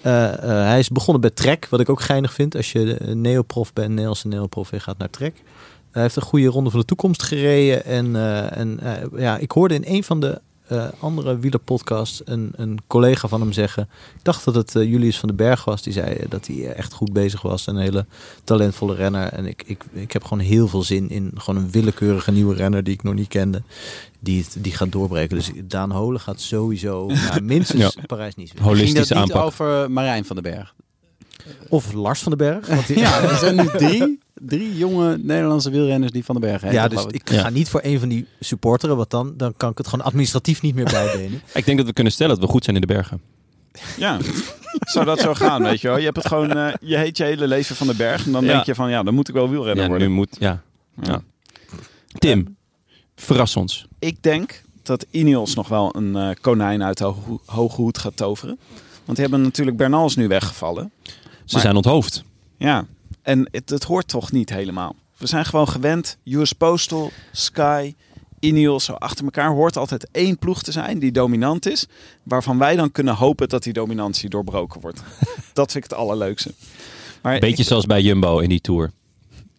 [SPEAKER 5] Eh, eh, hij is begonnen bij Trek, wat ik ook geinig vind. Als je eh, neoprof bent, Nederlandse neoprof, en gaat naar Trek. Hij heeft een goede ronde van de toekomst gereden. En, eh, en eh, ja, ik hoorde in een van de eh, andere wielerpodcasts een, een collega van hem zeggen... Ik dacht dat het eh, Julius van den Berg was. Die zei eh, dat hij eh, echt goed bezig was. Een hele talentvolle renner. En ik, ik, ik heb gewoon heel veel zin in gewoon een willekeurige nieuwe renner die ik nog niet kende. Die, het- die gaat doorbreken. Dus Daan Holen gaat sowieso naar minstens parijs niet
[SPEAKER 6] Ging dat
[SPEAKER 4] holistische
[SPEAKER 6] niet
[SPEAKER 4] aanpak.
[SPEAKER 6] over Marijn van den Berg?
[SPEAKER 5] Of Lars van den Berg. Want die,
[SPEAKER 6] Ja, er zijn nu drie, drie jonge Nederlandse wielrenners die van den Berg heten.
[SPEAKER 5] ja, dus
[SPEAKER 6] geloof
[SPEAKER 5] ik
[SPEAKER 4] Ja.
[SPEAKER 5] ga niet voor een van die supporteren. Want dan, dan kan ik het gewoon administratief niet meer bijbenen.
[SPEAKER 4] Ik denk dat we kunnen stellen dat we goed zijn in de bergen.
[SPEAKER 3] Ja, zou dat zo gaan, weet je wel. Je hebt het gewoon, eh, je heet je hele leven van de berg. En dan
[SPEAKER 4] Ja.
[SPEAKER 3] denk je van, ja, dan moet ik wel wielrenner
[SPEAKER 4] Ja, nu
[SPEAKER 3] worden.
[SPEAKER 4] moet... Ja. ja. Tim, verras ons.
[SPEAKER 3] Ik denk dat Ineos nog wel een eh, konijn uit de ho- hoge hoed gaat toveren. Want die hebben natuurlijk Bernals nu weggevallen.
[SPEAKER 4] Ze
[SPEAKER 3] Maar-
[SPEAKER 4] zijn onthoofd.
[SPEAKER 3] Ja, en het, het hoort toch niet helemaal. We zijn gewoon gewend, US Postal, Sky, Ineos, zo achter elkaar hoort altijd één ploeg te zijn die dominant is. Waarvan wij dan kunnen hopen dat die dominantie doorbroken wordt. dat vind ik het allerleukste. Maar ik-
[SPEAKER 4] Beetje zoals bij Jumbo in die Tour.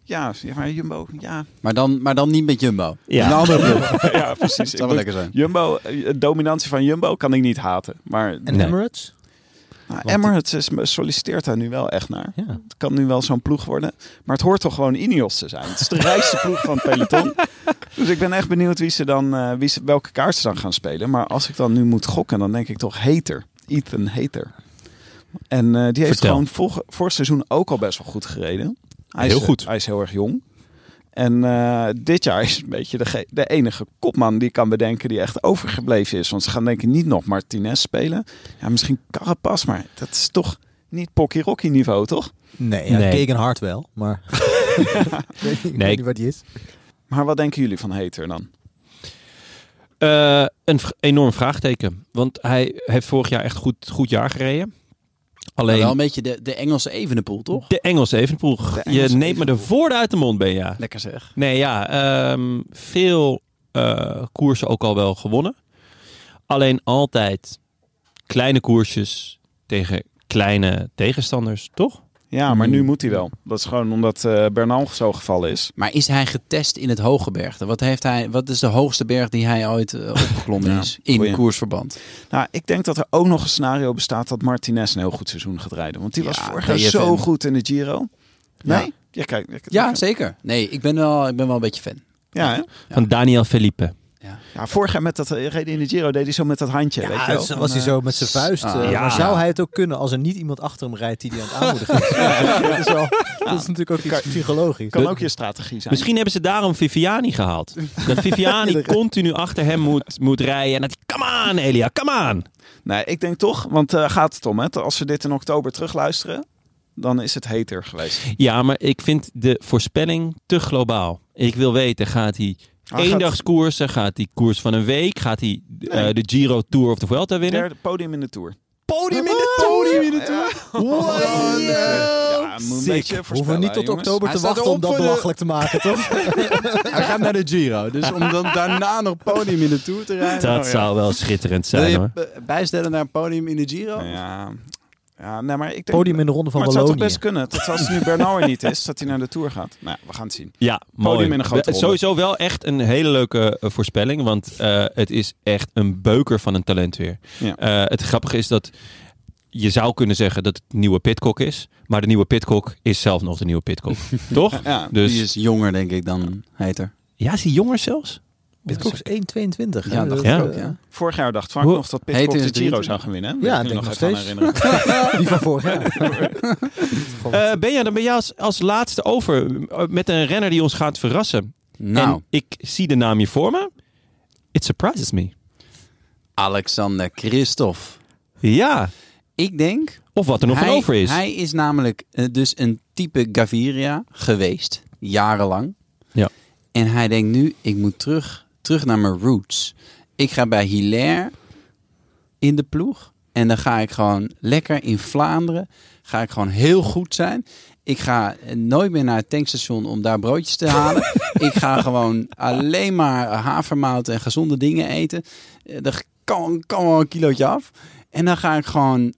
[SPEAKER 3] ja, ja, maar Jumbo, ja,
[SPEAKER 6] ik. Maar, dan, maar dan niet met Jumbo.
[SPEAKER 4] Ja.
[SPEAKER 6] Een andere ploeg.
[SPEAKER 3] ja precies.
[SPEAKER 6] Dat zou wel lekker zijn.
[SPEAKER 3] Jumbo, eh, de dominantie van Jumbo kan ik niet haten. Maar
[SPEAKER 5] En
[SPEAKER 4] Nee.
[SPEAKER 5] Emirates?
[SPEAKER 3] nou, Emirates is, solliciteert daar nu wel echt naar.
[SPEAKER 5] Ja.
[SPEAKER 3] Het kan nu wel zo'n ploeg worden. Maar het hoort toch gewoon Ineos te zijn. Het is de rijkste ploeg van het peloton. Dus ik ben echt benieuwd wie ze dan, eh, wie ze, welke kaart ze dan gaan spelen. Maar als ik dan nu moet gokken, dan denk ik toch Hater. Ethan Hater. En eh, die heeft
[SPEAKER 4] Vertel.
[SPEAKER 3] gewoon vor, vorig seizoen ook al best wel goed gereden. Hij
[SPEAKER 4] Heel
[SPEAKER 3] is,
[SPEAKER 4] goed.
[SPEAKER 3] Hij is heel erg jong. En eh, dit jaar is een beetje de, ge- de enige kopman die ik kan bedenken die echt overgebleven is. Want ze gaan denk ik niet nog Martinez spelen. Ja, misschien Carapaz, maar dat is toch niet Pocky Rocky niveau, toch?
[SPEAKER 5] Nee, ja,
[SPEAKER 4] Nee.
[SPEAKER 5] Gegenhard wel. Maar ik weet niet- ik
[SPEAKER 4] Nee,
[SPEAKER 5] weet
[SPEAKER 4] ik-
[SPEAKER 5] niet wat die is.
[SPEAKER 3] Maar wat denken jullie van Hater dan?
[SPEAKER 4] Eh, een v- enorm vraagteken. Want hij heeft vorig jaar echt goed, goed jaar gereden.
[SPEAKER 6] Maar
[SPEAKER 4] Alleen
[SPEAKER 6] wel een beetje de, de Engelse Evenepoel, toch?
[SPEAKER 4] de Engelse Evenepoel.
[SPEAKER 3] Engelse
[SPEAKER 4] je neemt me
[SPEAKER 3] Evenepoel.
[SPEAKER 4] de woorden uit de mond, ben je.
[SPEAKER 6] Lekker zeg.
[SPEAKER 4] Nee, ja. ehm, veel eh, koersen ook al wel gewonnen. Alleen altijd kleine koersjes tegen kleine tegenstanders, toch?
[SPEAKER 3] Ja, maar nu
[SPEAKER 4] Hmm.
[SPEAKER 3] moet hij wel. Dat is gewoon omdat eh, Bernal zo gevallen is.
[SPEAKER 6] Maar is hij getest in het hoge bergte? Wat, heeft hij, wat is de hoogste berg die hij ooit eh, opgeklommen
[SPEAKER 3] Ja,
[SPEAKER 6] is in
[SPEAKER 3] goeie.
[SPEAKER 6] koersverband?
[SPEAKER 3] Nou, ik denk dat er ook nog een scenario bestaat dat Martinez een heel goed seizoen gaat rijden. Want die was
[SPEAKER 6] Ja,
[SPEAKER 3] vorig jaar
[SPEAKER 6] DFM.
[SPEAKER 3] zo goed in de Giro.
[SPEAKER 6] Ja.
[SPEAKER 3] Nee? Ja, kijk. ik-
[SPEAKER 6] Ja, zeker. Nee, ik ben wel, ik ben wel een beetje fan.
[SPEAKER 3] Ja, hè?
[SPEAKER 4] Van Daniel Felipe.
[SPEAKER 3] ja, vorig jaar met dat eh, reden in de Giro deed hij zo met dat handje. weet je
[SPEAKER 5] Ja,
[SPEAKER 3] wel?
[SPEAKER 5] dan was hij zo met zijn vuist.
[SPEAKER 6] Ah,
[SPEAKER 5] eh,
[SPEAKER 4] ja.
[SPEAKER 5] Maar zou hij het ook kunnen als er niet iemand achter hem rijdt die die aan het aanmoedigen is? Ja, dat, is wel- dat is natuurlijk ook iets psychologisch.
[SPEAKER 3] Kan ook je strategie zijn.
[SPEAKER 4] Misschien hebben ze daarom Viviani gehaald. Dat Viviani continu achter hem moet, moet rijden. En dat hij, come on Elia, come on.
[SPEAKER 3] Nee, ik denk toch, want eh, gaat het om, hè? als we dit in oktober terugluisteren, dan is het hater geweest.
[SPEAKER 4] Ja, maar ik vind de voorspelling te globaal. Ik wil weten, gaat
[SPEAKER 3] Hij
[SPEAKER 4] hij
[SPEAKER 3] gaat-
[SPEAKER 4] eendagskoersen, gaat hij koers van een week, gaat hij eh, de Giro Tour of de Vuelta winnen?
[SPEAKER 3] Derde podium in de Tour.
[SPEAKER 4] Podium in de Tour!
[SPEAKER 3] Ja. Ja, Ja, moet een
[SPEAKER 6] Sick.
[SPEAKER 3] beetje
[SPEAKER 5] Oh, Hoeven we
[SPEAKER 3] voorspellen,
[SPEAKER 5] niet tot
[SPEAKER 3] jongens.
[SPEAKER 5] oktober
[SPEAKER 6] Hij
[SPEAKER 5] te
[SPEAKER 6] staat
[SPEAKER 5] wachten om
[SPEAKER 6] erop
[SPEAKER 5] dat
[SPEAKER 6] voor de-
[SPEAKER 5] belachelijk te maken, toch?
[SPEAKER 6] Hij gaat naar de Giro. Dus om dan daarna nog podium in de Tour te rijden.
[SPEAKER 4] Dat
[SPEAKER 6] oh ja.
[SPEAKER 4] zou wel schitterend
[SPEAKER 6] Wil
[SPEAKER 4] zijn
[SPEAKER 6] je
[SPEAKER 4] hoor.
[SPEAKER 6] b- bijstellen naar een podium in de Giro?
[SPEAKER 3] Ja, ja nee, maar ik denk...
[SPEAKER 5] Podium in de ronde van
[SPEAKER 3] maar het zou toch
[SPEAKER 5] Wallonië.
[SPEAKER 3] best kunnen. Tot als nu Bernal er niet is, dat hij naar de Tour gaat. Nou, ja, we gaan het zien.
[SPEAKER 4] Ja, mooi.
[SPEAKER 3] in een grote
[SPEAKER 4] We-
[SPEAKER 3] ronde.
[SPEAKER 4] Sowieso wel echt een hele leuke eh, voorspelling, want eh, het is echt een beuker van een talent weer.
[SPEAKER 3] Ja.
[SPEAKER 4] Eh, het grappige is dat je zou kunnen zeggen dat het de nieuwe Pitcock is, maar de nieuwe Pitcock is zelf nog de nieuwe Pitcock. Toch?
[SPEAKER 3] Ja,
[SPEAKER 4] Dus
[SPEAKER 6] Die is jonger, denk ik, dan Heiter.
[SPEAKER 4] ja, is hij jonger zelfs?
[SPEAKER 5] Pitcock is 1,22. hè?
[SPEAKER 6] Ja, dacht
[SPEAKER 4] Ja.
[SPEAKER 6] ik ook, ja.
[SPEAKER 3] Vorig jaar dacht Frank
[SPEAKER 4] Hoe-
[SPEAKER 3] nog dat
[SPEAKER 6] Heet
[SPEAKER 3] Pitcock
[SPEAKER 6] hij
[SPEAKER 3] de
[SPEAKER 6] de
[SPEAKER 3] Giro
[SPEAKER 6] drie?
[SPEAKER 3] zou gaan winnen. hè?
[SPEAKER 5] Ja,
[SPEAKER 3] Weet
[SPEAKER 5] denk
[SPEAKER 3] ik
[SPEAKER 5] nog
[SPEAKER 3] even aan
[SPEAKER 5] steeds.
[SPEAKER 3] herinneren.
[SPEAKER 5] Die van vorig jaar.
[SPEAKER 4] Eh Benja, dan ben jij als, als laatste over eh, met een renner die ons gaat verrassen.
[SPEAKER 6] Nou,
[SPEAKER 4] En ik zie de naam hier voor me. It surprises me.
[SPEAKER 6] Alexander Christophe.
[SPEAKER 4] Ja,
[SPEAKER 6] Ik denk...
[SPEAKER 4] of wat er nog
[SPEAKER 6] hij,
[SPEAKER 4] van over is.
[SPEAKER 6] Hij is namelijk eh, dus een type Gaviria geweest. Jarenlang.
[SPEAKER 4] Ja.
[SPEAKER 6] En hij denkt nu, ik moet terug, terug naar mijn roots. Ik ga bij Hilaire in de ploeg. En dan ga ik gewoon lekker in Vlaanderen. Ga ik gewoon heel goed zijn. Ik ga eh, nooit meer naar het tankstation om daar broodjes te halen. ik ga gewoon alleen maar havermout en gezonde dingen eten. Eh, Dat kan, kan wel een kilootje af. En dan ga ik gewoon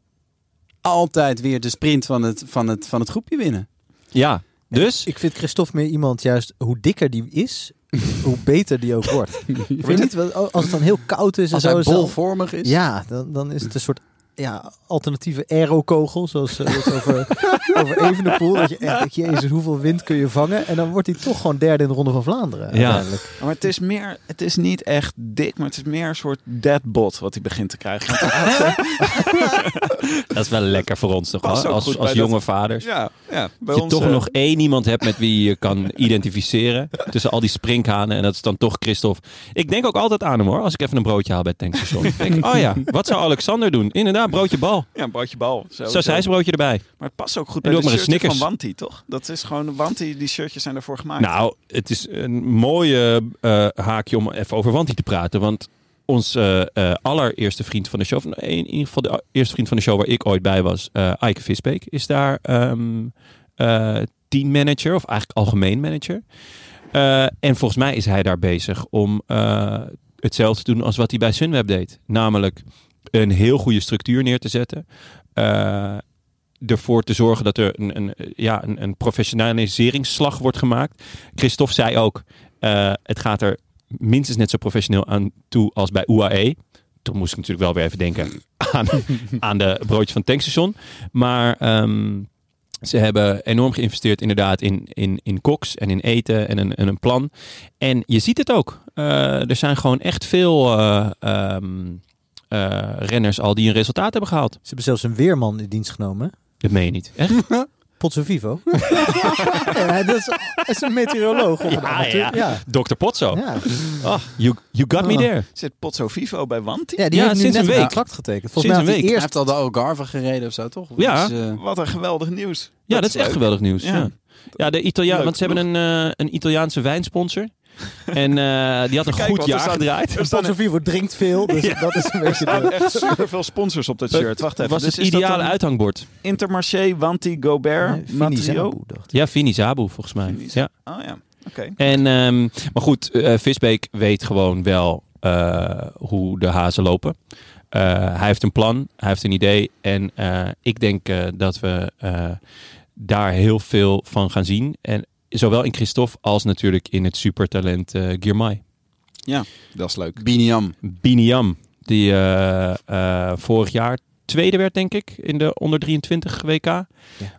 [SPEAKER 6] altijd weer de sprint van het, van het, van het groepje winnen.
[SPEAKER 4] Ja, dus
[SPEAKER 5] Ik vind Christophe meer iemand juist hoe dikker die is, hoe beter die ook wordt. Ik weet niet, wel- als het dan heel koud is en
[SPEAKER 6] Als
[SPEAKER 5] zo.
[SPEAKER 6] hij
[SPEAKER 5] is het al-
[SPEAKER 6] bolvormig is.
[SPEAKER 5] Ja, dan, dan is het een soort ja, alternatieve aerokogel, zoals eh, dat over, over Evenepoel. Dat je echt, denkt, jezus, hoeveel wind kun je vangen? En dan wordt hij toch gewoon derde in de Ronde van Vlaanderen
[SPEAKER 4] Ja.
[SPEAKER 5] uiteindelijk.
[SPEAKER 3] Maar het is meer, het is niet echt dik, maar het is meer een soort deadbot wat hij begint te krijgen. Want hij-
[SPEAKER 4] dat is wel lekker voor ons toch?
[SPEAKER 3] Past
[SPEAKER 4] hoor?
[SPEAKER 3] ook
[SPEAKER 4] Als,
[SPEAKER 3] goed
[SPEAKER 4] als
[SPEAKER 3] bij dat-
[SPEAKER 4] jonge vaders.
[SPEAKER 3] ja, ja, bij
[SPEAKER 4] Dat je
[SPEAKER 3] ons,
[SPEAKER 4] toch
[SPEAKER 3] eh,
[SPEAKER 4] nog één iemand hebt met wie je kan identificeren. Tussen al die sprinkhanen. En dat is dan toch Christophe. Ik denk ook altijd aan hem hoor. Als ik even een broodje haal bij het tankstation. Ik denk, oh ja, wat zou Alexander doen? Inderdaad, broodje bal.
[SPEAKER 3] Ja, een broodje bal. Zo,
[SPEAKER 4] Zo zijn broodje erbij.
[SPEAKER 3] Maar het past ook goed
[SPEAKER 4] En
[SPEAKER 3] bij
[SPEAKER 4] doe
[SPEAKER 3] de
[SPEAKER 4] ook maar
[SPEAKER 3] shirtje
[SPEAKER 4] een
[SPEAKER 3] van
[SPEAKER 4] Snickers.
[SPEAKER 3] Wanti, toch? Dat is gewoon, Wanti, die shirtjes zijn daarvoor gemaakt.
[SPEAKER 4] Nou, het is een mooie eh, haakje om even over Wanti te praten. Want ons eh, eh, allereerste vriend van de show, van, in ieder geval de eerste vriend van de show waar ik ooit bij was, eh Eike Visbeek, is daar ehm eh, teammanager of eigenlijk algemeen manager. Eh, en volgens mij is hij daar bezig om eh, hetzelfde te doen als wat hij bij Sunweb deed. Namelijk een heel goede structuur neer te zetten. Eh, ervoor te zorgen dat er een, een, ja, een, een professionaliseringsslag wordt gemaakt. Christophe zei ook, eh, het gaat er minstens net zo professioneel aan toe als bij UAE. Toen moest ik natuurlijk wel weer even denken aan, aan de broodjes van het tankstation. Maar ehm, ze hebben enorm geïnvesteerd inderdaad in, in, in koks en in eten en een, en een plan. En je ziet het ook. Eh, er zijn gewoon echt veel eh, ehm, eh, renners al die een resultaat hebben gehaald.
[SPEAKER 5] Ze hebben zelfs een weerman in dienst genomen.
[SPEAKER 4] Dat meen je niet. Echt?
[SPEAKER 5] Potso Vivo. ja, dat is, dat is een meteoroloog. Of een
[SPEAKER 4] Ja,
[SPEAKER 5] amateur.
[SPEAKER 4] ja.
[SPEAKER 5] ja.
[SPEAKER 4] Dr. Potso.
[SPEAKER 5] Ja.
[SPEAKER 4] Oh, you, you got me
[SPEAKER 5] Ah.
[SPEAKER 4] there.
[SPEAKER 3] Zit Potso Vivo bij Wanti?
[SPEAKER 5] Ja, die
[SPEAKER 4] Ja,
[SPEAKER 5] heeft nu
[SPEAKER 4] sinds
[SPEAKER 5] net
[SPEAKER 4] een
[SPEAKER 5] een
[SPEAKER 4] week.
[SPEAKER 5] contract getekend. Volgens
[SPEAKER 4] Sinds
[SPEAKER 5] mij had
[SPEAKER 4] een
[SPEAKER 5] hij
[SPEAKER 6] Hij
[SPEAKER 5] eerst
[SPEAKER 6] heeft al de Algarve gereden of zo, toch?
[SPEAKER 4] Ja.
[SPEAKER 6] Dus, eh,
[SPEAKER 3] Wat een geweldig nieuws.
[SPEAKER 4] Ja, dat is echt
[SPEAKER 3] leuk.
[SPEAKER 4] geweldig nieuws. Ja,
[SPEAKER 3] Ja.
[SPEAKER 4] ja. de Italiaan,
[SPEAKER 3] Leuk
[SPEAKER 4] want ze hebben een, eh, een Italiaanse wijnsponsor. En eh, die had een
[SPEAKER 3] Kijk,
[SPEAKER 4] goed
[SPEAKER 3] want er
[SPEAKER 4] jaar
[SPEAKER 3] staan-
[SPEAKER 4] gedraaid.
[SPEAKER 3] Er staan
[SPEAKER 5] Potso Vivo drinkt veel, dus dat is een beetje de...
[SPEAKER 3] echt superveel sponsors op dat shirt. Wacht even.
[SPEAKER 4] was
[SPEAKER 3] dus
[SPEAKER 4] het
[SPEAKER 3] is dat
[SPEAKER 4] ideale
[SPEAKER 3] dan
[SPEAKER 4] uithangbord.
[SPEAKER 3] Intermarché, Wanti, Gobert,
[SPEAKER 5] Fini
[SPEAKER 3] Matrio.
[SPEAKER 5] Zabu, dacht ik.
[SPEAKER 4] Ja, Vini Zabu volgens mij.
[SPEAKER 3] Vini
[SPEAKER 4] Ja.
[SPEAKER 3] Oh ja, oké.
[SPEAKER 4] En, ehm, maar goed, eh, Visbeek weet gewoon wel eh, hoe de hazen lopen. Eh, hij heeft een plan, hij heeft een idee. En eh, ik denk eh, dat we eh, daar heel veel van gaan zien. En zowel in Christophe als natuurlijk in het supertalent eh Girmay.
[SPEAKER 3] Dat is leuk.
[SPEAKER 6] Biniam.
[SPEAKER 4] Biniam, die eh, eh, vorig jaar tweede werd, denk ik, in de onder 23 WK.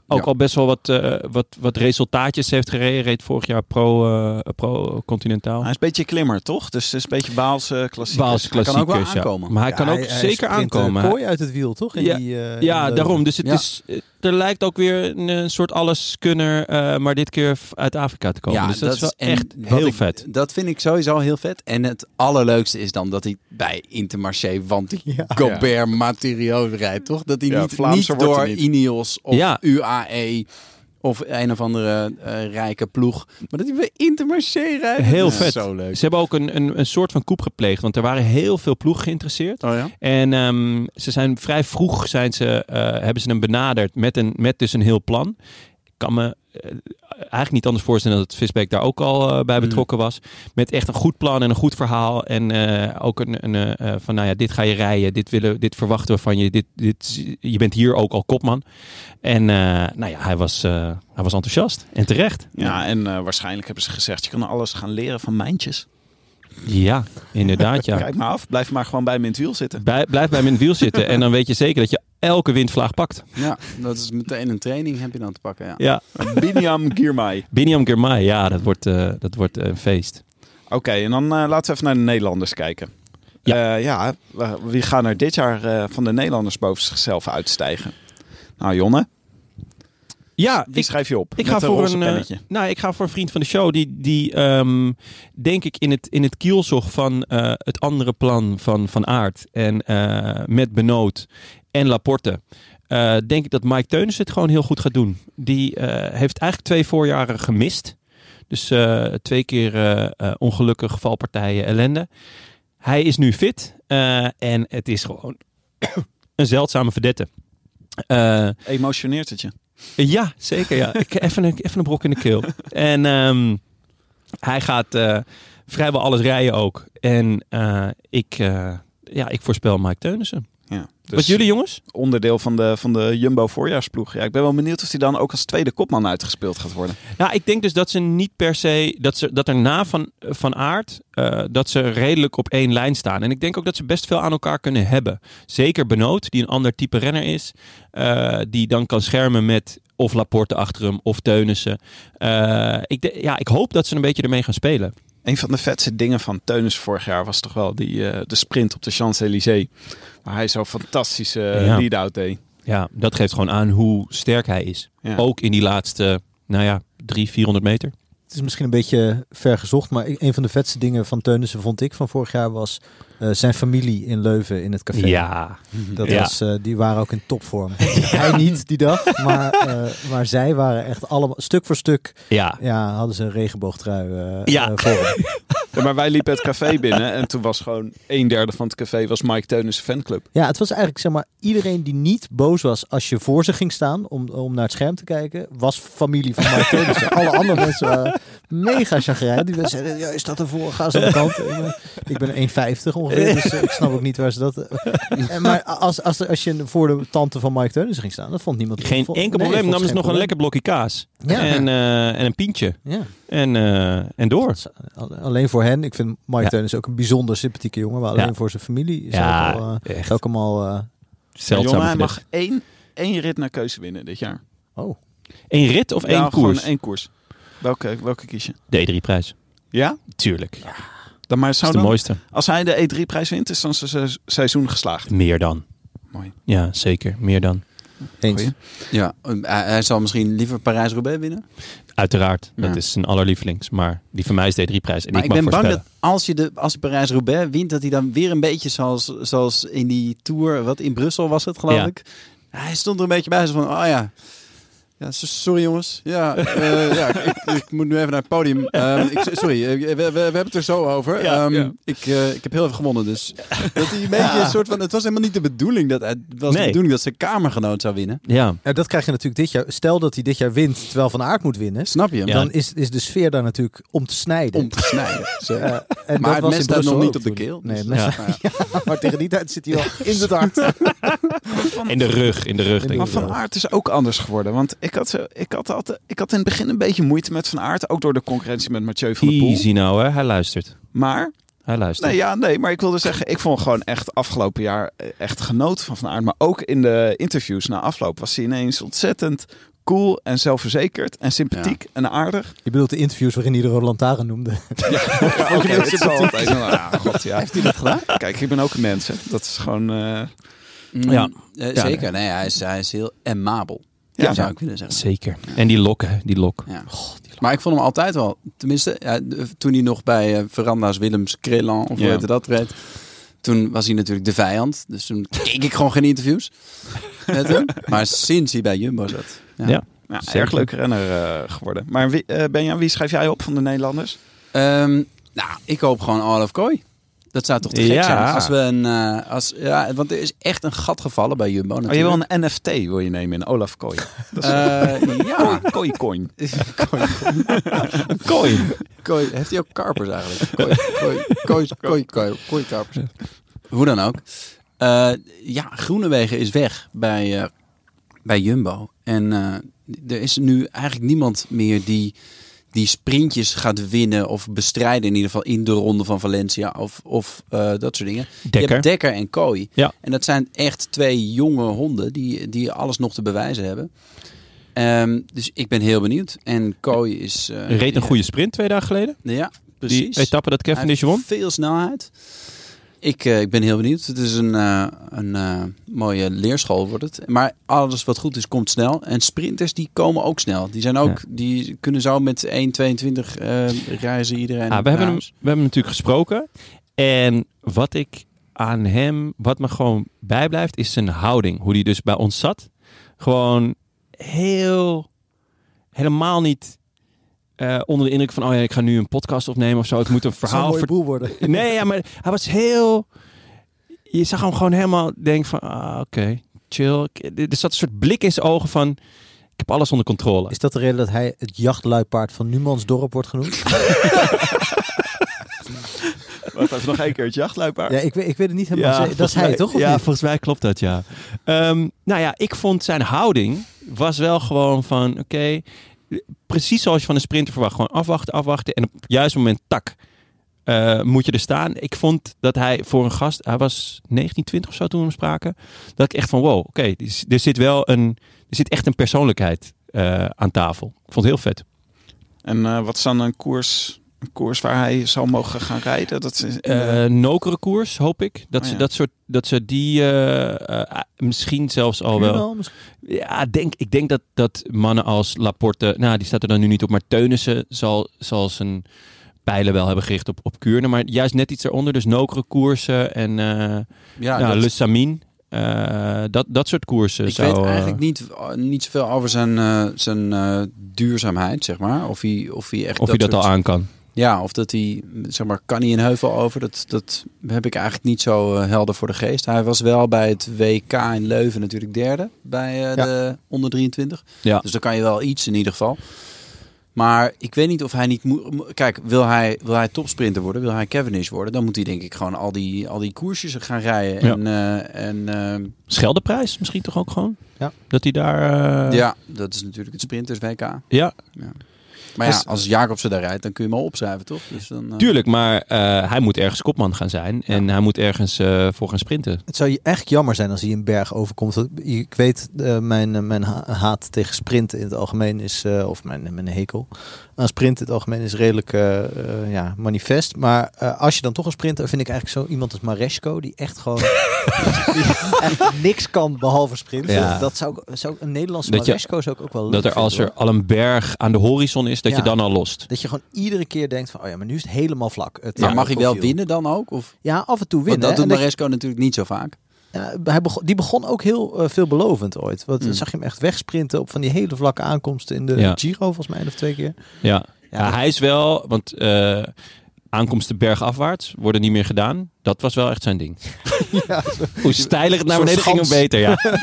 [SPEAKER 4] Ook
[SPEAKER 6] Ja.
[SPEAKER 4] al best wel wat, eh, wat, wat resultaatjes heeft gereden. Reed vorig jaar pro, eh, pro Continentaal.
[SPEAKER 3] Nou, Hij is een beetje klimmer, toch? Dus het is een beetje Baalse klassiek.
[SPEAKER 4] Waalse
[SPEAKER 6] Hij kan ook wel
[SPEAKER 4] klassiekers, ja.
[SPEAKER 6] aankomen.
[SPEAKER 4] Maar hij kan
[SPEAKER 5] Ja,
[SPEAKER 4] ook zeker
[SPEAKER 5] springt, eh,
[SPEAKER 4] aankomen.
[SPEAKER 5] kooi uit het wiel, toch? In
[SPEAKER 4] Ja,
[SPEAKER 5] die, eh, in
[SPEAKER 4] ja,
[SPEAKER 5] die-
[SPEAKER 4] daarom. Dus het
[SPEAKER 6] Ja.
[SPEAKER 4] is, eh, er lijkt ook weer een, eh, soort alleskunner, eh maar dit keer f- uit Afrika te komen. dus dat, is wel
[SPEAKER 6] en
[SPEAKER 4] echt
[SPEAKER 6] wat
[SPEAKER 4] heel
[SPEAKER 6] ik-
[SPEAKER 4] vet.
[SPEAKER 6] Dat vind ik sowieso heel vet. En het allerleukste is dan dat hij bij Intermarché, want die
[SPEAKER 5] Ja.
[SPEAKER 6] Gobert Materiaal rijdt, toch? Dat hij
[SPEAKER 3] Ja,
[SPEAKER 6] niet,
[SPEAKER 3] Vlaamser
[SPEAKER 6] niet
[SPEAKER 3] wordt
[SPEAKER 6] door
[SPEAKER 3] hij niet.
[SPEAKER 6] Ineos of
[SPEAKER 4] Ja.
[SPEAKER 6] UAE of een of andere eh, rijke ploeg, maar dat hij bij Intermarché rijdt.
[SPEAKER 4] Heel
[SPEAKER 6] Dat is
[SPEAKER 4] vet. Dus-
[SPEAKER 6] Zo leuk.
[SPEAKER 4] Ze hebben ook een, een, een soort van koep gepleegd, want er waren heel veel ploegen geïnteresseerd.
[SPEAKER 6] Oh ja.
[SPEAKER 4] En ehm, ze zijn vrij vroeg zijn ze, eh, hebben ze hem benaderd met, een, met dus een heel plan. kan me eh, eigenlijk niet anders voorstellen dat Visbeek daar ook al eh,
[SPEAKER 6] Hmm.
[SPEAKER 4] bij betrokken was. Met echt een goed plan en een goed verhaal. En eh, ook een, een eh, eh, van, nou ja, dit ga je rijden. Dit, willen, dit verwachten we van je. Dit, dit, je bent hier ook al kopman. En eh, nou ja, hij was, eh, hij was enthousiast. En terecht.
[SPEAKER 3] Ja, en eh, waarschijnlijk hebben ze gezegd, je kan alles gaan leren van mijntjes.
[SPEAKER 4] Ja, inderdaad ja.
[SPEAKER 3] Kijk maar af, blijf maar gewoon bij me in het wiel zitten.
[SPEAKER 4] Bij- blijf bij mijn wiel zitten. En dan weet je zeker dat je elke windvlaag pakt.
[SPEAKER 6] Ja, dat is meteen een training heb je dan te pakken. Ja.
[SPEAKER 4] Ja.
[SPEAKER 3] Biniam Girmay.
[SPEAKER 4] Biniam Girmay, ja, dat wordt, eh, dat wordt een feest.
[SPEAKER 3] Oké, en dan eh, laten we even naar de Nederlanders kijken. Ja, ja we- wie gaan er dit jaar eh, van de Nederlanders boven zichzelf uitstijgen? Nou, Jonne,
[SPEAKER 4] Ja,
[SPEAKER 3] die
[SPEAKER 4] ik,
[SPEAKER 3] schrijf je op.
[SPEAKER 4] ik
[SPEAKER 3] Met
[SPEAKER 4] ga
[SPEAKER 3] een
[SPEAKER 4] voor
[SPEAKER 3] roze
[SPEAKER 4] een, eh,
[SPEAKER 3] pennetje.
[SPEAKER 4] nou, ik ga voor een vriend van de show die, die ehm, denk ik in het, in het kielzog van eh, het andere plan van Van Aert en eh, met Benoot en Laporte. eh, denk ik dat Mike Teunis het gewoon heel goed gaat doen. Die eh, heeft eigenlijk twee voorjaren gemist. Dus eh, twee keer eh, eh, ongelukkig, valpartijen, ellende. Hij is nu fit eh, en het is gewoon een zeldzame verdette. Eh,
[SPEAKER 3] Emotioneert het je?
[SPEAKER 4] ja, zeker. Ja. Ik, even, een, even een brok in de keel. En ehm, hij gaat eh, vrijwel alles rijden ook. En eh, ik, eh, ja, ik voorspel Mike Teunissen.
[SPEAKER 3] Ja. Dus
[SPEAKER 4] Wat jullie jongens?
[SPEAKER 3] onderdeel van de, van de Jumbo voorjaarsploeg. Ja, ik ben wel benieuwd of hij dan ook als tweede kopman uitgespeeld gaat worden.
[SPEAKER 4] Nou, ik denk dus dat ze niet per se... Dat, ze, dat er na Van, van Aert... eh, dat ze redelijk op één lijn staan. En ik denk ook dat ze best veel aan elkaar kunnen hebben. Zeker Benoot, die een ander type renner is. eh, die dan kan schermen met of Laporte achter hem of Teunissen. Eh, ik, de- ja, ik hoop dat ze een beetje ermee gaan spelen.
[SPEAKER 3] Een van de vetste dingen van Teunis vorig jaar was toch wel die, eh, de sprint op de Champs-Élysées. Waar hij zo'n fantastische eh,
[SPEAKER 4] Ja.
[SPEAKER 3] lead-out deed.
[SPEAKER 4] Ja, dat geeft gewoon aan hoe sterk hij is.
[SPEAKER 3] Ja.
[SPEAKER 4] Ook in die laatste, nou ja, drie, 400 meter.
[SPEAKER 5] Het is misschien een beetje ver gezocht, maar een van de vetste dingen van Teunissen vond ik van vorig jaar was eh, zijn familie in Leuven in het café.
[SPEAKER 4] Ja,
[SPEAKER 5] Dat
[SPEAKER 4] Ja.
[SPEAKER 5] was, eh, die waren ook in topvorm. Hij niet die dag, maar, eh, maar zij waren echt allemaal stuk voor stuk.
[SPEAKER 4] ja.
[SPEAKER 5] Ja, hadden ze een regenboogtrui eh,
[SPEAKER 4] Ja.
[SPEAKER 5] eh, voor hem.
[SPEAKER 3] Ja, maar wij liepen het café binnen en toen was gewoon een derde van het café was Mike Teunis' fanclub.
[SPEAKER 5] Ja, het was eigenlijk zeg maar iedereen die niet boos was als je voor ze ging staan om, om naar het scherm te kijken, was familie van Mark Teunissen. Alle andere mensen waren mega chagrijn. Die zeiden, ja, is dat ervoor? Ga ze aan de kant. Ik ben- Ik ben 1,50 ongeveer, dus eh, ik snap ook niet waar ze dat... En Maar als, als, er- als je voor de tante van Mike Teunissen ging staan, dat vond niemand...
[SPEAKER 4] Geen
[SPEAKER 5] vond-
[SPEAKER 4] enkel
[SPEAKER 5] nee,
[SPEAKER 4] probleem.
[SPEAKER 5] vond
[SPEAKER 4] Nam
[SPEAKER 5] ze
[SPEAKER 4] eens nog
[SPEAKER 5] geen
[SPEAKER 4] een lekker blokje kaas.
[SPEAKER 5] Ja.
[SPEAKER 4] En, eh, en een pientje.
[SPEAKER 5] probleem. Ja.
[SPEAKER 4] En, eh, en door.
[SPEAKER 5] Al- Alleen voor hen. Ik vind Mike
[SPEAKER 4] Ja.
[SPEAKER 5] Teunissen ook een bijzonder sympathieke jongen, maar alleen
[SPEAKER 4] Ja.
[SPEAKER 5] voor zijn familie is
[SPEAKER 4] Ja,
[SPEAKER 5] ook, al, eh,
[SPEAKER 4] echt.
[SPEAKER 5] ook allemaal... eh,
[SPEAKER 4] Zeldzaam.
[SPEAKER 3] Jonne, hij mag één, één rit naar keuze winnen dit jaar.
[SPEAKER 5] oh,
[SPEAKER 4] Eén rit of
[SPEAKER 3] Ja,
[SPEAKER 4] één koers?
[SPEAKER 3] Gewoon één koers. Welke, welke kies je?
[SPEAKER 4] D3-prijs.
[SPEAKER 3] Ja?
[SPEAKER 4] Tuurlijk. Dat
[SPEAKER 3] Dan maar
[SPEAKER 4] is
[SPEAKER 3] zou
[SPEAKER 4] de
[SPEAKER 3] dan,
[SPEAKER 4] mooiste.
[SPEAKER 3] als hij de E3-prijs wint, is dan zijn se- seizoen geslaagd.
[SPEAKER 4] Meer dan.
[SPEAKER 3] Mooi.
[SPEAKER 4] Ja, zeker. Meer dan.
[SPEAKER 5] eens.
[SPEAKER 3] Goeie.
[SPEAKER 6] Ja, eh, hij, hij zal misschien liever Parijs-Roubaix winnen.
[SPEAKER 4] Uiteraard.
[SPEAKER 6] Ja.
[SPEAKER 4] Dat is zijn allerlievelings. Maar die van mij is D3-prijs. En
[SPEAKER 6] Maar
[SPEAKER 4] ik
[SPEAKER 6] ik,
[SPEAKER 4] mag
[SPEAKER 6] ben bang dat
[SPEAKER 4] voorspellen.
[SPEAKER 6] als je de als je Parijs-Roubaix wint, dat hij dan weer een beetje zoals, zoals in die tour, wat in Brussel was het geloof
[SPEAKER 4] Ja.
[SPEAKER 6] ik. Hij stond er een beetje bij, zo van, oh ja, ja so- sorry jongens, ja, eh, ja ik, ik moet nu even naar het podium. Ehm, ik, sorry, eh, we, we, we hebben het er zo over. Ehm, Ik, eh, ik heb heel even gewonnen, dus dat hij een beetje een soort van, het was helemaal niet de bedoeling dat het was
[SPEAKER 4] Nee.
[SPEAKER 6] de bedoeling dat zijn kamergenoot zou winnen.
[SPEAKER 4] Ja.
[SPEAKER 5] Nou, dat krijg je natuurlijk dit jaar. Stel dat hij dit jaar wint, terwijl Van Aert moet winnen.
[SPEAKER 6] Snap je hem?
[SPEAKER 4] Ja.
[SPEAKER 5] Dan is, is de sfeer daar natuurlijk om te snijden.
[SPEAKER 6] Om te snijden.
[SPEAKER 5] Eh, en dat
[SPEAKER 6] maar het
[SPEAKER 5] was
[SPEAKER 6] mes
[SPEAKER 5] in
[SPEAKER 6] staat
[SPEAKER 5] Brussel
[SPEAKER 6] nog niet
[SPEAKER 5] ook
[SPEAKER 6] op de
[SPEAKER 5] toen.
[SPEAKER 6] keel.
[SPEAKER 5] Nee, het
[SPEAKER 6] dus-
[SPEAKER 5] mes-
[SPEAKER 4] Ja.
[SPEAKER 5] maar tegen die tijd zit hij al in zijn hart.
[SPEAKER 4] In de rug. In de rug,
[SPEAKER 5] de
[SPEAKER 4] denk
[SPEAKER 3] Maar
[SPEAKER 4] ik.
[SPEAKER 5] rug.
[SPEAKER 3] Van
[SPEAKER 4] wel.
[SPEAKER 3] Aert is ook anders geworden. Want ik had, zo- ik, had altijd, ik had in het begin een beetje moeite met Van Aert. Ook door de concurrentie met Mathieu van der Poel.
[SPEAKER 4] Easy nou, hè. Hij luistert.
[SPEAKER 3] Maar,
[SPEAKER 4] Hij luistert.
[SPEAKER 3] nee, ja, nee, maar ik wilde zeggen, ik vond gewoon echt afgelopen jaar eh, echt genoten van Van Aert. Maar ook in de interviews na afloop was hij ineens ontzettend cool en zelfverzekerd en sympathiek en aardig.
[SPEAKER 5] Je bedoelt de interviews waarin hij de Rode Lantaarn noemde.
[SPEAKER 3] Ja, oké, dat is wel altijd. Nou, ja, god, ja. Heeft hij dat gedaan? Kijk, ik ben ook een mens. hè. Dat is gewoon... eh,
[SPEAKER 6] Mm,
[SPEAKER 4] Ja.
[SPEAKER 6] eh,
[SPEAKER 4] Ja,
[SPEAKER 6] zeker. Nee, hij is, hij is heel amabel.
[SPEAKER 3] Ja.
[SPEAKER 6] zou ik willen zeggen.
[SPEAKER 4] Zeker. En die lok, hè. Die lok.
[SPEAKER 6] Ja. maar ik vond hem altijd wel, tenminste, ja, de- toen hij nog bij eh, Veranda's Willems Crelan, of
[SPEAKER 3] Ja.
[SPEAKER 6] hoe heette dat reed, toen was hij natuurlijk de vijand. Dus toen keek ik gewoon geen interviews met hem. Maar sinds hij bij Jumbo zat. Ja.
[SPEAKER 4] Ja.
[SPEAKER 3] nou,
[SPEAKER 4] Zeker.
[SPEAKER 3] erg leuk renner eh, geworden. Maar wie, eh, Benja, wie schrijf jij op van de Nederlanders?
[SPEAKER 6] Ehm, nou, ik hoop gewoon Olaf Kooi. Dat zou toch te gek
[SPEAKER 4] Ja.
[SPEAKER 6] zijn? Als we een, eh, als, ja, want er is echt een gat gevallen bij Jumbo
[SPEAKER 3] Oh, je
[SPEAKER 6] natuurlijk.
[SPEAKER 3] wil een NFT wil je nemen in Olaf Kooi. Ah,
[SPEAKER 6] Eh, ja.
[SPEAKER 3] Kooi coin.
[SPEAKER 6] Kooi.
[SPEAKER 4] Kooi.
[SPEAKER 6] Kooi. Heeft hij ook karpers eigenlijk? Kooi, kooi, kooi, kooi, kooi, kooi karpers. Hoe dan ook. Eh, ja, Groenewegen is weg bij, eh, bij Jumbo. En eh, er is nu eigenlijk niemand meer die die sprintjes gaat winnen of bestrijden in ieder geval in de ronde van Valencia of, of eh, dat soort dingen. Je
[SPEAKER 4] Dekker.
[SPEAKER 6] hebt Dekker en Kooi.
[SPEAKER 4] Ja.
[SPEAKER 6] En dat zijn echt twee jonge honden die, die alles nog te bewijzen hebben. Ehm, dus ik ben heel benieuwd. En Kooi is... eh,
[SPEAKER 4] Reed een goede sprint twee dagen geleden.
[SPEAKER 6] Ja,
[SPEAKER 4] Die
[SPEAKER 6] precies.
[SPEAKER 4] etappe dat
[SPEAKER 6] Hij
[SPEAKER 4] Cavendish
[SPEAKER 6] heeft
[SPEAKER 4] won.
[SPEAKER 6] Veel snelheid. Ik, eh, ik ben heel benieuwd. Het is een, eh, een eh, mooie leerschool wordt het. Maar alles wat goed is, komt snel. En sprinters die komen ook snel. Die zijn ook, die kunnen zo met 1,22 eh, reizen iedereen.
[SPEAKER 4] Ah, we,
[SPEAKER 6] naar
[SPEAKER 4] hebben hem, we
[SPEAKER 6] huis.
[SPEAKER 4] hebben hem natuurlijk gesproken. En wat ik aan hem, wat me gewoon bijblijft, is zijn houding. Hoe die dus bij ons zat. Gewoon heel, helemaal niet eh, onder de indruk van, oh ja, ik ga nu een podcast opnemen of zo. Ik moet een
[SPEAKER 5] Het zou een
[SPEAKER 4] verhaal
[SPEAKER 5] mooie
[SPEAKER 4] vertellen.
[SPEAKER 5] boel worden.
[SPEAKER 4] Nee, ja, maar hij was heel. Je zag hem gewoon helemaal denken van, ah, oké, chill. Ik- Er zat een soort blik in zijn ogen van, ik heb alles onder controle.
[SPEAKER 5] Is dat de reden dat hij het jachtluipaard van Numansdorp wordt genoemd?
[SPEAKER 3] Wacht even, nog één keer het jachtluipaard.
[SPEAKER 5] Ja, ik weet, ik weet het niet helemaal. zeker. dat
[SPEAKER 4] volgens
[SPEAKER 5] is hij
[SPEAKER 4] mij-
[SPEAKER 5] toch? Of
[SPEAKER 4] Ja,
[SPEAKER 5] niet?
[SPEAKER 4] volgens mij klopt dat, ja. Ehm, nou ja, ik vond zijn houding was wel gewoon van, oké, precies zoals je van een sprinter verwacht. Gewoon afwachten, afwachten en op het juiste moment, tak, eh, moet je er staan. Ik vond dat hij voor een gast, hij was 19, 20 of zo toen we hem spraken, dat ik echt van, wow, oké, er is- er zit wel een, er zit echt een persoonlijkheid eh, aan tafel. Ik vond het heel vet.
[SPEAKER 3] En eh, wat is dan een koers, een koers waar hij zou mogen gaan rijden? Dat is, eh,
[SPEAKER 4] eh nokere koers, hoop ik. Dat,
[SPEAKER 3] Oh,
[SPEAKER 4] ze,
[SPEAKER 3] ja.
[SPEAKER 4] dat, soort, dat ze die eh, eh, misschien zelfs al wel...
[SPEAKER 5] Jawel, misschien.
[SPEAKER 4] Ja, denk, ik denk dat, dat mannen als Laporte, nou die staat er dan nu niet op, maar Teunissen zal, zal zijn pijlen wel hebben gericht op, op Kuurne. Maar juist net iets eronder, dus nokere koersen en eh
[SPEAKER 6] Ja,
[SPEAKER 4] nou,
[SPEAKER 6] dat-
[SPEAKER 4] Lussamin. eh, dat, dat soort koersen.
[SPEAKER 6] ik
[SPEAKER 4] zou,
[SPEAKER 6] weet
[SPEAKER 4] eh,
[SPEAKER 6] eigenlijk niet, niet zoveel over zijn, eh, zijn eh, duurzaamheid, zeg maar. Of hij, of hij echt
[SPEAKER 4] eh, of je dat al
[SPEAKER 6] soort-
[SPEAKER 4] aan kan.
[SPEAKER 6] Ja, of dat hij, zeg maar, kan hij een heuvel over? Dat, dat heb ik eigenlijk niet zo eh, helder voor de geest. Hij was wel bij het WK in Leuven natuurlijk derde bij eh,
[SPEAKER 5] Ja.
[SPEAKER 6] de onder 23.
[SPEAKER 4] Ja.
[SPEAKER 6] Dus dan kan je wel iets in ieder geval. Maar ik weet niet of hij niet moet... mo- Kijk, wil hij, wil hij topsprinter worden, wil hij Cavendish worden... dan moet hij denk ik gewoon al die, al die koersjes gaan rijden.
[SPEAKER 4] Ja.
[SPEAKER 6] En, eh, en eh,
[SPEAKER 4] Scheldeprijs misschien toch ook gewoon?
[SPEAKER 5] Ja.
[SPEAKER 4] Dat hij daar... eh,
[SPEAKER 6] ja, dat is natuurlijk het sprinters WK.
[SPEAKER 4] ja,
[SPEAKER 6] Maar ja,
[SPEAKER 4] Dus-
[SPEAKER 6] als Jacobsen daar rijdt, dan kun je hem al opschrijven, toch? Dus dan, eh,
[SPEAKER 4] tuurlijk, maar eh, hij moet ergens kopman gaan zijn. En hij moet ergens eh, voor gaan sprinten.
[SPEAKER 5] Het zou je echt jammer zijn als hij een berg overkomt. Want Ik weet, eh, mijn, eh, mijn ha- haat tegen sprinten in het algemeen is, eh, of mijn, mijn hekel aan sprinten in het algemeen is redelijk eh, eh, ja, manifest. Maar eh, als je dan toch een sprinter, vind ik eigenlijk zo iemand als Maresco, die echt gewoon die eigenlijk niks kan behalve sprinten.
[SPEAKER 4] Ja.
[SPEAKER 5] Dat zou, ik- zou ik- een Nederlandse
[SPEAKER 4] Dat je-
[SPEAKER 5] Maresco zou ik ook wel leuk
[SPEAKER 4] Dat er
[SPEAKER 5] vinden,
[SPEAKER 4] als er
[SPEAKER 5] hoor.
[SPEAKER 4] al een berg aan de horizon is, dat
[SPEAKER 5] Ja.
[SPEAKER 4] je dan al lost.
[SPEAKER 5] Dat je gewoon iedere keer denkt van, oh ja, maar nu is het helemaal vlak. Het
[SPEAKER 6] maar mag hij wel
[SPEAKER 5] profiel.
[SPEAKER 6] winnen dan ook? Of?
[SPEAKER 5] Ja, af en toe winnen.
[SPEAKER 6] Want
[SPEAKER 5] hè.
[SPEAKER 6] dat
[SPEAKER 5] En
[SPEAKER 6] doet
[SPEAKER 5] dat je-
[SPEAKER 6] Maresco natuurlijk niet zo vaak.
[SPEAKER 5] Ja, hij begon, die begon ook heel eh, veelbelovend ooit. Want dan
[SPEAKER 6] Mm.
[SPEAKER 5] zag je hem echt wegsprinten op van die hele vlakke aankomsten in de
[SPEAKER 4] Ja.
[SPEAKER 5] Giro, volgens mij, één of twee keer.
[SPEAKER 4] Ja, ja,
[SPEAKER 5] dat-
[SPEAKER 4] hij is wel, want eh, aankomsten bergafwaarts worden niet meer gedaan. Dat was wel echt zijn ding. Hoe steiler het naar
[SPEAKER 3] Zo'n
[SPEAKER 4] beneden ging, hoe
[SPEAKER 3] schans.
[SPEAKER 4] beter. Ja.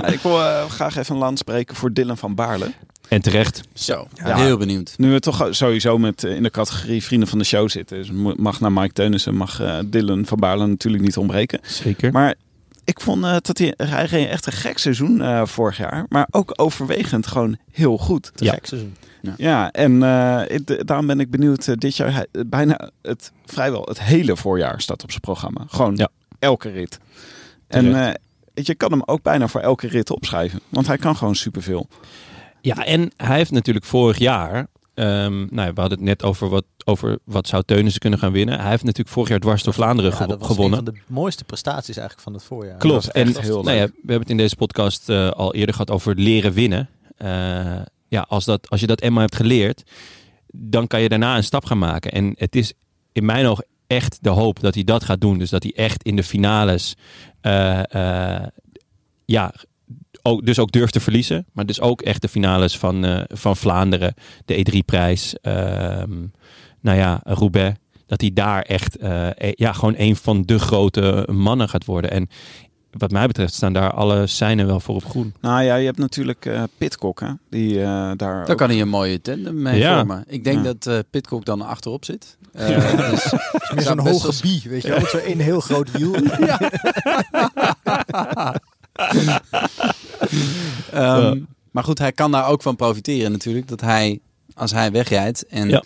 [SPEAKER 3] ja, ik wil eh, graag even een land spreken voor Dylan van Baarle.
[SPEAKER 4] En terecht.
[SPEAKER 6] Zo,
[SPEAKER 3] Ja.
[SPEAKER 6] heel benieuwd.
[SPEAKER 3] Nu we toch sowieso met, eh, in de categorie vrienden van de show zitten. Dus mo- mag naar Mike Teunissen, mag eh, Dylan van Baarle natuurlijk niet ontbreken.
[SPEAKER 4] Zeker.
[SPEAKER 3] Maar ik vond eh, dat hij, hij reed echt een gek seizoen eh, vorig jaar. Maar ook overwegend gewoon heel goed.
[SPEAKER 5] Te
[SPEAKER 4] Ja.
[SPEAKER 5] gek seizoen.
[SPEAKER 3] Ja, en eh, ik- de- daarom ben ik benieuwd. eh, dit jaar hij- eh, bijna het, vrijwel het hele voorjaar staat op zijn programma. Gewoon
[SPEAKER 4] Ja.
[SPEAKER 3] elke rit. En eh, je kan hem ook bijna voor elke rit opschrijven. Want hij kan gewoon superveel.
[SPEAKER 4] Ja, en hij heeft natuurlijk vorig jaar. ehm, nou, ja, we hadden het net over wat, over wat zou Teunissen kunnen gaan winnen. Hij heeft natuurlijk vorig jaar dwars door Vlaanderen
[SPEAKER 5] Ja,
[SPEAKER 4] gewo-
[SPEAKER 5] dat was
[SPEAKER 4] gewonnen.
[SPEAKER 5] een van de mooiste prestaties eigenlijk van het voorjaar.
[SPEAKER 4] Klopt.
[SPEAKER 5] Dat was
[SPEAKER 4] En
[SPEAKER 5] echt
[SPEAKER 3] heel
[SPEAKER 4] nou ja, we hebben het in deze podcast eh, al eerder gehad over leren winnen. Eh, ja, als, dat, als je dat eenmaal hebt geleerd, dan kan je daarna een stap gaan maken. En het is in mijn oog echt de hoop dat hij dat gaat doen. Dus dat hij echt in de finales, eh, eh, ja, ook, dus ook durft te verliezen. Maar dus ook echt de finales E van, eh, van Vlaanderen, de E3-prijs, ehm, nou ja, Roubaix. dat hij daar echt eh, eh, ja, gewoon een van de grote mannen gaat worden. En wat mij betreft staan daar alle seinen wel voor op groen.
[SPEAKER 3] Nou ja, je hebt natuurlijk eh Pitcock, hè? Die eh, daar.
[SPEAKER 6] Daar
[SPEAKER 3] ook-
[SPEAKER 6] kan hij een mooie tandem mee
[SPEAKER 4] Ja.
[SPEAKER 6] vormen. Ik denk
[SPEAKER 3] Ja.
[SPEAKER 6] dat eh Pitcock dan achterop zit. Eh,
[SPEAKER 3] Ja.
[SPEAKER 6] dus
[SPEAKER 5] Meer
[SPEAKER 6] zou
[SPEAKER 5] zo'n
[SPEAKER 6] best
[SPEAKER 5] hoge
[SPEAKER 6] als-
[SPEAKER 5] bie, weet je wel. Met zo'n één heel groot wiel.
[SPEAKER 6] Ehm, Maar goed, hij kan daar ook van profiteren natuurlijk. Dat hij, als hij wegrijdt en
[SPEAKER 4] Ja.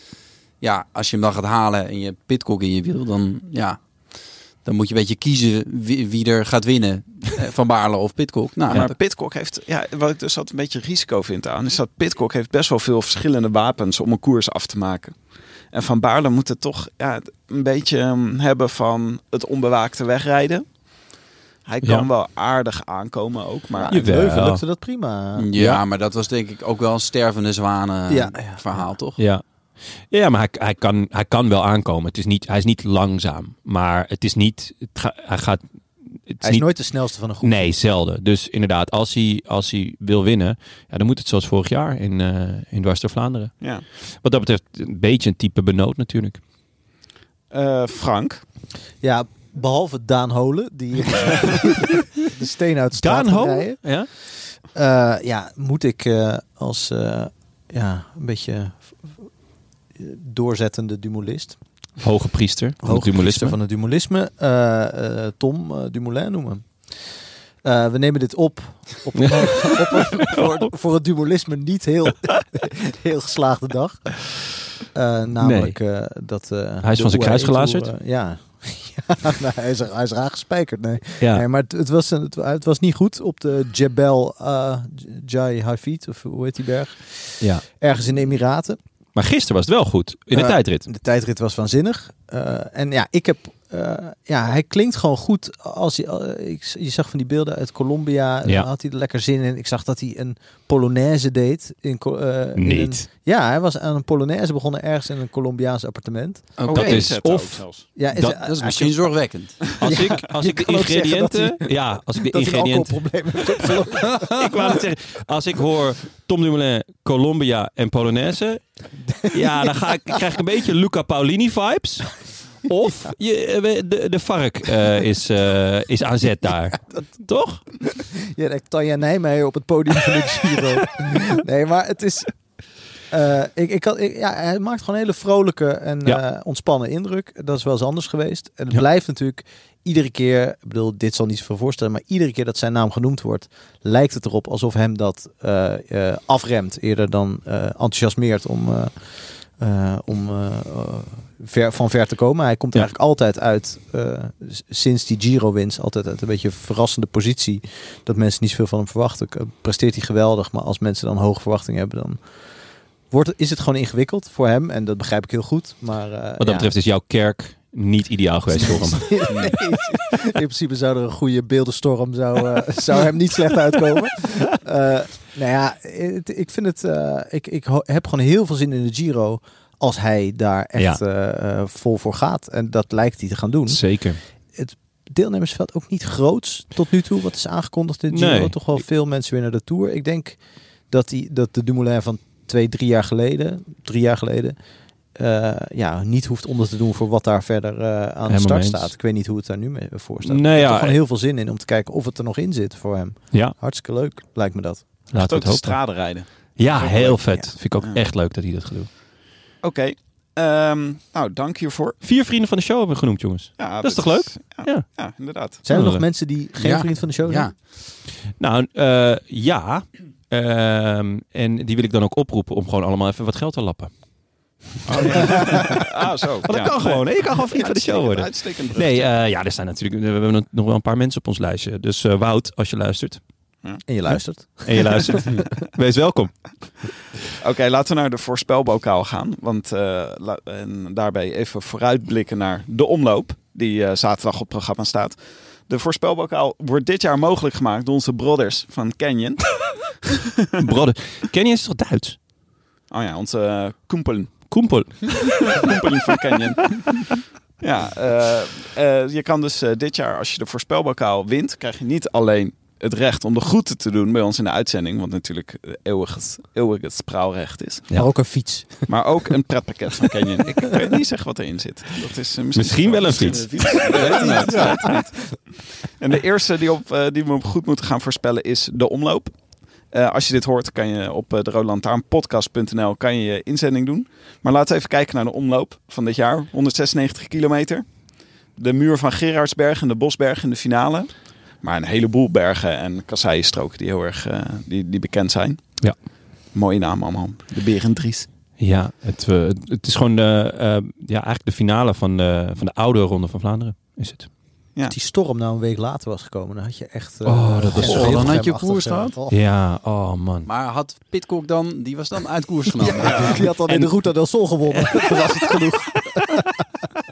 [SPEAKER 6] ja. als je hem dan gaat halen en je pitcock in je wiel, dan ja, dan moet je een beetje kiezen wie, wie er gaat winnen. Eh, Van Baarle of pitcock. Nou,
[SPEAKER 3] maar
[SPEAKER 6] dat-
[SPEAKER 3] Pitcock heeft, ja, wat ik dus dat een beetje risico vind aan, is dat Pitcock heeft best wel veel verschillende wapens om een koers af te maken. En Van Baarle moet het toch ja, het een beetje ehm, hebben van het onbewaakte wegrijden. Hij kan
[SPEAKER 4] Ja.
[SPEAKER 3] wel aardig aankomen ook, maar
[SPEAKER 4] Jawel.
[SPEAKER 8] Leuven lukte dat prima.
[SPEAKER 6] ja, maar dat was denk ik ook wel een stervende zwanen
[SPEAKER 8] Ja.
[SPEAKER 6] verhaal, toch?
[SPEAKER 4] Ja. Ja, maar hij, hij, kan, hij kan wel aankomen. Het is niet, hij is niet langzaam. Maar het is niet. Het ga- hij gaat. Het
[SPEAKER 5] Hij is
[SPEAKER 4] niet,
[SPEAKER 5] nooit de snelste van een groep.
[SPEAKER 4] Nee, zelden. Dus inderdaad, als hij, als hij wil winnen, ja, dan moet het zoals vorig jaar in, eh in Dwars door Vlaanderen.
[SPEAKER 3] ja.
[SPEAKER 4] Wat dat betreft, een beetje een type benoot natuurlijk.
[SPEAKER 3] Eh, Frank,
[SPEAKER 5] Ja, behalve Daan Holen, die de steen uit de straat
[SPEAKER 4] Daan
[SPEAKER 5] gaat
[SPEAKER 4] Ho?
[SPEAKER 5] rijden.
[SPEAKER 4] Ja?
[SPEAKER 5] Eh, ja, moet ik eh, als eh, ja, een beetje eh, doorzettende dumulist,
[SPEAKER 4] Hoge priester. Van het
[SPEAKER 5] hoogpriester
[SPEAKER 4] humorisme.
[SPEAKER 5] van het dumulisme, eh, eh, Tom eh, Dumoulin noemen. Eh, we nemen dit op, op, een- op een- voor, voor het dumulisme niet heel, heel geslaagde dag. Eh, namelijk eh, dat... eh,
[SPEAKER 4] Hij is
[SPEAKER 5] de
[SPEAKER 4] van zijn kruis
[SPEAKER 5] UAE Tour,
[SPEAKER 4] gelazerd?
[SPEAKER 5] eh, ja, ja nee, hij, is, hij is raar gespijkerd. Nee.
[SPEAKER 4] Ja.
[SPEAKER 5] Nee, maar het, het was, een- het, het was niet goed op de Jebel eh, J- Jai Hafid, of hoe heet die berg?
[SPEAKER 4] ja.
[SPEAKER 5] Ergens in de Emiraten.
[SPEAKER 4] Maar gisteren was het wel goed. In de
[SPEAKER 5] Eh,
[SPEAKER 4] tijdrit.
[SPEAKER 5] De tijdrit was waanzinnig. Eh, en ja, ik heb, eh, ja, hij klinkt gewoon goed. Als hij, eh, ik, je zag van die beelden uit Colombia,
[SPEAKER 4] Ja.
[SPEAKER 5] daar had hij er lekker zin in. Ik zag dat hij een Polonaise deed. In, Co- eh, in een-
[SPEAKER 4] Niet.
[SPEAKER 5] ja, hij was aan een Polonaise begonnen ergens in een Colombiaans appartement.
[SPEAKER 6] Oké.
[SPEAKER 4] Dat is
[SPEAKER 3] Zet ook
[SPEAKER 4] of-
[SPEAKER 3] zelfs.
[SPEAKER 5] Ja,
[SPEAKER 4] Dat-
[SPEAKER 6] Dat is misschien zorgwekkend.
[SPEAKER 4] Als ik, als
[SPEAKER 5] je
[SPEAKER 4] ik de
[SPEAKER 5] kan ook zeggen dat
[SPEAKER 4] ingrediënten. Ja, als ik de
[SPEAKER 5] dat hij een
[SPEAKER 4] ingrediënten.
[SPEAKER 5] alcoholprobleem heeft opgelopen.
[SPEAKER 4] ik wou het zeggen. Als ik hoor Tom Dumoulin, Colombia en Polonaise. Ja, dan ga ik, krijg ik een beetje Luca Paolini vibes. Of je, eh, we- de, de vark eh, is, eh, is aan zet daar. Toch?
[SPEAKER 5] Ja, dat Tanja Nijmeijer op het podium van de Giro. nee, maar het is... eh, ik, ik kan, ik- ja, hij maakt gewoon een hele vrolijke en
[SPEAKER 4] Ja.
[SPEAKER 5] eh, ontspannen indruk. Dat is wel eens anders geweest. En het
[SPEAKER 4] Ja.
[SPEAKER 5] blijft natuurlijk iedere keer... Ik bedoel, dit zal niet zoveel voorstellen... maar iedere keer dat zijn naam genoemd wordt... lijkt het erop alsof hem dat eh, eh, afremt... eerder dan eh, enthousiasmeert om... eh, eh, om eh, eh, ver, van ver te komen. Hij komt er
[SPEAKER 4] Ja.
[SPEAKER 5] eigenlijk altijd uit, eh, s- sinds die Giro-winst, altijd uit een beetje een verrassende positie. Dat mensen niet zoveel van hem verwachten. K- Presteert hij geweldig, maar als mensen dan hoge verwachtingen hebben, dan wordt, het- is het gewoon ingewikkeld voor hem. En dat begrijp ik heel goed. Maar, eh,
[SPEAKER 4] Wat dat
[SPEAKER 5] ja.
[SPEAKER 4] betreft is jouw kerk niet ideaal geweest voor hem.
[SPEAKER 5] Nee, in principe zou er een goede beeldenstorm zou, eh, zou hem niet slecht uitkomen. Eh, nou ja, het- ik vind het. eh, ik, ik ho- heb gewoon heel veel zin in de Giro als hij daar echt eh, eh, vol voor gaat. En dat lijkt hij te gaan doen.
[SPEAKER 4] Zeker.
[SPEAKER 5] Deelnemersveld ook niet groots tot nu toe. Wat is aangekondigd in de Giro?
[SPEAKER 4] Nee.
[SPEAKER 5] Toch wel veel mensen weer naar de Tour. Ik denk dat, die, dat de Dumoulin van twee, drie jaar geleden, drie jaar geleden, eh, ja, niet hoeft onder te doen voor wat daar verder eh, aan de
[SPEAKER 4] Helemaal mee
[SPEAKER 5] start
[SPEAKER 4] eens.
[SPEAKER 5] staat. Ik weet niet hoe het daar nu mee voor staat.
[SPEAKER 4] Nee,
[SPEAKER 5] ik heb
[SPEAKER 4] ja,
[SPEAKER 5] er gewoon
[SPEAKER 4] eh.
[SPEAKER 5] heel veel zin in om te kijken of het er nog in zit voor hem.
[SPEAKER 4] Ja,
[SPEAKER 5] Hartstikke leuk, lijkt me dat.
[SPEAKER 4] laten we
[SPEAKER 3] Ook
[SPEAKER 4] het
[SPEAKER 3] de
[SPEAKER 4] hopen.
[SPEAKER 3] straden rijden.
[SPEAKER 4] Ja, heel vet. Vind ik ook
[SPEAKER 3] Ja.
[SPEAKER 4] echt leuk dat hij dat gaat doen.
[SPEAKER 3] Oké, ehm, nou dank hiervoor.
[SPEAKER 4] Vier vrienden van de show hebben we genoemd, jongens.
[SPEAKER 3] Ja,
[SPEAKER 4] is toch leuk?
[SPEAKER 3] Ja,
[SPEAKER 4] Ja.
[SPEAKER 3] ja, inderdaad.
[SPEAKER 5] Zijn er nog
[SPEAKER 4] Eh.
[SPEAKER 5] mensen die geen
[SPEAKER 6] Ja.
[SPEAKER 5] vriend van de show zijn?
[SPEAKER 6] Ja.
[SPEAKER 4] Nou, eh, ja. Ehm, en die wil ik dan ook oproepen om gewoon allemaal even wat geld te lappen.
[SPEAKER 3] Ah, zo.
[SPEAKER 4] Oh, Want dat
[SPEAKER 3] ja.
[SPEAKER 4] kan gewoon. Hè? Je kan gewoon vriend van de show worden.
[SPEAKER 3] Uitstekend.
[SPEAKER 4] Nee, eh, ja, er zijn natuurlijk. We hebben nog- nog wel een paar mensen op ons lijstje. Dus eh, Wout, als je luistert.
[SPEAKER 5] En je luistert.
[SPEAKER 4] En je luistert. wees welkom.
[SPEAKER 3] Oké, laten we naar de voorspelbokaal gaan. Want eh, la- en daarbij even vooruitblikken naar de omloop die eh, zaterdag op het programma staat. De voorspelbokaal wordt dit jaar mogelijk gemaakt door onze brothers van Canyon.
[SPEAKER 4] Brodde. Kenny is toch Duits?
[SPEAKER 3] Oh ja, onze eh, koempelen.
[SPEAKER 4] Koempel.
[SPEAKER 3] Koempelen van Canyon. Ja, eh, eh, je kan dus eh, dit jaar als je de voorspelbokaal wint, krijg je niet alleen het recht om de groeten te doen bij ons in de uitzending. Wat natuurlijk eh, eeuwig, het- eeuwig het spraalrecht is.
[SPEAKER 9] Maar ook een fiets.
[SPEAKER 3] Maar ook een pretpakket van Canyon. Ik weet niet zeggen wat erin zit. Dat is, eh, misschien,
[SPEAKER 4] Misschien wel een fiets.
[SPEAKER 3] Ik weet het niet. Ja, ik weet het niet. En de eerste die, op, eh, die we goed moeten gaan voorspellen is de omloop. Eh, als je dit hoort, kan je op eh, de roodlantaarnpodcast.nl kan je je inzending doen. Maar laten we even kijken naar de omloop van dit jaar. 196 kilometer. De muur van Gerardsberg en de Bosberg in de finale. Maar een heleboel bergen en kasseienstroken die heel erg eh, die, die bekend zijn.
[SPEAKER 4] Ja.
[SPEAKER 3] Mooie naam allemaal. De Berendries.
[SPEAKER 4] Ja, het, eh, het- het is gewoon de, eh, ja, eigenlijk de finale van de, van de oude Ronde van Vlaanderen. Is het.
[SPEAKER 3] Ja.
[SPEAKER 9] Als die storm nou een week later was gekomen, dan had je echt... eh,
[SPEAKER 4] Oh, dat was-
[SPEAKER 9] Gent-
[SPEAKER 6] Oh, dan had je
[SPEAKER 9] Gent-achtig,
[SPEAKER 6] koers
[SPEAKER 9] eh,
[SPEAKER 6] gehad.
[SPEAKER 9] toch?
[SPEAKER 4] Ja, oh man.
[SPEAKER 6] Maar had Pitcock dan, die was dan uit koers genomen.
[SPEAKER 9] Die had dan in
[SPEAKER 4] En-
[SPEAKER 9] de Ruta del Sol gewonnen. was het genoeg.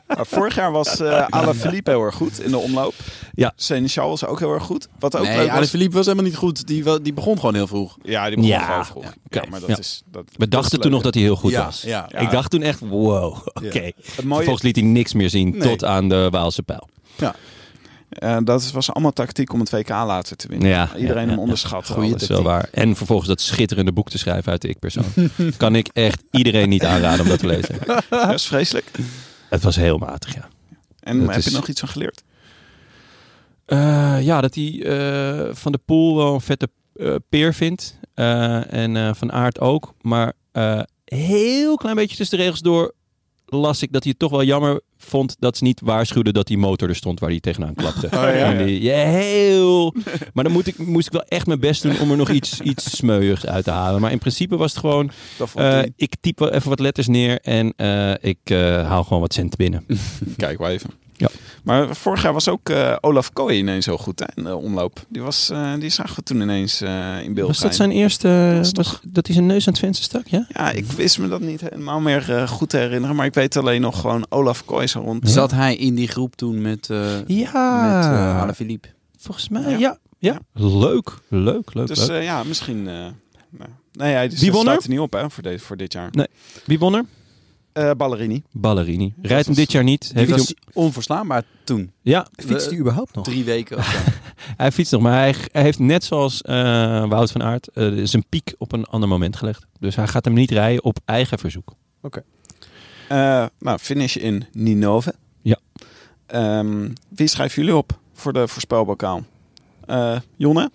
[SPEAKER 3] Maar Ah, vorig jaar was eh Alaphilippe heel erg goed in de omloop.
[SPEAKER 4] Ja.
[SPEAKER 3] Seneschal was ook heel erg goed. Wat ook leuk
[SPEAKER 6] Nee,
[SPEAKER 3] was.
[SPEAKER 6] Alaphilippe was helemaal niet goed. Die, wa- die begon gewoon heel vroeg.
[SPEAKER 3] Ja, die begon
[SPEAKER 4] Ja.
[SPEAKER 3] gewoon vroeg. Ja,
[SPEAKER 4] oké.
[SPEAKER 3] maar dat
[SPEAKER 4] Ja.
[SPEAKER 3] is... Dat, dat
[SPEAKER 4] We
[SPEAKER 3] is
[SPEAKER 4] dachten
[SPEAKER 3] leuk.
[SPEAKER 4] toen nog dat hij heel goed
[SPEAKER 6] Ja,
[SPEAKER 4] was.
[SPEAKER 6] ja.
[SPEAKER 3] Ja.
[SPEAKER 4] Ik dacht toen echt, wow, oké.
[SPEAKER 3] Het mooie
[SPEAKER 4] Vervolgens liet hij niks meer zien
[SPEAKER 6] Nee.
[SPEAKER 4] tot aan de Waalse pijl.
[SPEAKER 3] eh, dat was allemaal tactiek om het WK later te winnen.
[SPEAKER 4] Ja,
[SPEAKER 3] Iedereen
[SPEAKER 4] ja, ja,
[SPEAKER 3] hem
[SPEAKER 4] ja.
[SPEAKER 3] onderschat.
[SPEAKER 4] dat is wel waar. En vervolgens dat schitterende boek te schrijven uit de ik-persoon. kan ik echt iedereen niet aanraden om dat te lezen.
[SPEAKER 3] Dat is vreselijk.
[SPEAKER 4] Het was heel matig, ja.
[SPEAKER 3] En
[SPEAKER 4] Dat
[SPEAKER 3] heb je
[SPEAKER 4] is-
[SPEAKER 3] nog iets van geleerd?
[SPEAKER 4] Eh, ja, dat hij eh, Van de Poel wel een vette eh, peer vindt. Eh, en eh, Van Aert ook. Maar eh, heel klein beetje tussen de regels door las ik dat hij het toch wel jammer vond dat ze niet waarschuwden dat die motor er stond waar hij tegenaan klapte. En die, ja, heel... Maar dan moet ik, moest ik wel echt mijn best doen om er nog iets, iets smeuigs uit te halen. Maar in principe was het gewoon,
[SPEAKER 3] Dat vond
[SPEAKER 4] eh,
[SPEAKER 3] hij.
[SPEAKER 4] ik typ wel even wat letters neer en eh, ik eh, haal gewoon wat cent binnen.
[SPEAKER 3] Kijk wel even.
[SPEAKER 4] Ja.
[SPEAKER 3] Maar vorig jaar was ook eh, Olaf Kooi ineens heel goed hè, in de omloop. Die, was, eh, die zagen we toen ineens eh, in beeld.
[SPEAKER 4] Was dat
[SPEAKER 3] zijn.
[SPEAKER 4] zijn eerste,
[SPEAKER 3] Dat is
[SPEAKER 4] was, dat hij zijn neus aan het venster stak, ja?
[SPEAKER 3] Ja, ik wist me dat niet helemaal meer eh, goed te herinneren. Maar ik weet alleen nog gewoon Olaf Kooi zo rond.
[SPEAKER 6] Zat hij in die groep toen met, eh met eh,
[SPEAKER 4] Ja,
[SPEAKER 6] Alaphilippe?
[SPEAKER 4] volgens mij.
[SPEAKER 3] Ja.
[SPEAKER 4] Ja. Ja. leuk, leuk, leuk.
[SPEAKER 3] Dus
[SPEAKER 4] leuk.
[SPEAKER 3] eh, ja, misschien... eh, nou. Nee, hij dus
[SPEAKER 4] Wie
[SPEAKER 3] dat
[SPEAKER 4] won er?
[SPEAKER 3] staat er niet op hè, voor, dit voor dit jaar.
[SPEAKER 4] Wie won er?
[SPEAKER 3] Eh, Ballerini.
[SPEAKER 4] Ballerini. Rijdt hem
[SPEAKER 3] was-
[SPEAKER 4] dit jaar niet.
[SPEAKER 6] Die
[SPEAKER 4] Heeft hij,
[SPEAKER 6] was onverslaanbaar toen.
[SPEAKER 4] ja,
[SPEAKER 9] Fietst die überhaupt nog?
[SPEAKER 6] Drie weken of zo.
[SPEAKER 4] hij fietst nog, maar hij, hij heeft net zoals eh, Wout van Aert eh, zijn piek op een ander moment gelegd. Dus hij gaat hem niet rijden op eigen verzoek.
[SPEAKER 3] Eh, nou, finish in Ninove.
[SPEAKER 4] Ja.
[SPEAKER 3] Ehm, wie schrijven jullie op voor de voorspelbokaal? Eh, Jonne?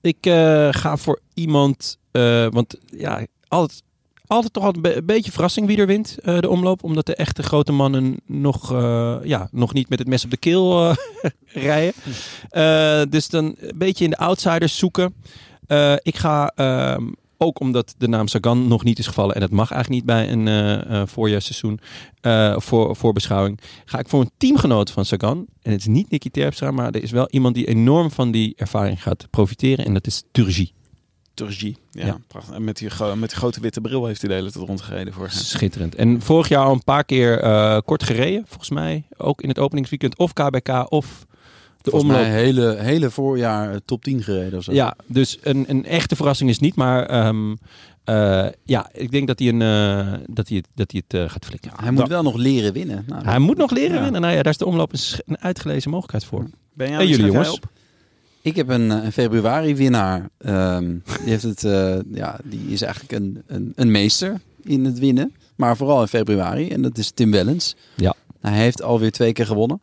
[SPEAKER 4] Ik eh, ga voor iemand, eh, want ja, altijd, altijd toch altijd een be- een beetje verrassing wie er wint eh, de omloop. Omdat de echte grote mannen nog, eh, ja, nog niet met het mes op de keel eh, rijden. Eh, dus dan een beetje in de outsiders zoeken. Eh, ik ga, ehm, ook omdat de naam Sagan nog niet is gevallen en dat mag eigenlijk niet bij een eh, eh, voorjaarsseizoen, eh, voor, voorbeschouwing, ga ik voor een teamgenoot van Sagan. En het is niet Nicky Terpstra, maar er is wel iemand die enorm van die ervaring gaat profiteren en dat is Turgie.
[SPEAKER 3] Turgie. Ja,
[SPEAKER 4] Ja.
[SPEAKER 3] prachtig. En met die, gro- met die grote witte bril heeft hij de hele tijd rondgereden vorig jaar.
[SPEAKER 4] Schitterend. En vorig jaar al een paar keer eh, kort gereden, volgens mij. Ook in het openingsweekend of KBK of de
[SPEAKER 6] Volgens
[SPEAKER 4] omloop.
[SPEAKER 6] mij hele, hele voorjaar eh, top 10 gereden of zo.
[SPEAKER 4] Ja, dus een, een echte verrassing is niet, maar ehm, eh, ja, ik denk dat hij, een, eh, dat hij het, dat hij het eh, gaat flikken.
[SPEAKER 6] Hij moet wel nog leren winnen. Nou,
[SPEAKER 4] Hij moet nog leren
[SPEAKER 3] Ja.
[SPEAKER 4] winnen. Nou ja, daar is de omloop een, sch- een uitgelezen mogelijkheid voor.
[SPEAKER 3] Ben jij
[SPEAKER 4] en jullie
[SPEAKER 3] schrijf jij
[SPEAKER 4] jongens?
[SPEAKER 3] op?
[SPEAKER 6] Ik heb een, eh, een februari-winnaar. Ehm, die, heeft het, eh, ja, die is eigenlijk een, een, een meester in het winnen. Maar vooral in februari. En dat is Tim Wellens.
[SPEAKER 4] Ja.
[SPEAKER 6] Hij heeft alweer twee keer gewonnen.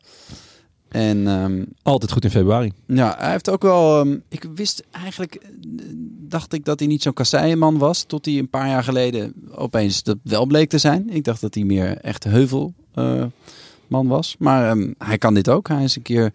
[SPEAKER 6] En ehm,
[SPEAKER 4] Altijd goed in februari.
[SPEAKER 6] ja, hij heeft ook wel... ehm, ik wist eigenlijk... eh, dacht ik dat hij niet zo'n kasseienman was. Tot hij een paar jaar geleden opeens dat wel bleek te zijn. Ik dacht dat hij meer echt heuvelman was. Maar ehm, hij kan dit ook. Hij is een keer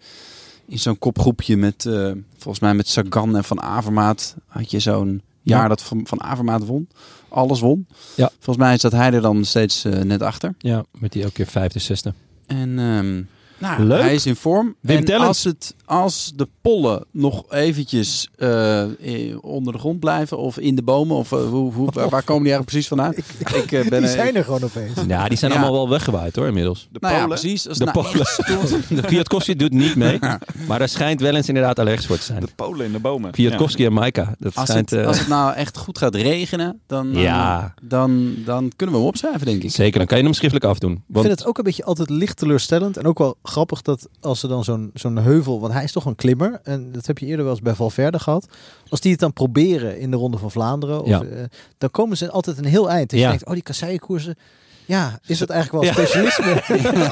[SPEAKER 6] in zo'n kopgroepje met... eh, volgens mij met Sagan en Van Avermaat. Had je zo'n jaar
[SPEAKER 4] Ja.
[SPEAKER 6] dat Van, van Avermaat won. Alles won.
[SPEAKER 4] Ja.
[SPEAKER 6] Volgens mij zat hij er dan steeds eh, net achter.
[SPEAKER 4] Ja, met die elke keer vijfde, zesde.
[SPEAKER 6] En ehm, nou,
[SPEAKER 4] Leuk.
[SPEAKER 6] hij is in vorm.
[SPEAKER 4] Wim
[SPEAKER 6] en
[SPEAKER 4] Tellens.
[SPEAKER 6] als, het, als de pollen nog eventjes eh, eh, onder de grond blijven of in de bomen, of eh, hoe, hoe, waar, waar komen die eigenlijk precies vandaan? Ik, eh, ben
[SPEAKER 9] Die
[SPEAKER 6] eh,
[SPEAKER 9] zijn er gewoon opeens.
[SPEAKER 4] Ja, die zijn
[SPEAKER 6] Ja.
[SPEAKER 4] allemaal wel weggewaaid hoor inmiddels.
[SPEAKER 3] De
[SPEAKER 6] nou ja,
[SPEAKER 3] Polen?
[SPEAKER 6] precies. Als
[SPEAKER 4] De
[SPEAKER 6] nou
[SPEAKER 4] Polen.
[SPEAKER 6] echt stort-
[SPEAKER 4] De Kwiatkowski doet niet mee, maar daar schijnt wel eens inderdaad allergisch voor te zijn.
[SPEAKER 3] de Polen in de bomen.
[SPEAKER 4] Kwiatkowski en Maika, dat
[SPEAKER 6] als,
[SPEAKER 4] schijnt...
[SPEAKER 6] het,
[SPEAKER 4] eh,
[SPEAKER 6] als het nou echt goed gaat regenen, dan, eh,
[SPEAKER 4] Ja.
[SPEAKER 6] dan, dan kunnen we hem opschrijven, denk ik.
[SPEAKER 4] Zeker, dan kan je hem schriftelijk afdoen.
[SPEAKER 9] Ik
[SPEAKER 4] Want
[SPEAKER 9] vind het ook een beetje altijd licht teleurstellend en ook wel
[SPEAKER 5] grappig dat als ze dan zo'n zo'n heuvel, want hij is toch een klimmer, en dat heb je eerder wel eens bij Valverde gehad, als die het dan proberen in de Ronde van Vlaanderen, of,
[SPEAKER 4] Ja.
[SPEAKER 5] eh, dan komen ze altijd een heel eind. En
[SPEAKER 4] Ja.
[SPEAKER 5] je denkt, oh die kasseienkoersen, ja, is dat eigenlijk wel specialisme?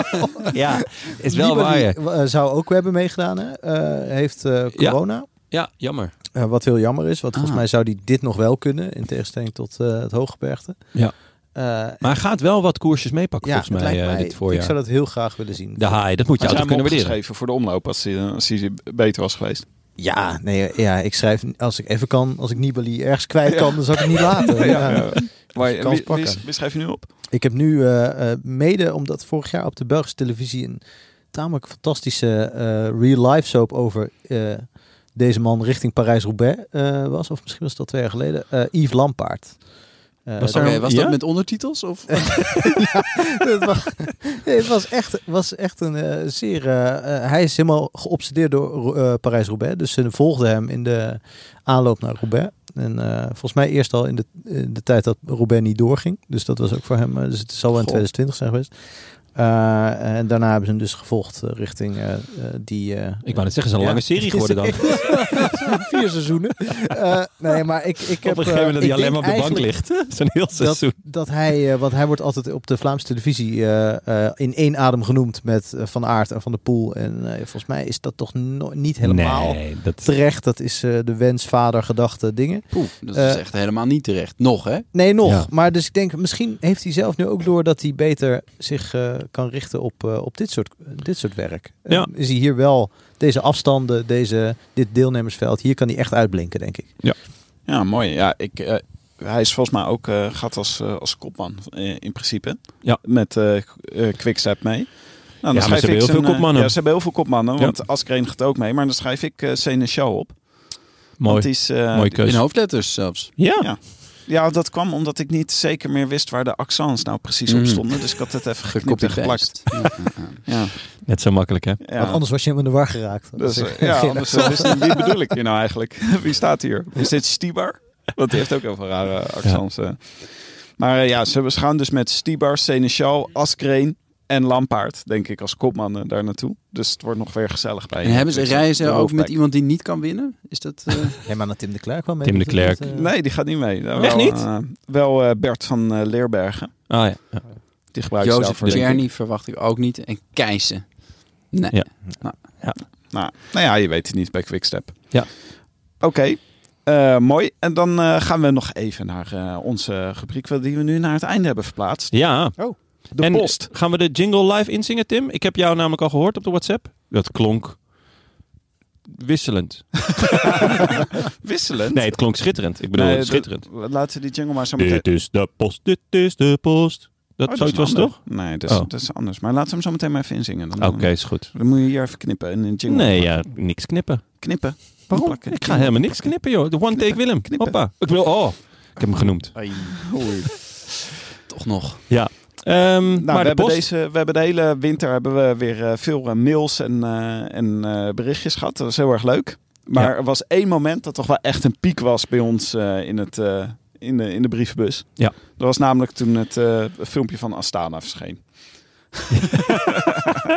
[SPEAKER 4] Ja, is wel waar.
[SPEAKER 5] Nibali,
[SPEAKER 4] ja.
[SPEAKER 5] eh, zou ook hebben meegedaan, hè? Eh, heeft eh, corona.
[SPEAKER 4] Ja, jammer.
[SPEAKER 5] Eh, wat heel jammer is, want
[SPEAKER 6] Ah.
[SPEAKER 5] volgens mij zou die dit nog wel kunnen, in tegenstelling tot eh, het hooggebergte.
[SPEAKER 4] Ja.
[SPEAKER 5] Eh,
[SPEAKER 4] Maar hij gaat wel wat koersjes meepakken
[SPEAKER 5] ja,
[SPEAKER 4] volgens
[SPEAKER 5] het
[SPEAKER 4] mij,
[SPEAKER 5] lijkt
[SPEAKER 4] eh,
[SPEAKER 5] mij-
[SPEAKER 4] dit voorjaar.
[SPEAKER 5] Ik zou dat heel graag willen zien.
[SPEAKER 4] De haai, dat moet je
[SPEAKER 3] Had jij
[SPEAKER 4] altijd
[SPEAKER 3] hem
[SPEAKER 4] kunnen waarderen.
[SPEAKER 3] opgeschreven voor de omloop als hij, eh, als hij beter was geweest?
[SPEAKER 5] Ja, nee, ja, ik schrijf als ik even kan, als ik Nibali ergens kwijt kan, dan zal ik het niet laten.
[SPEAKER 4] Eh,
[SPEAKER 3] Ja,
[SPEAKER 5] Ja.
[SPEAKER 3] ja. Maar
[SPEAKER 5] kans
[SPEAKER 3] wie, wie,
[SPEAKER 5] pakken.
[SPEAKER 3] wie schrijf je nu op?
[SPEAKER 5] Ik heb nu eh, eh, mede omdat vorig jaar op de Belgische televisie een tamelijk fantastische eh, real-life soap over eh, deze man richting Parijs-Roubaix eh, was, of misschien was het al twee jaar geleden, eh, Yves Lampaard. Eh,
[SPEAKER 4] Was
[SPEAKER 6] Oké,
[SPEAKER 5] daar-
[SPEAKER 6] was dat
[SPEAKER 4] Ja?
[SPEAKER 6] met ondertitels? Of?
[SPEAKER 5] het, was, het was echt, was echt een eh, zeer. eh, eh, hij is helemaal geobsedeerd door Ro- eh, Parijs-Roubaix. Dus ze volgden hem in de aanloop naar Roubaix. En eh, volgens mij eerst al in de, in de tijd dat Roubaix niet doorging. Dus dat was ook voor hem. eh, dus het zal wel in
[SPEAKER 3] Goh.
[SPEAKER 5] 2020 zijn geweest. Eh, en daarna hebben ze hem dus gevolgd eh, richting eh, eh, die. eh,
[SPEAKER 4] Ik wou net zeggen, het is een
[SPEAKER 5] Ja.
[SPEAKER 4] lange serie geworden dan. Op
[SPEAKER 5] vier seizoenen. Eh, nee, maar ik,
[SPEAKER 4] een
[SPEAKER 5] ik heb.
[SPEAKER 4] gegeven moment dat hij
[SPEAKER 5] eh, ik
[SPEAKER 4] alleen
[SPEAKER 5] denk
[SPEAKER 4] maar op de bank
[SPEAKER 5] eigenlijk-
[SPEAKER 4] ligt. Zo'n heel seizoen.
[SPEAKER 5] dat hij, eh, want hij wordt altijd op de Vlaamse televisie eh, eh, in één adem genoemd met eh, Van Aert en Van der Poel. En eh, volgens mij is dat toch no- niet helemaal
[SPEAKER 4] Nee, dat...
[SPEAKER 5] terecht. Dat is eh, de wens, vader, gedachte, dingen.
[SPEAKER 6] Poef, dat is
[SPEAKER 5] Eh,
[SPEAKER 6] echt helemaal niet terecht. Nog, hè?
[SPEAKER 5] Nee, nog.
[SPEAKER 4] Ja.
[SPEAKER 5] Maar dus ik denk, misschien heeft hij zelf nu ook door dat hij beter zich eh, kan richten op, eh, op dit, soort, dit soort werk. Eh,
[SPEAKER 4] Ja.
[SPEAKER 5] is hij hier wel deze afstanden, deze, dit deelnemersveld, hier kan hij echt uitblinken, denk ik.
[SPEAKER 3] Ja, mooi. Ja, ik, eh, hij is volgens mij ook eh, gaat als, eh, als kopman eh, in principe.
[SPEAKER 4] Ja.
[SPEAKER 3] Met eh eh, Quickstep mee. Nou, dan
[SPEAKER 4] maar ze
[SPEAKER 3] schrijf
[SPEAKER 4] hebben
[SPEAKER 3] ik
[SPEAKER 4] heel
[SPEAKER 3] zijn,
[SPEAKER 4] veel
[SPEAKER 3] eh,
[SPEAKER 4] kopmannen.
[SPEAKER 3] Ja, ze hebben heel veel kopmannen.
[SPEAKER 4] Ja.
[SPEAKER 3] Want Askreen gaat ook mee. Maar dan schrijf ik eh Seneschal op. Want
[SPEAKER 4] Mooi.
[SPEAKER 3] die is, eh,
[SPEAKER 4] Mooie
[SPEAKER 3] die-
[SPEAKER 4] keuze.
[SPEAKER 6] In hoofdletters zelfs.
[SPEAKER 4] Ja.
[SPEAKER 3] Ja. Ja, dat kwam omdat ik niet zeker meer wist waar de accents nou precies
[SPEAKER 6] Mm.
[SPEAKER 3] op stonden. Dus ik had het even geknipt en geplakt.
[SPEAKER 6] Gecopy-paste. Ja, ja, ja.
[SPEAKER 3] Ja,
[SPEAKER 4] Net zo makkelijk, hè?
[SPEAKER 3] ja.
[SPEAKER 5] Want anders was je hem in de war geraakt.
[SPEAKER 3] Dus, eh, ja, anders eh, wist ik niet, wie bedoel ik hier nou eigenlijk? Wie staat hier? Is dit Stibar? Want die heeft ook heel veel rare accents. eh. Maar eh, ja, ze ze gaan dus met Stibar, Seneschal, Askreen en Lampaard, denk ik, als kopman eh, daar naartoe. Dus het wordt nog weer gezellig bij.
[SPEAKER 6] En hebben ze,
[SPEAKER 3] Quickstep,
[SPEAKER 6] reizen
[SPEAKER 3] de
[SPEAKER 6] ook
[SPEAKER 3] hoofdpack.
[SPEAKER 6] met iemand die niet kan winnen? Is dat... eh,
[SPEAKER 5] Ja, maar naar Tim de Klerk wel mee.
[SPEAKER 4] Tim de
[SPEAKER 5] Dat- dat,
[SPEAKER 4] Klerk.
[SPEAKER 5] eh,
[SPEAKER 3] Nee, die gaat niet mee. Nou,
[SPEAKER 4] Echt
[SPEAKER 3] wel,
[SPEAKER 4] niet?
[SPEAKER 3] eh, wel eh, Bert van eh, Leerbergen.
[SPEAKER 4] Ah ja. ja.
[SPEAKER 3] Die gebruikt ze
[SPEAKER 6] Jozef
[SPEAKER 3] daarvoor, denk ik.
[SPEAKER 6] Czerny verwacht ik ook niet. En Keijsen. Nee.
[SPEAKER 4] Ja.
[SPEAKER 3] Nou, nou ja, je weet het niet bij Quickstep.
[SPEAKER 4] Ja.
[SPEAKER 3] Oké, eh, mooi. En dan eh, gaan we nog even naar eh, onze rubriek, wel die we nu naar het einde hebben verplaatst.
[SPEAKER 4] ja.
[SPEAKER 3] De
[SPEAKER 4] en
[SPEAKER 3] post.
[SPEAKER 4] gaan we de jingle live inzingen, Tim? Ik heb jou namelijk al gehoord op de WhatsApp. Dat klonk wisselend.
[SPEAKER 3] Wisselend.
[SPEAKER 4] Nee, het klonk schitterend. Ik bedoel,
[SPEAKER 3] Nee,
[SPEAKER 4] schitterend.
[SPEAKER 3] dat- Laten we die jingle maar zo meteen...
[SPEAKER 4] Dit is de post, dit is de post. Dat
[SPEAKER 3] Oh,
[SPEAKER 4] zoiets
[SPEAKER 3] is
[SPEAKER 4] was
[SPEAKER 3] een
[SPEAKER 4] het
[SPEAKER 3] ander.
[SPEAKER 4] toch?
[SPEAKER 3] Nee, dat is,
[SPEAKER 4] Oh.
[SPEAKER 3] dat is anders. Maar laten we hem zo meteen maar even inzingen. Dan,
[SPEAKER 4] Oké, is goed.
[SPEAKER 3] dan moet je hier even knippen en een jingle
[SPEAKER 4] Nee,
[SPEAKER 3] maken.
[SPEAKER 4] ja, niks knippen.
[SPEAKER 3] knippen.
[SPEAKER 4] Waarom?
[SPEAKER 3] Plakken.
[SPEAKER 4] Ik ga helemaal niks knippen, joh. De one take Willem.
[SPEAKER 3] Knippen.
[SPEAKER 4] Hoppa. Ik wil, oh, ik heb hem genoemd.
[SPEAKER 3] Oei.
[SPEAKER 6] Toch nog.
[SPEAKER 4] Ehm,
[SPEAKER 3] Nou,
[SPEAKER 4] maar
[SPEAKER 3] we,
[SPEAKER 4] de
[SPEAKER 3] hebben
[SPEAKER 4] post.
[SPEAKER 3] deze, we hebben de hele winter hebben we weer eh, veel eh, mails en, eh, en eh, berichtjes gehad. Dat was heel erg leuk. Maar er was één moment dat toch wel echt een piek was bij ons eh, in, het, eh, in, de, in de brievenbus.
[SPEAKER 4] Ja.
[SPEAKER 3] Dat was namelijk toen het eh, filmpje van Astana verscheen.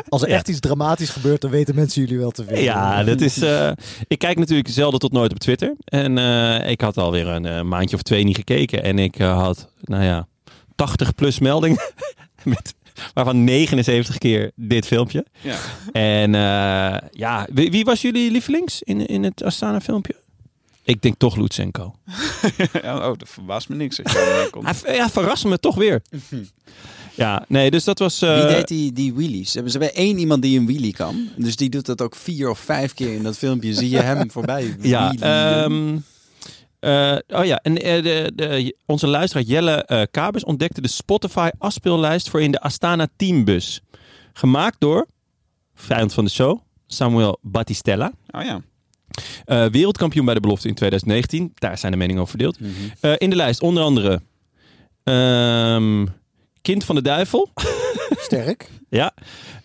[SPEAKER 5] Als er
[SPEAKER 4] Ja.
[SPEAKER 5] echt iets dramatisch gebeurt, dan weten mensen jullie wel te veel.
[SPEAKER 4] Ja, dat is. eh, ik kijk natuurlijk zelden tot nooit op Twitter. En eh, ik had alweer een eh, maandje of twee niet gekeken. En ik eh, had, nou ja, 80 plus meldingen. met, waarvan 79 keer dit filmpje.
[SPEAKER 3] Ja.
[SPEAKER 4] En eh, ja, wie, wie was jullie lievelings in, in het Astana filmpje? Ik denk toch Lutsenko.
[SPEAKER 3] Ja, oh, dat verbaast me niks. Als je daarmee komt.
[SPEAKER 4] Hij ver- ja, verrast me toch weer.
[SPEAKER 3] Mhm.
[SPEAKER 4] ja, nee, dus dat was. eh,
[SPEAKER 6] Wie deed die, die wheelies? Ze hebben, ze hebben één iemand die een wheelie kan. Dus die doet dat ook vier of vijf keer in dat filmpje. Zie je hem voorbij
[SPEAKER 4] Ja,
[SPEAKER 6] wheelien.
[SPEAKER 4] ehm, eh, oh ja, en eh, de, de, onze luisteraar Jelle eh Kabers ontdekte de Spotify afspeellijst voor in de Astana Teambus. Gemaakt door, vijand van de show, Samuel Battistella.
[SPEAKER 3] Oh ja.
[SPEAKER 4] Eh, wereldkampioen bij de belofte in 2019. Daar zijn de meningen over verdeeld. Eh, in de lijst onder andere ehm, Kind van de Duivel.
[SPEAKER 5] Sterk.
[SPEAKER 4] ja.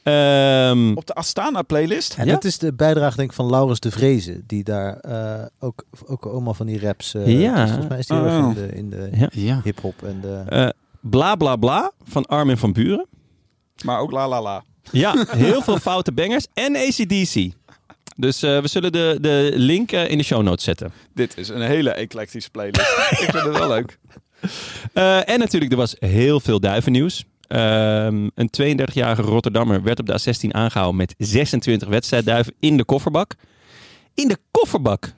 [SPEAKER 4] Ehm,
[SPEAKER 3] Op de Astana playlist.
[SPEAKER 5] En
[SPEAKER 4] Ja?
[SPEAKER 5] dat is de bijdrage denk ik van Laurens de Vreese, die daar eh, ook, ook allemaal van die raps... eh,
[SPEAKER 4] Ja.
[SPEAKER 5] dus Volgens mij is die heel erg
[SPEAKER 3] Oh.
[SPEAKER 5] in de, in de
[SPEAKER 4] Ja.
[SPEAKER 6] ja.
[SPEAKER 5] hiphop en de...
[SPEAKER 4] eh, bla bla bla van Armin van Buren.
[SPEAKER 3] Maar ook la la la.
[SPEAKER 4] Ja, heel veel foute bangers en ACDC. Dus eh, we zullen de, de link eh, in de show notes zetten.
[SPEAKER 3] Dit is een hele eclectische playlist. ik vind het wel leuk.
[SPEAKER 4] Eh, en natuurlijk, er was heel veel duivennieuws. Ehm, een 32-jarige Rotterdammer werd op de A16 aangehouden met 26 wedstrijdduiven in de kofferbak. In de kofferbak.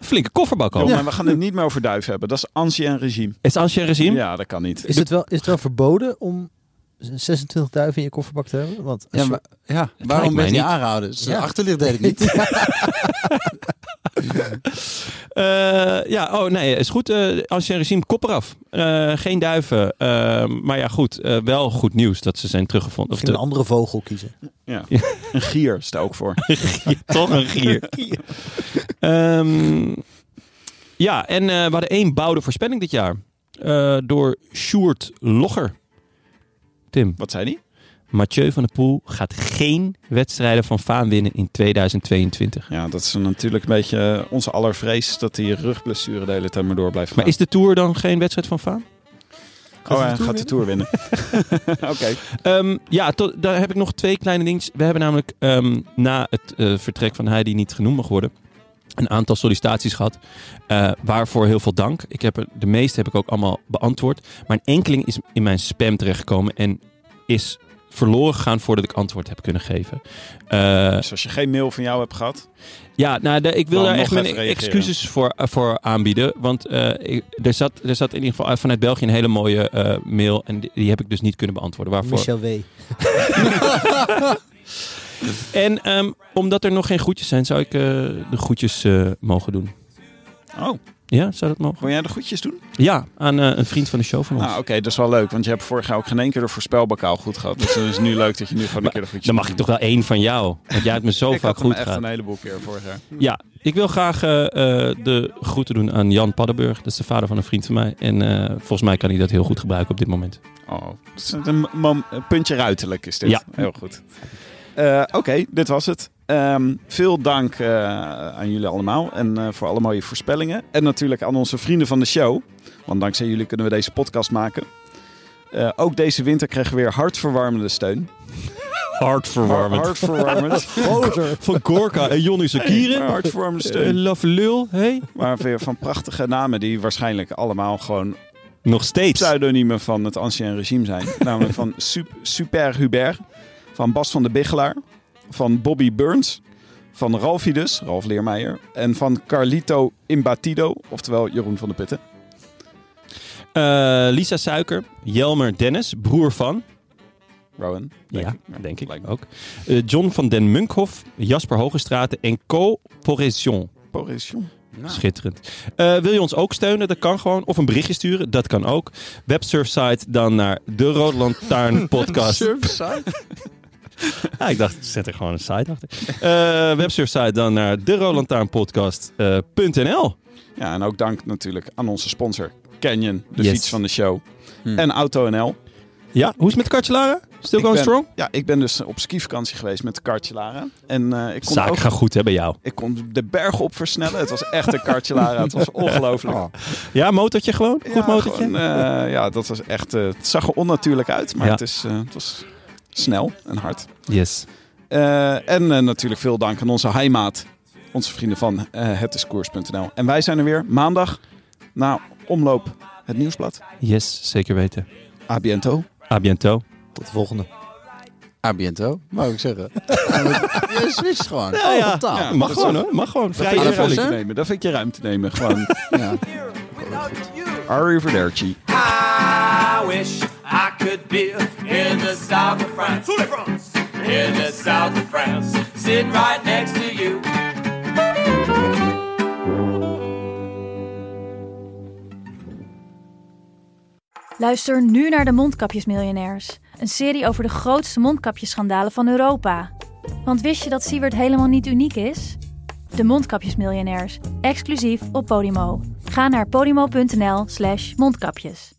[SPEAKER 4] Flinke kofferbak al.
[SPEAKER 3] Jongen, we gaan het niet meer over duif hebben. Dat is ancien regime.
[SPEAKER 4] Is Ancien regime?
[SPEAKER 3] Ja, dat kan niet.
[SPEAKER 5] Is het, wel, is het wel verboden om 26 duiven in je kofferbak te hebben? Want als
[SPEAKER 6] Ja,
[SPEAKER 5] je-
[SPEAKER 6] maar, ja
[SPEAKER 4] lijkt
[SPEAKER 6] waarom
[SPEAKER 4] mij
[SPEAKER 6] ben je
[SPEAKER 4] niet.
[SPEAKER 6] aangehouden? Dus
[SPEAKER 5] Ja.
[SPEAKER 6] De achterlicht deed het niet.
[SPEAKER 4] Eh, ja, oh nee, is goed. eh Ancien regime, kop eraf. Eh, geen duiven. Eh, maar ja, goed. eh, wel goed nieuws dat ze zijn teruggevonden. Of
[SPEAKER 5] misschien een andere vogel kiezen.
[SPEAKER 3] Ja. Een gier stel ook voor.
[SPEAKER 4] gier. Toch een gier. Ehm, ja, en eh, we hadden één bouwde voorspelling dit jaar. Eh, door Sjoerd Logger. Tim,
[SPEAKER 3] Wat zei die?
[SPEAKER 4] Mathieu van der Poel gaat geen wedstrijden van Vaan winnen in 2022.
[SPEAKER 3] Ja, dat is natuurlijk een beetje eh, onze allervrees dat die rugblessure de hele tijd maar door blijft gaan.
[SPEAKER 4] Maar is de Tour dan geen wedstrijd van Vaan?
[SPEAKER 3] oh, hij gaat de Tour winnen. Oké.
[SPEAKER 4] Ehm, ja, tot, daar heb ik nog twee kleine dingetjes. We hebben namelijk ehm, na het eh, vertrek van Heidi niet genoemd mag worden... een aantal sollicitaties gehad. eh, waarvoor heel veel dank. Ik heb er, de meeste heb ik ook allemaal beantwoord. Maar een enkeling is in mijn spam terechtgekomen... en is verloren gegaan voordat ik antwoord heb kunnen geven. Eh,
[SPEAKER 3] Dus als je geen mail van jou hebt gehad,
[SPEAKER 4] ja, nou, de- ik wil
[SPEAKER 3] Dan
[SPEAKER 4] daar
[SPEAKER 3] nog
[SPEAKER 4] echt mijn
[SPEAKER 3] even reageren.
[SPEAKER 4] excuses voor, eh, voor aanbieden. Want eh, ik- er, zat, er zat in ieder geval uit- vanuit België een hele mooie eh, mail... en die, die heb ik dus niet kunnen beantwoorden. Waarvoor
[SPEAKER 5] Michel W.
[SPEAKER 4] En ehm, omdat er nog geen groetjes zijn, zou ik eh, de groetjes eh, mogen doen.
[SPEAKER 3] oh,
[SPEAKER 4] Ja, zou dat mogen?
[SPEAKER 3] wil jij de groetjes doen?
[SPEAKER 4] Ja, aan eh, een vriend van de show van ons.
[SPEAKER 3] Nou, oké, dat is wel leuk, want je hebt vorig jaar ook geen één keer de voorspelbokaal goed gehad. Dus dan is het nu leuk dat je nu gewoon een keer de groetjes
[SPEAKER 4] Dan mag ik toch wel één van jou. Want jij hebt me zo
[SPEAKER 3] Ik had
[SPEAKER 4] vaak
[SPEAKER 3] hem
[SPEAKER 4] goed
[SPEAKER 3] echt
[SPEAKER 4] gehad.
[SPEAKER 3] een heleboel keer vorig jaar.
[SPEAKER 4] Ja, ik wil graag eh, eh, de groeten doen aan Jan Paddenburg. Dat is de vader van een vriend van mij. En eh, volgens mij kan hij dat heel goed gebruiken op dit moment.
[SPEAKER 3] Oh, dat is een mom- een puntje ruiterlijk is dit.
[SPEAKER 4] Ja.
[SPEAKER 3] Heel goed. Eh, Oké, dit was het. Ehm, veel dank eh, aan jullie allemaal en eh, voor alle mooie voorspellingen. En natuurlijk aan onze vrienden van de show. Want dankzij jullie kunnen we deze podcast maken. Eh, ook deze winter kregen we weer hartverwarmende steun.
[SPEAKER 4] Hartverwarmend.
[SPEAKER 3] Hartverwarmend.
[SPEAKER 4] Van Gorka en Jonny
[SPEAKER 3] Maar
[SPEAKER 4] Sakirin.
[SPEAKER 3] hartverwarmende
[SPEAKER 4] Eh,
[SPEAKER 3] steun.
[SPEAKER 4] Laf Lul, hey.
[SPEAKER 3] Maar weer van prachtige namen die waarschijnlijk allemaal gewoon
[SPEAKER 4] Nog steeds.
[SPEAKER 3] pseudoniemen van het ancien regime zijn. Namelijk van Sup- Super Hubert, van Bas van de Biggelaar, van Bobby Burns, van Ralfie dus, Ralf Leermeijer, en van Carlito Imbatido, oftewel Jeroen van de Putten.
[SPEAKER 4] Eh, Lisa Suiker, Jelmer Dennis, broer van.
[SPEAKER 3] Rowan.
[SPEAKER 4] Ja, denk ik
[SPEAKER 3] Lijkt me.
[SPEAKER 4] ook. Eh, John van den Munkhoff, Jasper Hogestraten en Co. Porresion.
[SPEAKER 3] Boris John.
[SPEAKER 4] Schitterend. Eh, wil je ons ook steunen? Dat kan gewoon. Of een berichtje sturen? Dat kan ook. Websurfsite dan naar de Rode Lantaarn podcast. Ah, ik dacht, zet er gewoon een site achter. Eh, websurfsite dan naar de eh,
[SPEAKER 3] Ja, en ook dank natuurlijk aan onze sponsor Canyon, de
[SPEAKER 4] Yes. Hmm.
[SPEAKER 3] fiets van de show. En AutoNL.
[SPEAKER 4] Ja, hoe is het met de Kartjelaren? Still
[SPEAKER 3] Ik
[SPEAKER 4] going
[SPEAKER 3] ben-
[SPEAKER 4] strong?
[SPEAKER 3] Ja, ik ben dus op skivakantie geweest met de kartjelaren. En eh, ik kon
[SPEAKER 4] Zaak
[SPEAKER 3] ook
[SPEAKER 4] gaat goed hè bij jou.
[SPEAKER 3] ik kon de berg op versnellen. Het was echt een kartjelara. Het was ongelooflijk.
[SPEAKER 4] Ja, motortje gewoon? Goed
[SPEAKER 3] Ja,
[SPEAKER 4] motortje?
[SPEAKER 3] gewoon, eh, ja, dat was echt. eh, het zag er onnatuurlijk uit, maar
[SPEAKER 4] Ja.
[SPEAKER 3] het, is, eh, het was snel en hard.
[SPEAKER 4] Yes.
[SPEAKER 3] Eh, en eh, natuurlijk veel dank aan onze heimaat, onze vrienden van eh hetiskoers.nl. En wij zijn er weer maandag na omloop het nieuwsblad.
[SPEAKER 4] Yes, zeker weten.
[SPEAKER 3] A biento.
[SPEAKER 4] A bientôt.
[SPEAKER 5] Tot de volgende.
[SPEAKER 6] Abiento, wou ik zeggen. je switcht gewoon. Ja, Totaal.
[SPEAKER 3] Oh, Ja,
[SPEAKER 4] Ah, Mag
[SPEAKER 3] dat
[SPEAKER 4] gewoon
[SPEAKER 3] is-
[SPEAKER 4] hoor, mag gewoon.
[SPEAKER 3] Dat
[SPEAKER 4] Vrij
[SPEAKER 3] vind, je
[SPEAKER 6] eerlijk.
[SPEAKER 3] ruimte nemen. dat vind je ruimte nemen. Gewoon
[SPEAKER 6] Ja.
[SPEAKER 3] arrivederci.
[SPEAKER 10] I wish I could be in the south of France. In the south of France, sitting right next to you.
[SPEAKER 1] Luister nu naar de Mondkapjesmiljonairs. Een serie over de grootste mondkapjesschandalen van Europa. Want wist je dat Siewert helemaal niet uniek is? De Mondkapjesmiljonairs, exclusief op Podimo. Ga naar podimo.nl slash mondkapjes.